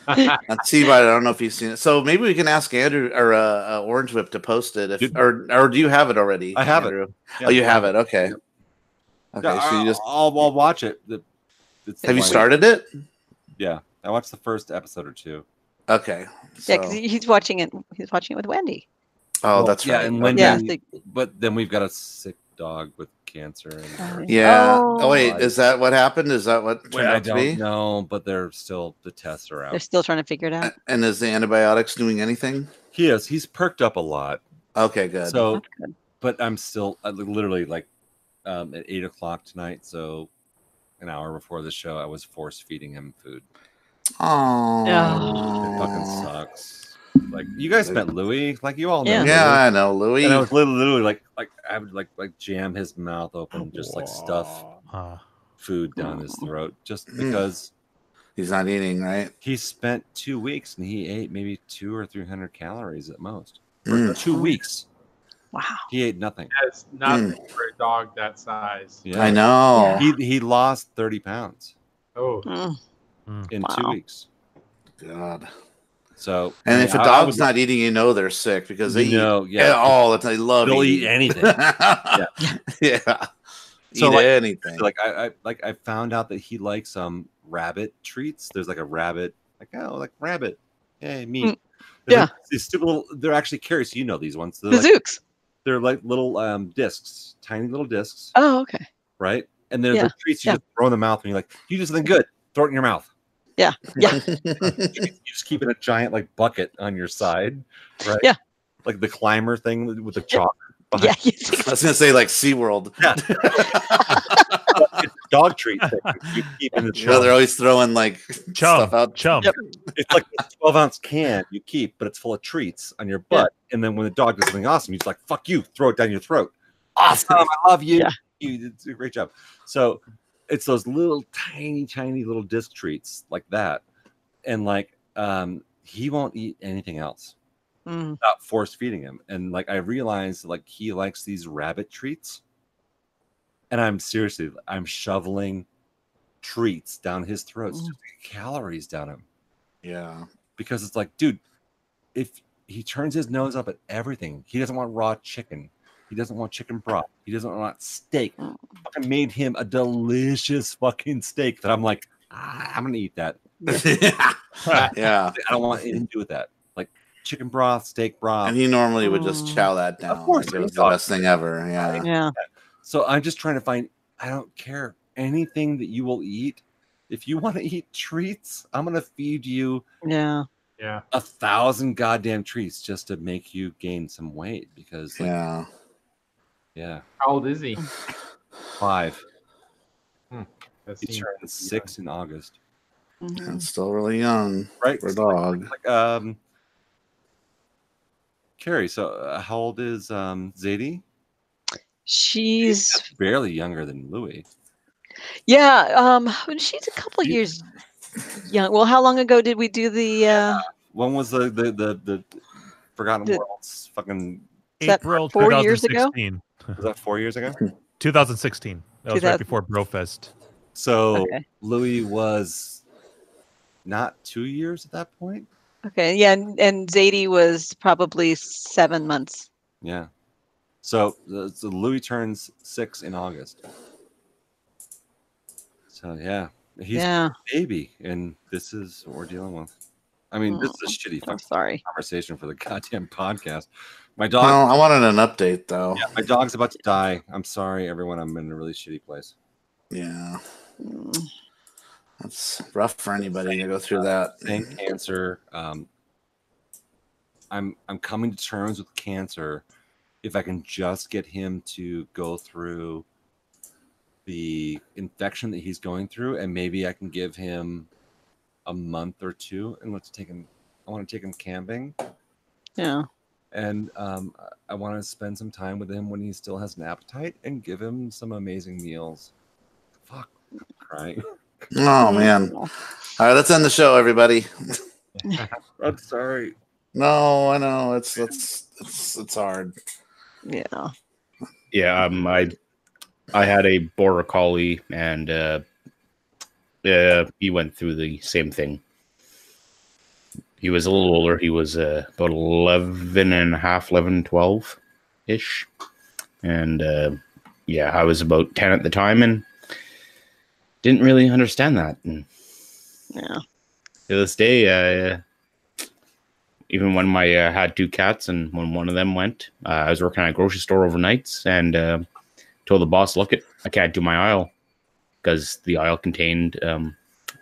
[SPEAKER 1] Let's see, but I don't know if you've seen it. So maybe we can ask Andrew or uh, uh, Orange Whip to post it, if or or do you have it already?
[SPEAKER 2] I have it.
[SPEAKER 1] Andrew?
[SPEAKER 2] Yeah,
[SPEAKER 1] oh, you
[SPEAKER 2] I
[SPEAKER 1] have
[SPEAKER 2] have
[SPEAKER 1] it. Okay. Okay.
[SPEAKER 2] Yeah,
[SPEAKER 1] so you just
[SPEAKER 2] I'll, I'll watch it. The- it's
[SPEAKER 1] have you
[SPEAKER 2] fine.
[SPEAKER 1] started it?
[SPEAKER 2] Yeah, I watched the first episode or two.
[SPEAKER 1] Okay.
[SPEAKER 15] Yeah, because he's watching it. He's watching it with Wendy.
[SPEAKER 1] Oh,
[SPEAKER 2] Well,
[SPEAKER 1] that's
[SPEAKER 2] yeah,
[SPEAKER 1] right.
[SPEAKER 2] And Wendy,
[SPEAKER 15] Yeah.
[SPEAKER 2] but then we've got a sick dog with cancer. And
[SPEAKER 1] Yeah. Oh, wait, is that what happened? Is that what turned
[SPEAKER 2] Well, I
[SPEAKER 1] out to be?
[SPEAKER 2] don't know, but they're still the tests are
[SPEAKER 15] They're
[SPEAKER 2] out.
[SPEAKER 15] still trying to figure it out.
[SPEAKER 1] And is the antibiotics doing anything?
[SPEAKER 2] He is. He's perked up a lot.
[SPEAKER 1] Okay, good.
[SPEAKER 2] So, but I'm still I li- literally like um, at eight o'clock tonight. So, an hour before the show, I was force feeding him food.
[SPEAKER 1] Oh.
[SPEAKER 2] It fucking sucks. Like you guys met Louis, like you all know.
[SPEAKER 1] Yeah.
[SPEAKER 2] Louis.
[SPEAKER 1] Yeah, I know Louis.
[SPEAKER 2] And I was literally, literally like, like I would like like jam his mouth open, and just like stuff food down his throat, just
[SPEAKER 1] Mm.
[SPEAKER 2] because
[SPEAKER 1] he's not eating right.
[SPEAKER 2] He spent two weeks and he ate maybe two or three hundred calories at most. For
[SPEAKER 1] Mm.
[SPEAKER 2] Two weeks.
[SPEAKER 15] Wow.
[SPEAKER 2] He ate nothing.
[SPEAKER 11] That's nothing for a dog that size.
[SPEAKER 1] Hmm. Mm. I know.
[SPEAKER 2] He he lost thirty pounds
[SPEAKER 11] Oh.
[SPEAKER 2] in two
[SPEAKER 1] Wow.
[SPEAKER 2] weeks.
[SPEAKER 1] God.
[SPEAKER 2] So
[SPEAKER 1] And
[SPEAKER 2] yeah,
[SPEAKER 1] if a
[SPEAKER 2] I- I
[SPEAKER 1] dog's
[SPEAKER 2] was-
[SPEAKER 1] not eating, you know they're sick because they
[SPEAKER 2] You know,
[SPEAKER 1] eat
[SPEAKER 2] yeah.
[SPEAKER 1] all the time. They love
[SPEAKER 2] They'll eat
[SPEAKER 1] eating.
[SPEAKER 2] anything.
[SPEAKER 1] yeah.
[SPEAKER 2] So,
[SPEAKER 1] eat
[SPEAKER 2] like-
[SPEAKER 1] anything.
[SPEAKER 2] Like I, I like I found out that he likes um rabbit treats. There's like a rabbit, like oh like rabbit. Hey, meat.
[SPEAKER 15] Mm,
[SPEAKER 2] There's, like,
[SPEAKER 15] yeah.
[SPEAKER 2] these stupid little they're actually curious. You know these ones. They're
[SPEAKER 15] The
[SPEAKER 2] like,
[SPEAKER 15] Zooks.
[SPEAKER 2] They're like little um discs, tiny little discs,
[SPEAKER 15] Oh, okay.
[SPEAKER 2] right? And they're
[SPEAKER 15] Yeah,
[SPEAKER 2] the treats you
[SPEAKER 15] yeah.
[SPEAKER 2] just throw in the mouth and you're like, you did something good, throw it in your mouth.
[SPEAKER 15] Yeah. Yeah.
[SPEAKER 2] you just keep it in a giant like bucket on your side, right?
[SPEAKER 15] Yeah.
[SPEAKER 2] Like the climber thing with the chalk.
[SPEAKER 15] Yeah.
[SPEAKER 1] I was gonna say like SeaWorld.
[SPEAKER 2] Yeah. dog treat thing you keep in the
[SPEAKER 1] You know,
[SPEAKER 2] chum.
[SPEAKER 1] they're always throwing like stuff out.
[SPEAKER 3] Chum.
[SPEAKER 2] It's like a 12 ounce can you keep, but it's full of treats on your butt. And then when the dog does something awesome, he's like, fuck you, throw it down your throat. Awesome. Um, I love you. You did a great job. So it's those little tiny, tiny little disc treats like that. And like, um, he won't eat anything else
[SPEAKER 15] Mm.
[SPEAKER 2] without force feeding him. And like, I realized like he likes these rabbit treats. And I'm seriously, I'm shoveling treats down his throat, just calories down him.
[SPEAKER 1] Yeah.
[SPEAKER 2] Because it's like, dude, if he turns his nose up at everything, he doesn't want raw chicken. He doesn't want chicken broth. He doesn't want steak. Fucking made him a delicious fucking steak that I'm like, "Ah, I'm gonna eat that.
[SPEAKER 1] Yeah.
[SPEAKER 2] I don't want anything to do with that. Like chicken broth, steak broth.
[SPEAKER 1] And he normally would just chow that down.
[SPEAKER 2] Of course,
[SPEAKER 1] Like, it was the best thing ever. Yeah.
[SPEAKER 15] Yeah.
[SPEAKER 2] So I'm just trying to find. I don't care anything that you will eat. If you want to eat treats, I'm gonna feed you.
[SPEAKER 15] Yeah.
[SPEAKER 11] Yeah.
[SPEAKER 2] A thousand goddamn treats just to make you gain some weight because. Like,
[SPEAKER 1] yeah.
[SPEAKER 2] Yeah.
[SPEAKER 11] How old is he?
[SPEAKER 2] Five.
[SPEAKER 11] Hmm.
[SPEAKER 2] He turns six in August.
[SPEAKER 15] Mm-hmm.
[SPEAKER 1] And still really young
[SPEAKER 2] Right.
[SPEAKER 1] for a dog.
[SPEAKER 2] Like um. Carrie, so uh, how old is um Zadie?
[SPEAKER 15] She's
[SPEAKER 2] Barely younger than Louis.
[SPEAKER 15] yeah. Um, when she's a couple of years young. Well, how long ago did we do the? Uh,
[SPEAKER 2] When was the the the, the Forgotten
[SPEAKER 15] The-
[SPEAKER 2] Worlds? Fucking
[SPEAKER 15] Is that
[SPEAKER 3] April
[SPEAKER 15] four years ago?
[SPEAKER 3] 2016.
[SPEAKER 2] Was that four years ago?
[SPEAKER 3] 2016. That was right
[SPEAKER 15] 2000.
[SPEAKER 3] before Brofest.
[SPEAKER 2] So
[SPEAKER 15] Okay.
[SPEAKER 2] Louis was not two years at that point.
[SPEAKER 15] Okay. Yeah, and, and Zadie was probably seven months.
[SPEAKER 2] Yeah. So, the- so Louis turns six in August. So yeah, he's
[SPEAKER 15] Yeah.
[SPEAKER 2] a baby, and this is what we're dealing with. I mean, this is a shitty. fucking
[SPEAKER 15] Mm. sorry.
[SPEAKER 2] Conversation for the goddamn podcast. My
[SPEAKER 1] Well,
[SPEAKER 2] dog.
[SPEAKER 1] I wanted an update though.
[SPEAKER 2] Yeah, my dog's about to die. I'm sorry, everyone. I'm in a really shitty place.
[SPEAKER 1] Yeah. That's rough for anybody to go through that.
[SPEAKER 2] Same cancer. Um, I'm I'm coming to terms with cancer. If I can just get him to go through the infection that he's going through, and maybe I can give him a month or two, and let's take him. I want to take him camping,
[SPEAKER 15] Yeah.
[SPEAKER 2] and um, I- I want to spend some time with him when he still has an appetite, and give him some amazing meals. Fuck, I'm crying.
[SPEAKER 1] Oh man. All right, let's end the show, everybody.
[SPEAKER 2] I'm sorry.
[SPEAKER 1] No, Oh, I know it's it's it's it's hard.
[SPEAKER 15] Yeah.
[SPEAKER 8] Yeah, um, I I had a border collie, and uh, uh, he went through the same thing. He was a little older. He was uh, about 11 and a half, 11, 12 ish. And uh, yeah, I was about 10 at the time and didn't really understand that. And
[SPEAKER 15] yeah.
[SPEAKER 8] To this day, I, uh, even when my uh, had two cats and when one of them went, uh, I was working at a grocery store overnights and uh, told the boss, "Look, it, I can't do my aisle because the aisle contained um,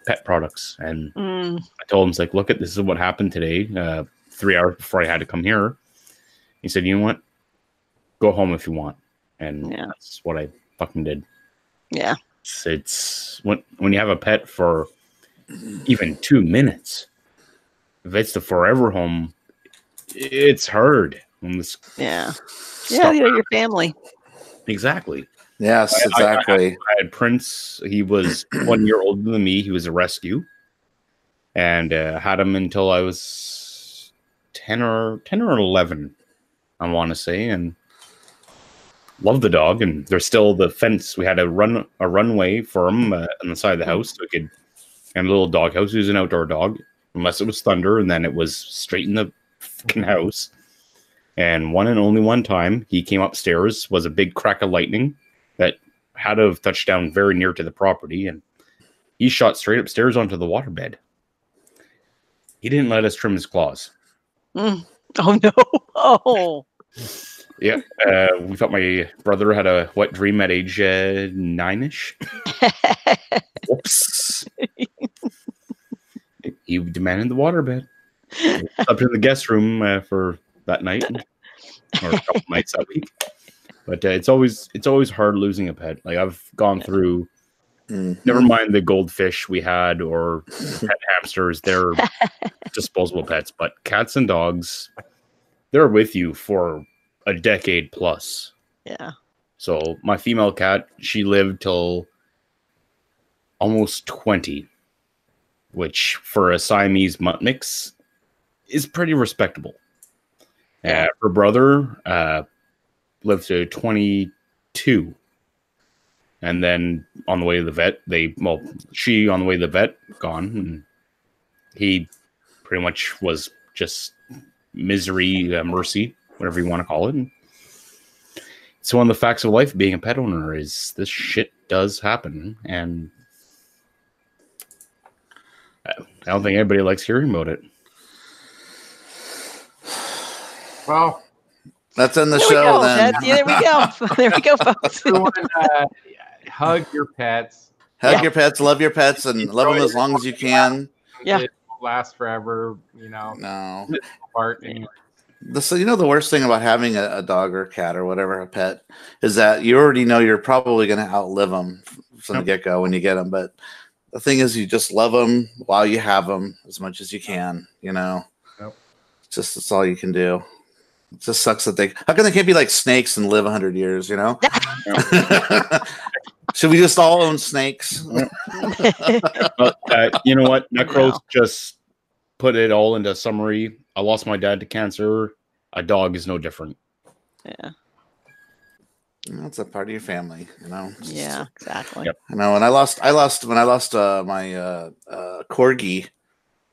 [SPEAKER 8] pet products." And
[SPEAKER 15] Mm.
[SPEAKER 8] I told him, "It's like, look, it, this is what happened today. Uh, three hours before I had to come here." He said, "You know what? Go home if you want," and that's what I fucking did.
[SPEAKER 15] Yeah.
[SPEAKER 8] It's, it's when when you have a pet for even two minutes. If it's the forever home, it's hard. When this
[SPEAKER 15] yeah, Yeah. You know, your family.
[SPEAKER 8] exactly.
[SPEAKER 1] Yes,
[SPEAKER 8] I- I- I had-
[SPEAKER 1] exactly.
[SPEAKER 8] I, had Prince. He was one year older than me. He was a rescue, and uh, had him until I was ten or ten or eleven, I want to say, and loved the dog. And there's still the fence. We had a run a runway for him uh, on the side of the house, so he could and a little dog house. He was an outdoor dog, unless it was thunder, and then it was straight in the fucking house. And one and only one time he came upstairs was a big crack of lightning that had to have touched down very near to the property, and he shot straight upstairs onto the waterbed. He didn't let us trim his claws.
[SPEAKER 15] Mm. Oh no. Oh.
[SPEAKER 8] Yeah, uh, we thought my brother had a wet dream at age uh, nine ish. Whoops. he demanded the waterbed. Up to the guest room uh, for that night, or a couple nights that week. But uh, it's always it's always hard losing a pet. Like I've gone through. Never mind the goldfish we had or pet hamsters. They're disposable pets, but cats and dogs, they're with you for a decade plus.
[SPEAKER 15] Yeah.
[SPEAKER 8] So my female cat, she lived till almost 20, which for a Siamese mutt mix is pretty respectable. Uh, her brother uh, lived to 22. And then on the way to the vet, they well, she on the way to the vet gone, and he pretty much was just misery, uh, mercy, whatever you want to call it. And it's one of the facts of life being a pet owner is this shit does happen, and I I don't think anybody likes hearing about it.
[SPEAKER 11] Well,
[SPEAKER 1] let's end the
[SPEAKER 15] There we
[SPEAKER 1] show
[SPEAKER 15] go.
[SPEAKER 1] then.
[SPEAKER 15] That's- yeah, there we go. There we go, folks.
[SPEAKER 11] hug your pets.
[SPEAKER 1] Hug
[SPEAKER 11] Yeah.
[SPEAKER 1] your pets, love your pets, and love them as long as you can.
[SPEAKER 15] Yeah.
[SPEAKER 11] It won't last forever, you know.
[SPEAKER 1] No.
[SPEAKER 11] Apart anyway.
[SPEAKER 1] The, so you know the worst thing about having a, a dog or cat or whatever a pet is that you already know you're probably going to outlive them from the get go when you get them. But the thing is, you just love them while you have them as much as you can. You know,
[SPEAKER 11] Yep.
[SPEAKER 1] it's just that's all you can do. It just sucks that they. How come they can't be like snakes and live hundred years? You know. Should we just all own snakes?
[SPEAKER 8] But, uh, you know what? Necros just put it all into summary. I lost my dad to cancer. A dog is no different.
[SPEAKER 15] Yeah.
[SPEAKER 1] That's a part of your family, you know. It's just-
[SPEAKER 15] Yeah, exactly.
[SPEAKER 1] I know, and I lost. I lost when I lost uh, my uh, uh, corgi,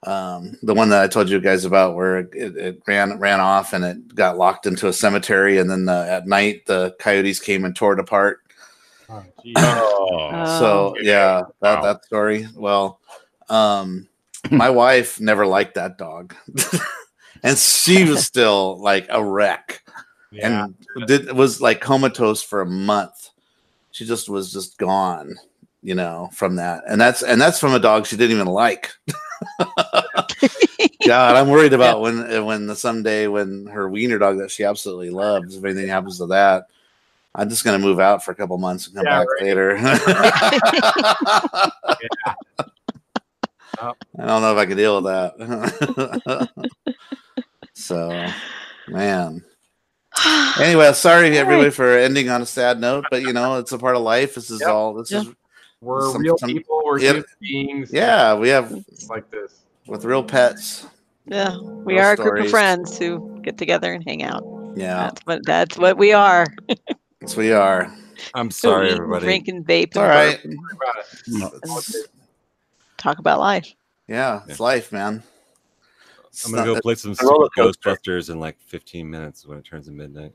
[SPEAKER 1] um, the one that I told you guys about, where it, it, it ran ran off and it got locked into a cemetery, and then uh, at night the coyotes came and tore it apart.
[SPEAKER 8] Oh,
[SPEAKER 1] so yeah, that that story. Well, um, my wife never liked that dog, and she was still like a wreck, and did was like comatose for a month. She just was just gone, you know, from that, and that's and that's from a dog she didn't even like. God, I'm worried about when when the someday when her wiener dog that she absolutely loves, if anything happens to that, I'm just gonna move out for a couple months and come
[SPEAKER 11] Yeah,
[SPEAKER 1] back
[SPEAKER 11] right.
[SPEAKER 1] later. I don't know if I can deal with that. so, man. Anyway, sorry everybody for ending on a sad note, but you know it's a part of life. This is all. This is
[SPEAKER 11] We're
[SPEAKER 1] some-
[SPEAKER 11] real
[SPEAKER 1] some-
[SPEAKER 11] people. We're
[SPEAKER 1] yeah.
[SPEAKER 11] human beings.
[SPEAKER 1] yeah. We have
[SPEAKER 11] It's like this.
[SPEAKER 1] with real pets.
[SPEAKER 15] Yeah, we
[SPEAKER 1] Those
[SPEAKER 15] are a group
[SPEAKER 1] stories.
[SPEAKER 15] of friends who get together and hang out.
[SPEAKER 1] Yeah,
[SPEAKER 15] That's what that's what we are.
[SPEAKER 1] that's we are.
[SPEAKER 2] I'm
[SPEAKER 15] So we eat and Drink and vape.
[SPEAKER 1] It's all right.
[SPEAKER 15] And burp and talk about life.
[SPEAKER 1] Yeah, it's life, man. It's
[SPEAKER 2] I'm gonna
[SPEAKER 1] not-
[SPEAKER 2] go play some
[SPEAKER 1] it's a roller
[SPEAKER 2] Super Ghostbusters in like 15 minutes when it turns to midnight.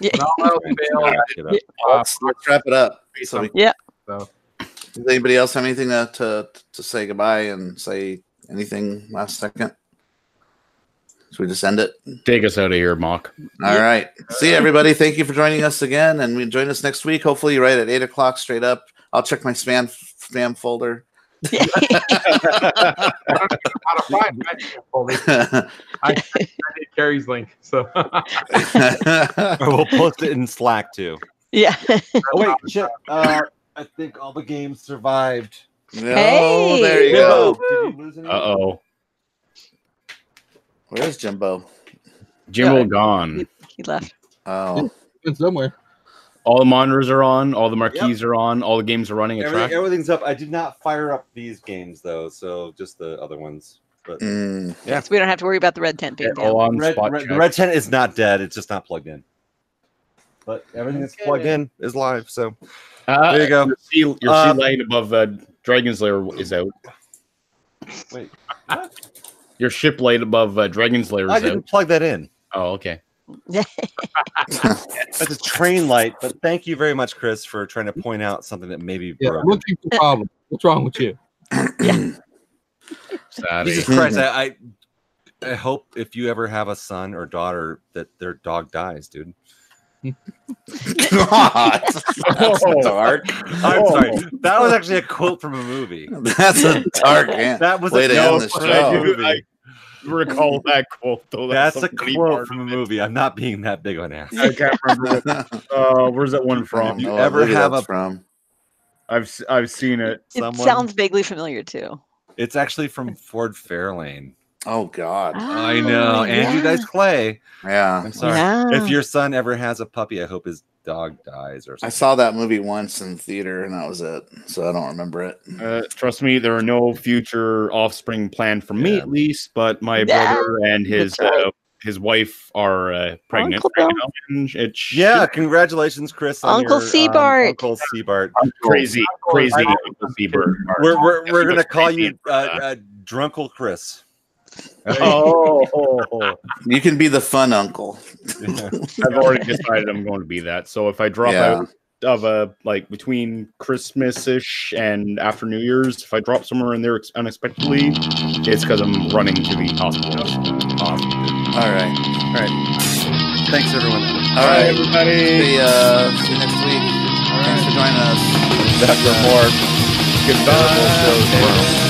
[SPEAKER 15] Yeah.
[SPEAKER 2] Get up.
[SPEAKER 1] Let's, let's wrap it up. So we-
[SPEAKER 15] Yeah.
[SPEAKER 1] Does anybody else have anything to, to to say goodbye and say anything last second? Should we just end it?
[SPEAKER 8] Take us out of here, Mock.
[SPEAKER 1] All right. See you, everybody. Thank you for joining us again, and we join us next week. Hopefully, you're right at eight o'clock straight up. I'll check my spam spam folder.
[SPEAKER 11] How to find my folder.
[SPEAKER 1] I,
[SPEAKER 11] I did Carrie's link, so
[SPEAKER 2] we'll post it in Slack too.
[SPEAKER 15] Yeah.
[SPEAKER 2] Oh wait, shit. Uh, I think all the games survived.
[SPEAKER 1] Oh, there you go.
[SPEAKER 8] Uh oh.
[SPEAKER 1] Where's Jimbo?
[SPEAKER 8] Jimbo gone.
[SPEAKER 15] He left.
[SPEAKER 1] Oh.
[SPEAKER 14] It's somewhere.
[SPEAKER 8] All the monitors are on. All the marquees are on. All the games are running a track.
[SPEAKER 2] Everything, everything's up. I did not fire up these games though, so just the other ones. But
[SPEAKER 1] Mm.
[SPEAKER 2] yeah,
[SPEAKER 15] So we don't have to worry about the red tent being down.
[SPEAKER 2] red, red, the red tent is not dead. It's just not plugged in. But everything that's plugged in is live. So
[SPEAKER 8] Uh,
[SPEAKER 2] there you go.
[SPEAKER 8] Your sea, your sea
[SPEAKER 2] Um,
[SPEAKER 8] light above uh, Dragon's Lair is out.
[SPEAKER 2] Wait,
[SPEAKER 8] Your ship light above uh, Dragon's Lair is
[SPEAKER 2] I didn't
[SPEAKER 8] out.
[SPEAKER 2] plug that in.
[SPEAKER 8] Oh, okay.
[SPEAKER 2] That's a train light. But thank you very much, Chris, for trying to point out something that may be
[SPEAKER 14] Yeah.
[SPEAKER 2] broken.
[SPEAKER 14] What's your problem? What's wrong with you?
[SPEAKER 2] Jesus Christ, I, I I hope if you ever have a son or daughter that their dog dies, dude.
[SPEAKER 1] God, that's dark.
[SPEAKER 2] I'm sorry. That was actually a quote from a movie.
[SPEAKER 1] That's a dark an-
[SPEAKER 2] That was
[SPEAKER 1] way
[SPEAKER 2] a
[SPEAKER 1] to end the
[SPEAKER 2] quote from a
[SPEAKER 1] show.
[SPEAKER 2] movie.
[SPEAKER 1] I
[SPEAKER 8] recall that quote though.
[SPEAKER 2] That's, a
[SPEAKER 8] That's somebody
[SPEAKER 2] quote
[SPEAKER 8] part
[SPEAKER 2] from a movie. I'm not being that big on ass.
[SPEAKER 8] I can't remember. what- uh, where's that one from?
[SPEAKER 2] If
[SPEAKER 1] Oh,
[SPEAKER 2] you ever have a,
[SPEAKER 1] from?
[SPEAKER 8] I've s- I've seen it.
[SPEAKER 15] It sounds vaguely familiar too.
[SPEAKER 2] it's actually from Ford Fairlane.
[SPEAKER 1] Oh God,
[SPEAKER 2] I know.
[SPEAKER 15] Oh,
[SPEAKER 2] Andrew
[SPEAKER 15] yeah.
[SPEAKER 2] Dice Clay.
[SPEAKER 1] Yeah,
[SPEAKER 2] I'm sorry.
[SPEAKER 1] Yeah.
[SPEAKER 2] If your son ever has a puppy, I hope his dog dies or
[SPEAKER 1] I
[SPEAKER 2] something.
[SPEAKER 1] saw that movie once in theater, and that was it. So I don't remember it.
[SPEAKER 8] Uh, trust me, there are no future offspring planned for me, at least. But my
[SPEAKER 1] Yeah.
[SPEAKER 8] brother and his
[SPEAKER 1] That's right.
[SPEAKER 8] uh, his wife are uh, pregnant.
[SPEAKER 15] Uncle
[SPEAKER 8] right
[SPEAKER 15] Bill.
[SPEAKER 8] now, and it's
[SPEAKER 2] Yeah, congratulations, Chris. on
[SPEAKER 15] Uncle
[SPEAKER 2] your, um,
[SPEAKER 15] Seabart.
[SPEAKER 2] Uncle Seabart.
[SPEAKER 8] crazy, crazy. Uncle Seabert.
[SPEAKER 2] We're, we're, we're
[SPEAKER 8] He
[SPEAKER 2] going to
[SPEAKER 8] was
[SPEAKER 2] call
[SPEAKER 8] crazy.
[SPEAKER 2] you uh, uh, Drunkle Chris.
[SPEAKER 8] Oh.
[SPEAKER 1] you can be the fun uncle.
[SPEAKER 8] I've already decided I'm going to be that. So if I drop
[SPEAKER 1] Yeah.
[SPEAKER 8] out of a like between Christmas ish and after New Year's, if I drop somewhere in there ex- unexpectedly, it's because I'm running to the hospital.
[SPEAKER 1] All right, all right. Thanks everyone. All right,
[SPEAKER 8] everybody.
[SPEAKER 1] See, uh, see you next week. Thanks for joining us.
[SPEAKER 8] That's a more goodbye.